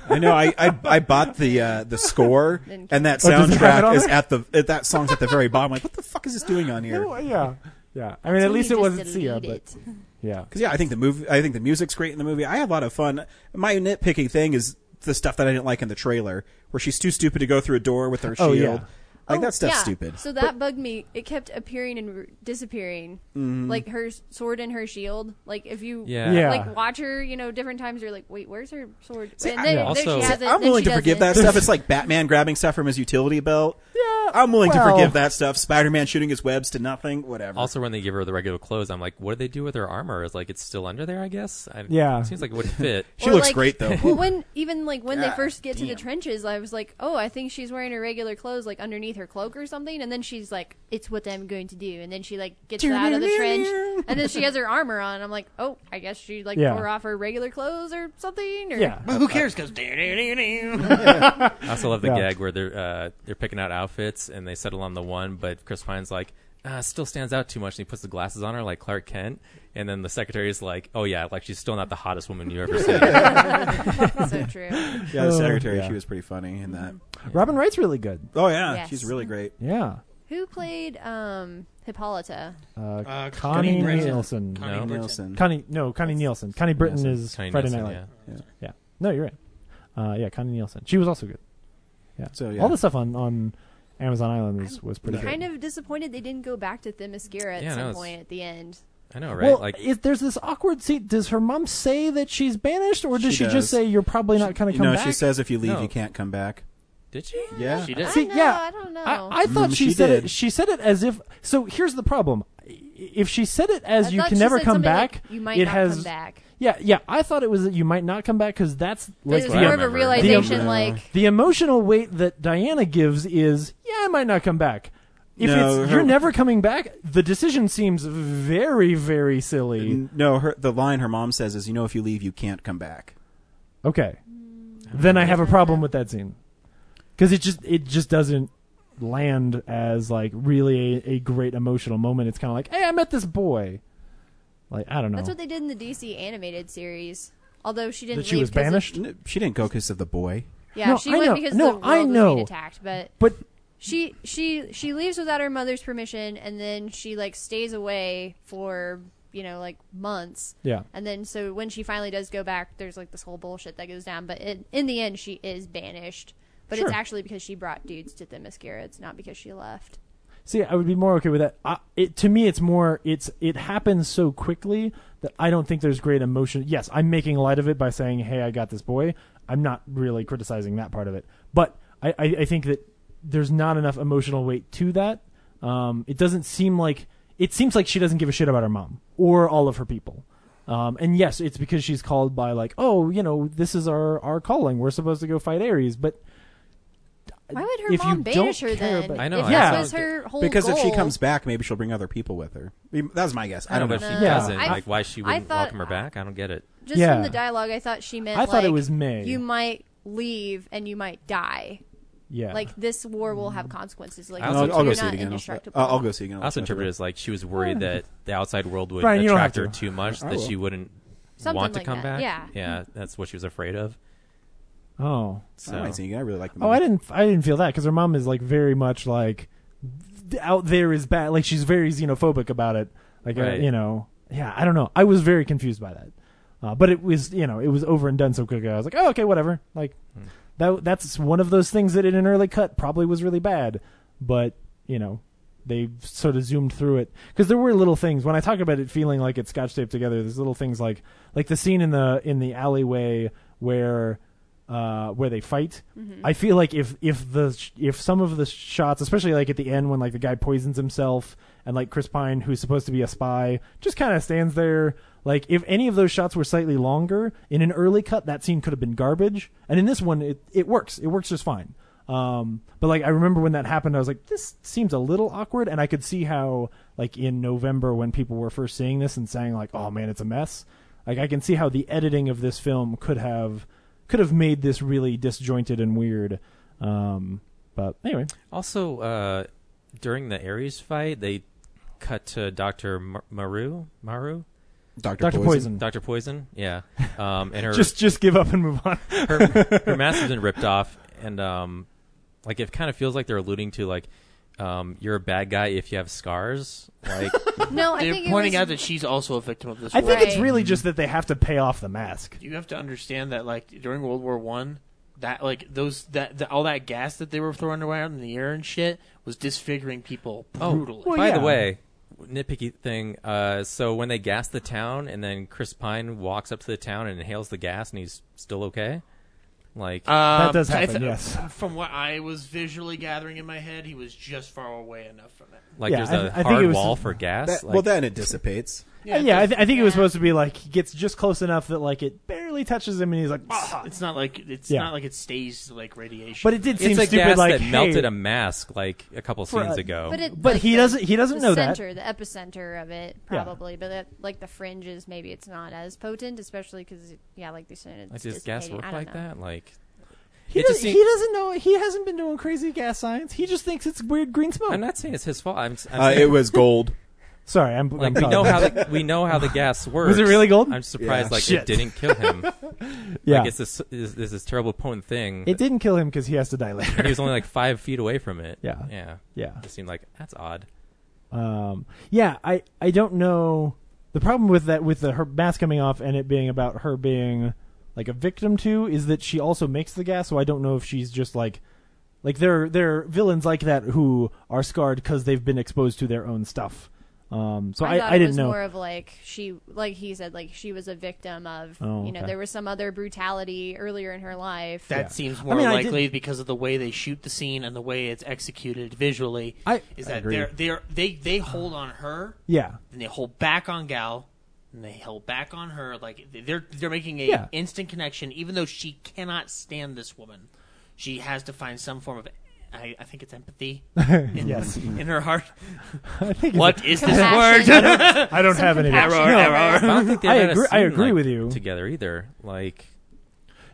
I know. I I, I bought the uh, the score, and that Oh, does it have it soundtrack on is there? at the uh, that song's at the very bottom. Like, what the fuck is this doing on here? No, yeah, yeah. I mean, at when least you it just wasn't Sia, but yeah. Because yeah, I think the movie, I think the music's great in the movie. I had a lot of fun. My nitpicking thing is the stuff that I didn't like in the trailer, where she's too stupid to go through a door with her shield. Oh, yeah. Like Oh, that stuff's yeah. stupid. So that bugged me. It kept appearing and re- disappearing, Mhm. like her s- sword and her shield. Like if you, Yeah. Yeah. like watch her, you know, different times you're like, wait, where's her sword? and I- then, Yeah. there she has it. I'm then willing she to forgive that doesn't. stuff. It's like Batman grabbing stuff from his utility belt. Yeah, I'm willing to well- forgive that stuff. Spider-Man shooting his webs to nothing. Whatever. Also, when they give her the regular clothes, I'm like, what do they do with her armor? Is like it's still under there, I guess. I, Yeah. it seems like it would fit. She Or, like- Well, when even like when they God first get to the damn. trenches, I was like, oh, I think she's wearing her regular clothes, like underneath her cloak or something. And then she's like, it's what I'm going to do. And then she like gets out of the trench, and then she has her armor on. I'm like, oh, I guess she like Yeah. tore off her regular clothes or something. Or Yeah. But who cares? Goes. I I also love the Yeah. gag where they're uh, they're picking out outfits and they settle on the one, but Chris Pine's like, uh, still stands out too much. And he puts the glasses on her like Clark Kent. And then the secretary is like, oh, yeah, like she's still not the hottest woman you ever seen. So true. Yeah, the secretary, Oh, yeah. she was pretty funny in that. Robin Wright's really good. Oh yeah, Yes. she's really great. Yeah. Who played um, Hippolyta? Uh, Uh, Connie Connie Britton. Nielsen. Connie No. Britton. Connie, no, Connie Nielsen. Connie Britton Nielsen. is Connie Friday Nielsen, Night Light. Yeah. No, you're right. Uh, yeah, Connie Nielsen. She was also good. Yeah. So, all the stuff on on Amazon Island was was pretty good. Kind of disappointed they didn't go back to Themyscira at Yeah, I know, some it's- point at the end. I know, right? Well, like, is, there's this awkward scene. Does her mom say that she's banished, or does She she, just does. say you're probably not going to You come know, back? she says if you leave, No. you can't come back. did she? Yeah. She did. See, yeah, I don't I, thought Mm, she, she said did. it. She said it as if. So here's the problem: if she said it as I you thought can she never said come something back, like, "You might it not has. come back." Yeah, yeah. I thought it was that you might not come back because that's like There's the- more of a the- realization, the, like- the emotional weight that Diana gives is yeah, I might not come back. If No, it's her- you're never coming back, the decision seems very, very silly. No, her the line her mom says is, "You know, if you leave, you can't come back." Okay, Mm. then I have a problem with that scene because it just it just doesn't land as like really a, a great emotional moment. It's kind of like, hey, I met this boy. Like I don't know. That's what they did in the DC animated series. Although she didn't That she leave was 'cause of- banished. She didn't go because of the boy. yeah, No, she I went know. because No, the world I was know. being attacked, but But she she she leaves without her mother's permission and then she like stays away for you know like months Yeah. and then so when she finally does go back there's like this whole bullshit that goes down but it, in the end she is banished but Sure. it's actually because she brought dudes to the mascara it's not because she left See, I would be more okay with that. I, it to me, it's more it's it happens so quickly that I don't think there's great emotion. Yes, I'm making light of it by saying, "Hey, I got this boy." I'm not really criticizing that part of it, but I I, I think that there's not enough emotional weight to that. Um, it doesn't seem like it seems like she doesn't give a shit about her mom or all of her people. Um, and yes, it's because she's called by like, oh, you know, this is our our calling. We're supposed to go fight Ares, but why would her If you mom banish don't her care then about- I know, if I that don't was get- her whole Because if she goal- comes back, maybe she'll bring other people with her. That's my guess. I, I don't know, know. but if she Yeah. doesn't, I- like, why she I wouldn't thought- welcome her back? I don't get it. just Yeah. from the dialogue i thought she meant I thought it like, was May. you might leave and you might die yeah, like this war will have consequences like I'll- you're I'll go not see it again. I'll- indestructible. I'll go see it again. I also interpret it as like she was Hmm. worried that the outside world would Brian, you don't attract have her to. too much I that will. she wouldn't Something want to like come that, back. yeah. yeah, that's what she was afraid of. oh. So I might see it again. I really like the movie. Oh, I didn't. I didn't feel that because her mom is like very much like th- out there is bad. Like she's very xenophobic about it. Like uh, Right. you know, yeah. I don't know. I was very confused by that. Uh, but it was you know it was over and done so quickly. I was like, oh okay, whatever. Like that. That's one of those things that in an early cut probably was really bad. But you know. They sort of zoomed through it because there were little things. When I talk about it feeling like it's scotch taped together, there's little things like like the scene in the in the alleyway where uh, where they fight. I feel like if if the sh- if some of the shots, especially like at the end when like the guy poisons himself and like Chris Pine, who's supposed to be a spy, just kind of stands there. Like if any of those shots were slightly longer in an early cut, that scene could have been garbage. And in this one, it it works. It works just fine. Um, but like I remember when that happened, I was like, this seems a little awkward, and I could see how like in November when people were first seeing this and saying like, oh man, it's a mess. Like I can see how the editing of this film could have could have made this really disjointed and weird. Um, but anyway, Also, uh, during the Ares fight, they cut to Doctor Mar- Maru. Maru. Doctor Dr. Poison. Doctor Poison. Yeah. Um, and her just just give up and move on. her, her mask has been ripped off, and um, like it kind of feels like they're alluding to like. Um, you're a bad guy if you have scars. Like, no i They're think it pointing was- out that she's also a victim of this. I think war. it's really just that they have to pay off the mask. you have to understand that like during World War One, that like those that, that all that gas that they were throwing around in the air and shit was disfiguring people brutally. Well, by the Oh, yeah. way, nitpicky thing. Uh, so when they gas the town, and then Chris Pine walks up to the town and inhales the gas, and he's still okay. Like, Uh, Um, does I happen, yes. From what I was visually gathering in my head, he was just far away enough from it. like yeah, there's I- a I think hard it was- wall for gas. That- like, well, then it dissipates. Yeah, I, th- I think it was supposed to be like he gets just close enough that like it barely touches him, and he's like, ah. It's not like it's Yeah. not like it stays like radiation. But it did seem it's a stupid. gas like that hey- melted a mask like a couple For scenes a- ago. But it, But like, he the- doesn't- he doesn't the know that. center, The epicenter of it, Yeah. probably, but that, like the fringes, maybe it's not as potent, especially because yeah, like they said, it's like, does gas dissipating. work I don't like know. that? Like, He, It just does, seem- he doesn't know. He hasn't been doing crazy gas science. He just thinks it's weird green smoke. I'm not saying it's his fault. I'm, I'm Uh, saying- it was gold. Sorry, I'm- like I'm we know sorry. how the, we know how the gas works. Oh, Was it really gold? I'm surprised Yeah. like it Shit. didn't kill him. Yeah. like, it's this is this, this terrible potent thing. It didn't kill him because he has to die later. he was only like five feet away from it. Yeah. yeah, Yeah. It seemed like that's odd. Um, yeah, I, I don't know. The problem with that, with the her mask coming off and it being about her being like a victim to, is that she also makes the gas. So I don't know if she's just like, like there there are villains like that who are scarred because they've been exposed to their own stuff. Um, so I, thought I, it didn't was know. More of like she, like he said, like she was a victim of. Oh, you know, okay. there was some other brutality earlier in her life. That seems more mean, I likely because of the way they shoot the scene and the way it's executed visually. I- is I that agree. they're, they're, they they hold on her, Yeah. and they hold back on Gal, and they hold back on her. Like they're they're making a Yeah. instant connection, even though she cannot stand this woman. She has to find some form of. I, I think it's empathy. In, Yes. in her heart. I think it's- what is this word? Compassion. I don't- I don't Some have any- compassion. Error, No. error. I don't think they I had a agree- I Seemed agree like with you. together either. Like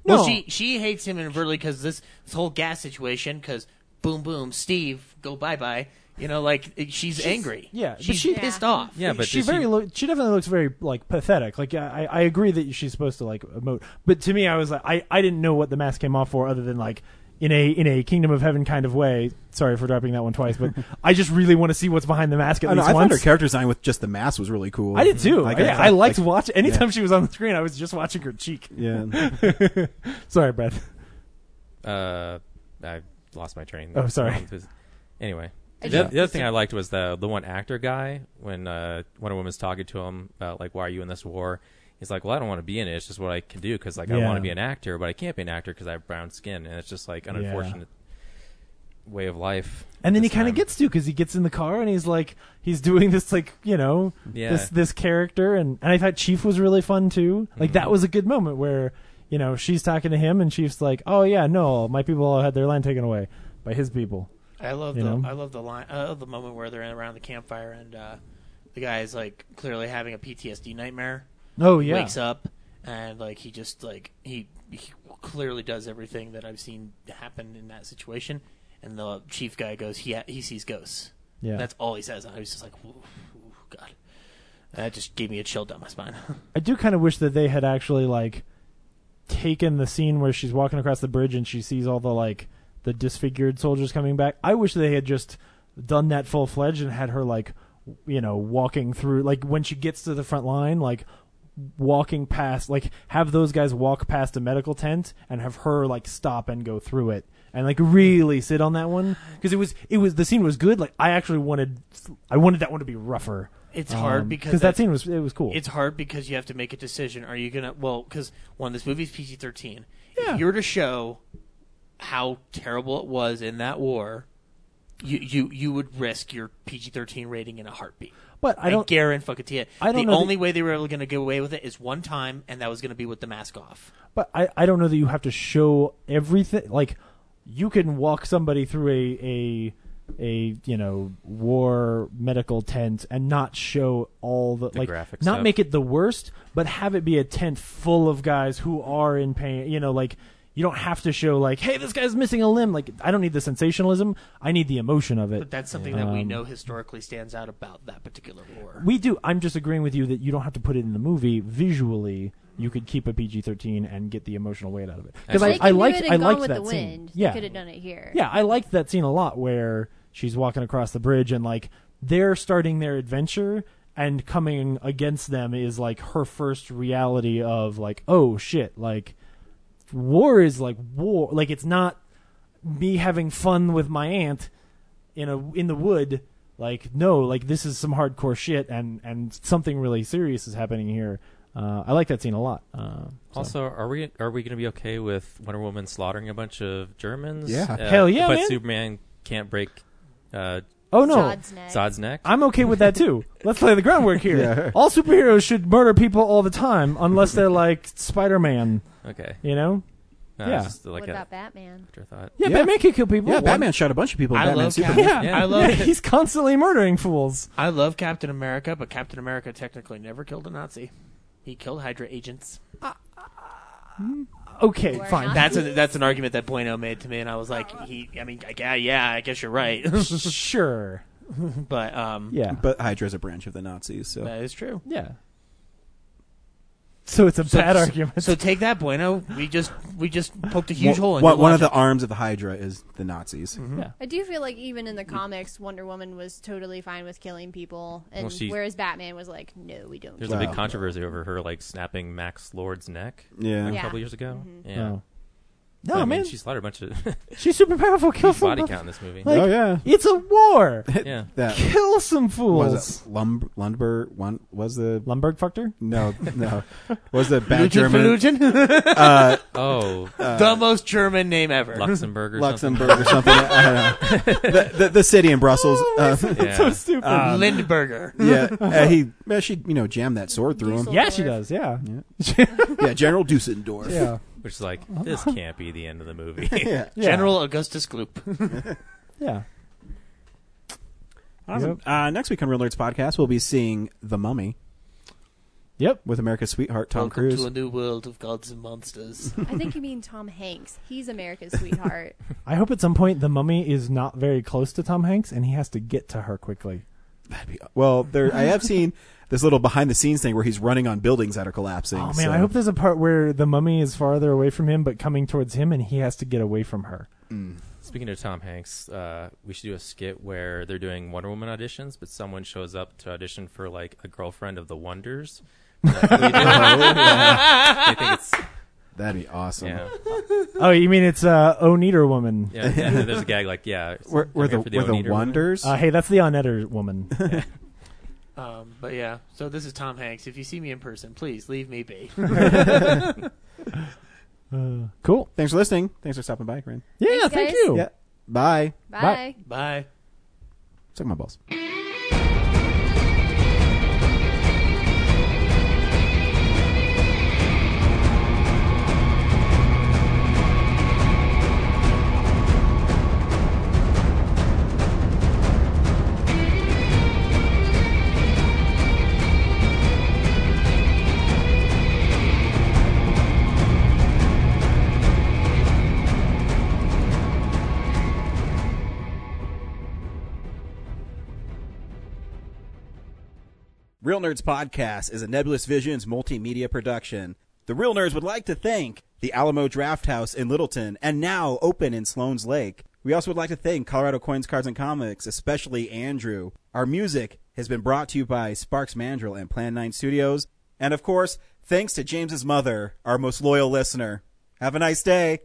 Well, she she hates him inadvertently because this this whole gas situation. Because boom, boom, Steve, go bye bye. You know, like it- she's, angry. Yeah, but she's she- pissed off. she very lo- she definitely looks very like pathetic. Like I, I agree that she's supposed to like emote, but to me, I was like, I, I didn't know what the mask came off for, other than like in a in a Kingdom of Heaven kind of way. Sorry for dropping that one twice, but I just really want to see what's behind the mask at I, don't know, least I thought once. her character design with just the mask was really cool. I did too. Like, yeah, thought- I liked like- watch anytime yeah. she was on the screen. I was just watching her cheek. Yeah. Sorry, Brad. uh, I lost my train. Oh, sorry. Anyway, I the, just- the other thing I liked was the the one actor guy when uh, Wonder Woman's talking to him about like why are you in this war. He's like, well, I don't want to be in it. It's just what I can do because like I Yeah. want to be an actor, but I can't be an actor because I have brown skin, and it's just like an Yeah. unfortunate way of life. And then he kind of gets to because he gets in the car and he's like he's doing this like you know Yeah. this this character and and I thought Chief was really fun too. Like that was a good moment where you know she's talking to him and Chief's like, oh yeah, no, my people had their land taken away by his people. I love You the know? I love the line. I love the moment where they're around the campfire and uh, the guy is like clearly having a PTSD nightmare. Oh, He yeah. wakes up and like he just like he, he clearly does everything that I've seen happen in that situation. And the chief guy goes, he he sees ghosts. Yeah. that's all he says. And I was just like, ooh, ooh, God, that just gave me a chill down my spine. I do kind of wish that they had actually like taken the scene where she's walking across the bridge and she sees all the like the disfigured soldiers coming back. I wish they had just done that full fledged and had her like w- you know walking through like when she gets to the front line like walking past like have those guys walk past a medical tent and have her like stop and go through it and like really sit on that one because it was it was the scene was good like I actually wanted I wanted that one to be rougher It's hard Um, because that scene was it was cool It's hard because you have to make a decision. Are you gonna well? Because one, this movie's PG thirteen. If you were to show how terrible it was in that war, you you you would risk your PG thirteen rating in a heartbeat. But I don't- guarantee it. I don't the know that- only way they were going to get away with it is one time, and that was going to be with the mask off. But I, I don't know that you have to show everything. Like, you can walk somebody through a a a you know war medical tent and not show all the, like graphic not stuff. make it the worst, but have it be a tent full of guys who are in pain. You know, like you don't have to show like, hey, this guy's missing a limb. Like, I don't need the sensationalism. I need the emotion of it. But that's something that we Um, know historically stands out about that particular war. we do. I'm just agreeing with you that you don't have to put it in the movie visually. You could keep a PG-13 and get the emotional weight out of it because I, They I could do liked it in I Gone liked with that the scene. Wind. They Yeah, could have done it here. Yeah, I liked that scene a lot where she's walking across the bridge and like they're starting their adventure and coming against them is like her first reality of like oh shit like war is like war like it's not me having fun with my aunt in a in the wood like no like this is some hardcore shit and and something really serious is happening here uh, i like that scene a lot uh, so. Also, are we are we going to be okay with Wonder Woman slaughtering a bunch of Germans? Uh, Yeah. Hell yeah, But man. Superman can't break. Uh, Oh no, Zod's neck. I'm okay with that too. Let's lay the groundwork here. Yeah. All superheroes should murder people all the time, unless they're like Spider-Man. Okay. You know. No, yeah. it's just like What a- about Batman? Afterthought. yeah, Batman can kill people. Yeah, One- Batman shot a bunch of people. in I Batman love Super. Cap- Yeah, I love yeah, he's constantly murdering fools. I love Captain America, but Captain America technically never killed a Nazi. He killed Hydra agents. Okay, fine. That's a, that's an argument that Bueno made to me, and I was like, he. I mean, I, yeah, yeah, I guess you're right. sure, but um, But Hydra's a branch of the Nazis, so that is true. Yeah. So it's a bad argument. So take that, Bueno. We just we just poked a huge hole in one, your one of the logic. arms of the Hydra is the Nazis. Yeah. I do feel like even in the Mm. comics, Wonder Woman was totally fine with killing people, and Well, she- whereas Batman was like, "No, we don't." There's do a big that." controversy over her like snapping Max Lord's neck. Yeah. like, a Yeah. couple years ago. Mhm. Yeah. Oh. But, No, I mean, man. she slaughtered a bunch of. She's super powerful. Kill Huge some body buff- count in this movie. Like, Oh, yeah. it's a war. Yeah. That- kill some Was fools. it Lumb- Lundberg? One was the Lumberg fucker? No, no. Was the bad Lujan German? Falujan? Uh, Oh. the most German name ever. Luxembourg or Luxembourg or something. I don't know. The, the, the city in Brussels. Oh, uh, That's so Yeah. stupid. Um, Lindberger. Yeah, uh, he. well, she, you know, jammed that sword through him. Yeah, she does. Yeah. yeah, General Dusendorf. Which is like this can't be the end of the movie. Yeah. General Augustus Gloop. Yeah. Awesome. Uh, next week on Real Nerds Podcast, we'll be seeing The Mummy. Yep. With America's sweetheart, Tom Welcome Cruise. to a new world of gods and monsters. I think you mean Tom Hanks. He's America's sweetheart. I hope at some point the mummy is not very close to Tom Hanks and he has to get to her quickly. Well, there I have seen this little behind the scenes thing where he's running on buildings that are collapsing. Oh man, so- I hope there's a part where the mummy is farther away from him but coming towards him and he has to get away from her. Speaking of Tom Hanks, uh, we should do a skit where they're doing Wonder Woman auditions, but someone shows up to audition for like a girlfriend of the Wonders. Like, we do. Oh, yeah. They think it's That'd be awesome. Yeah. Oh, you mean it's uh Oh Neater woman. Yeah, yeah, and there's a gag like, yeah, We're, we're I'm here the, for the we're the Oneater woman. wonders. Uh, hey, that's the Onetter woman. Um, but yeah, so this is Tom Hanks. If you see me in person, please leave me be. cool. Thanks for listening. Thanks for stopping by, Corinne. Yeah, Thanks, thank guys. you. Yeah. Bye. Bye. Bye. Suck my balls. Real Nerds Podcast is a Nebulous Visions multimedia production. The Real Nerds would like to thank the Alamo Draft House in Littleton and now open in Sloan's Lake. We also would like to thank Colorado Coins, Cards, and Comics, especially Andrew. Our music has been brought to you by Sparks Mandrill and Plan 9 Studios. And of course, thanks to James's mother, our most loyal listener. Have a nice day.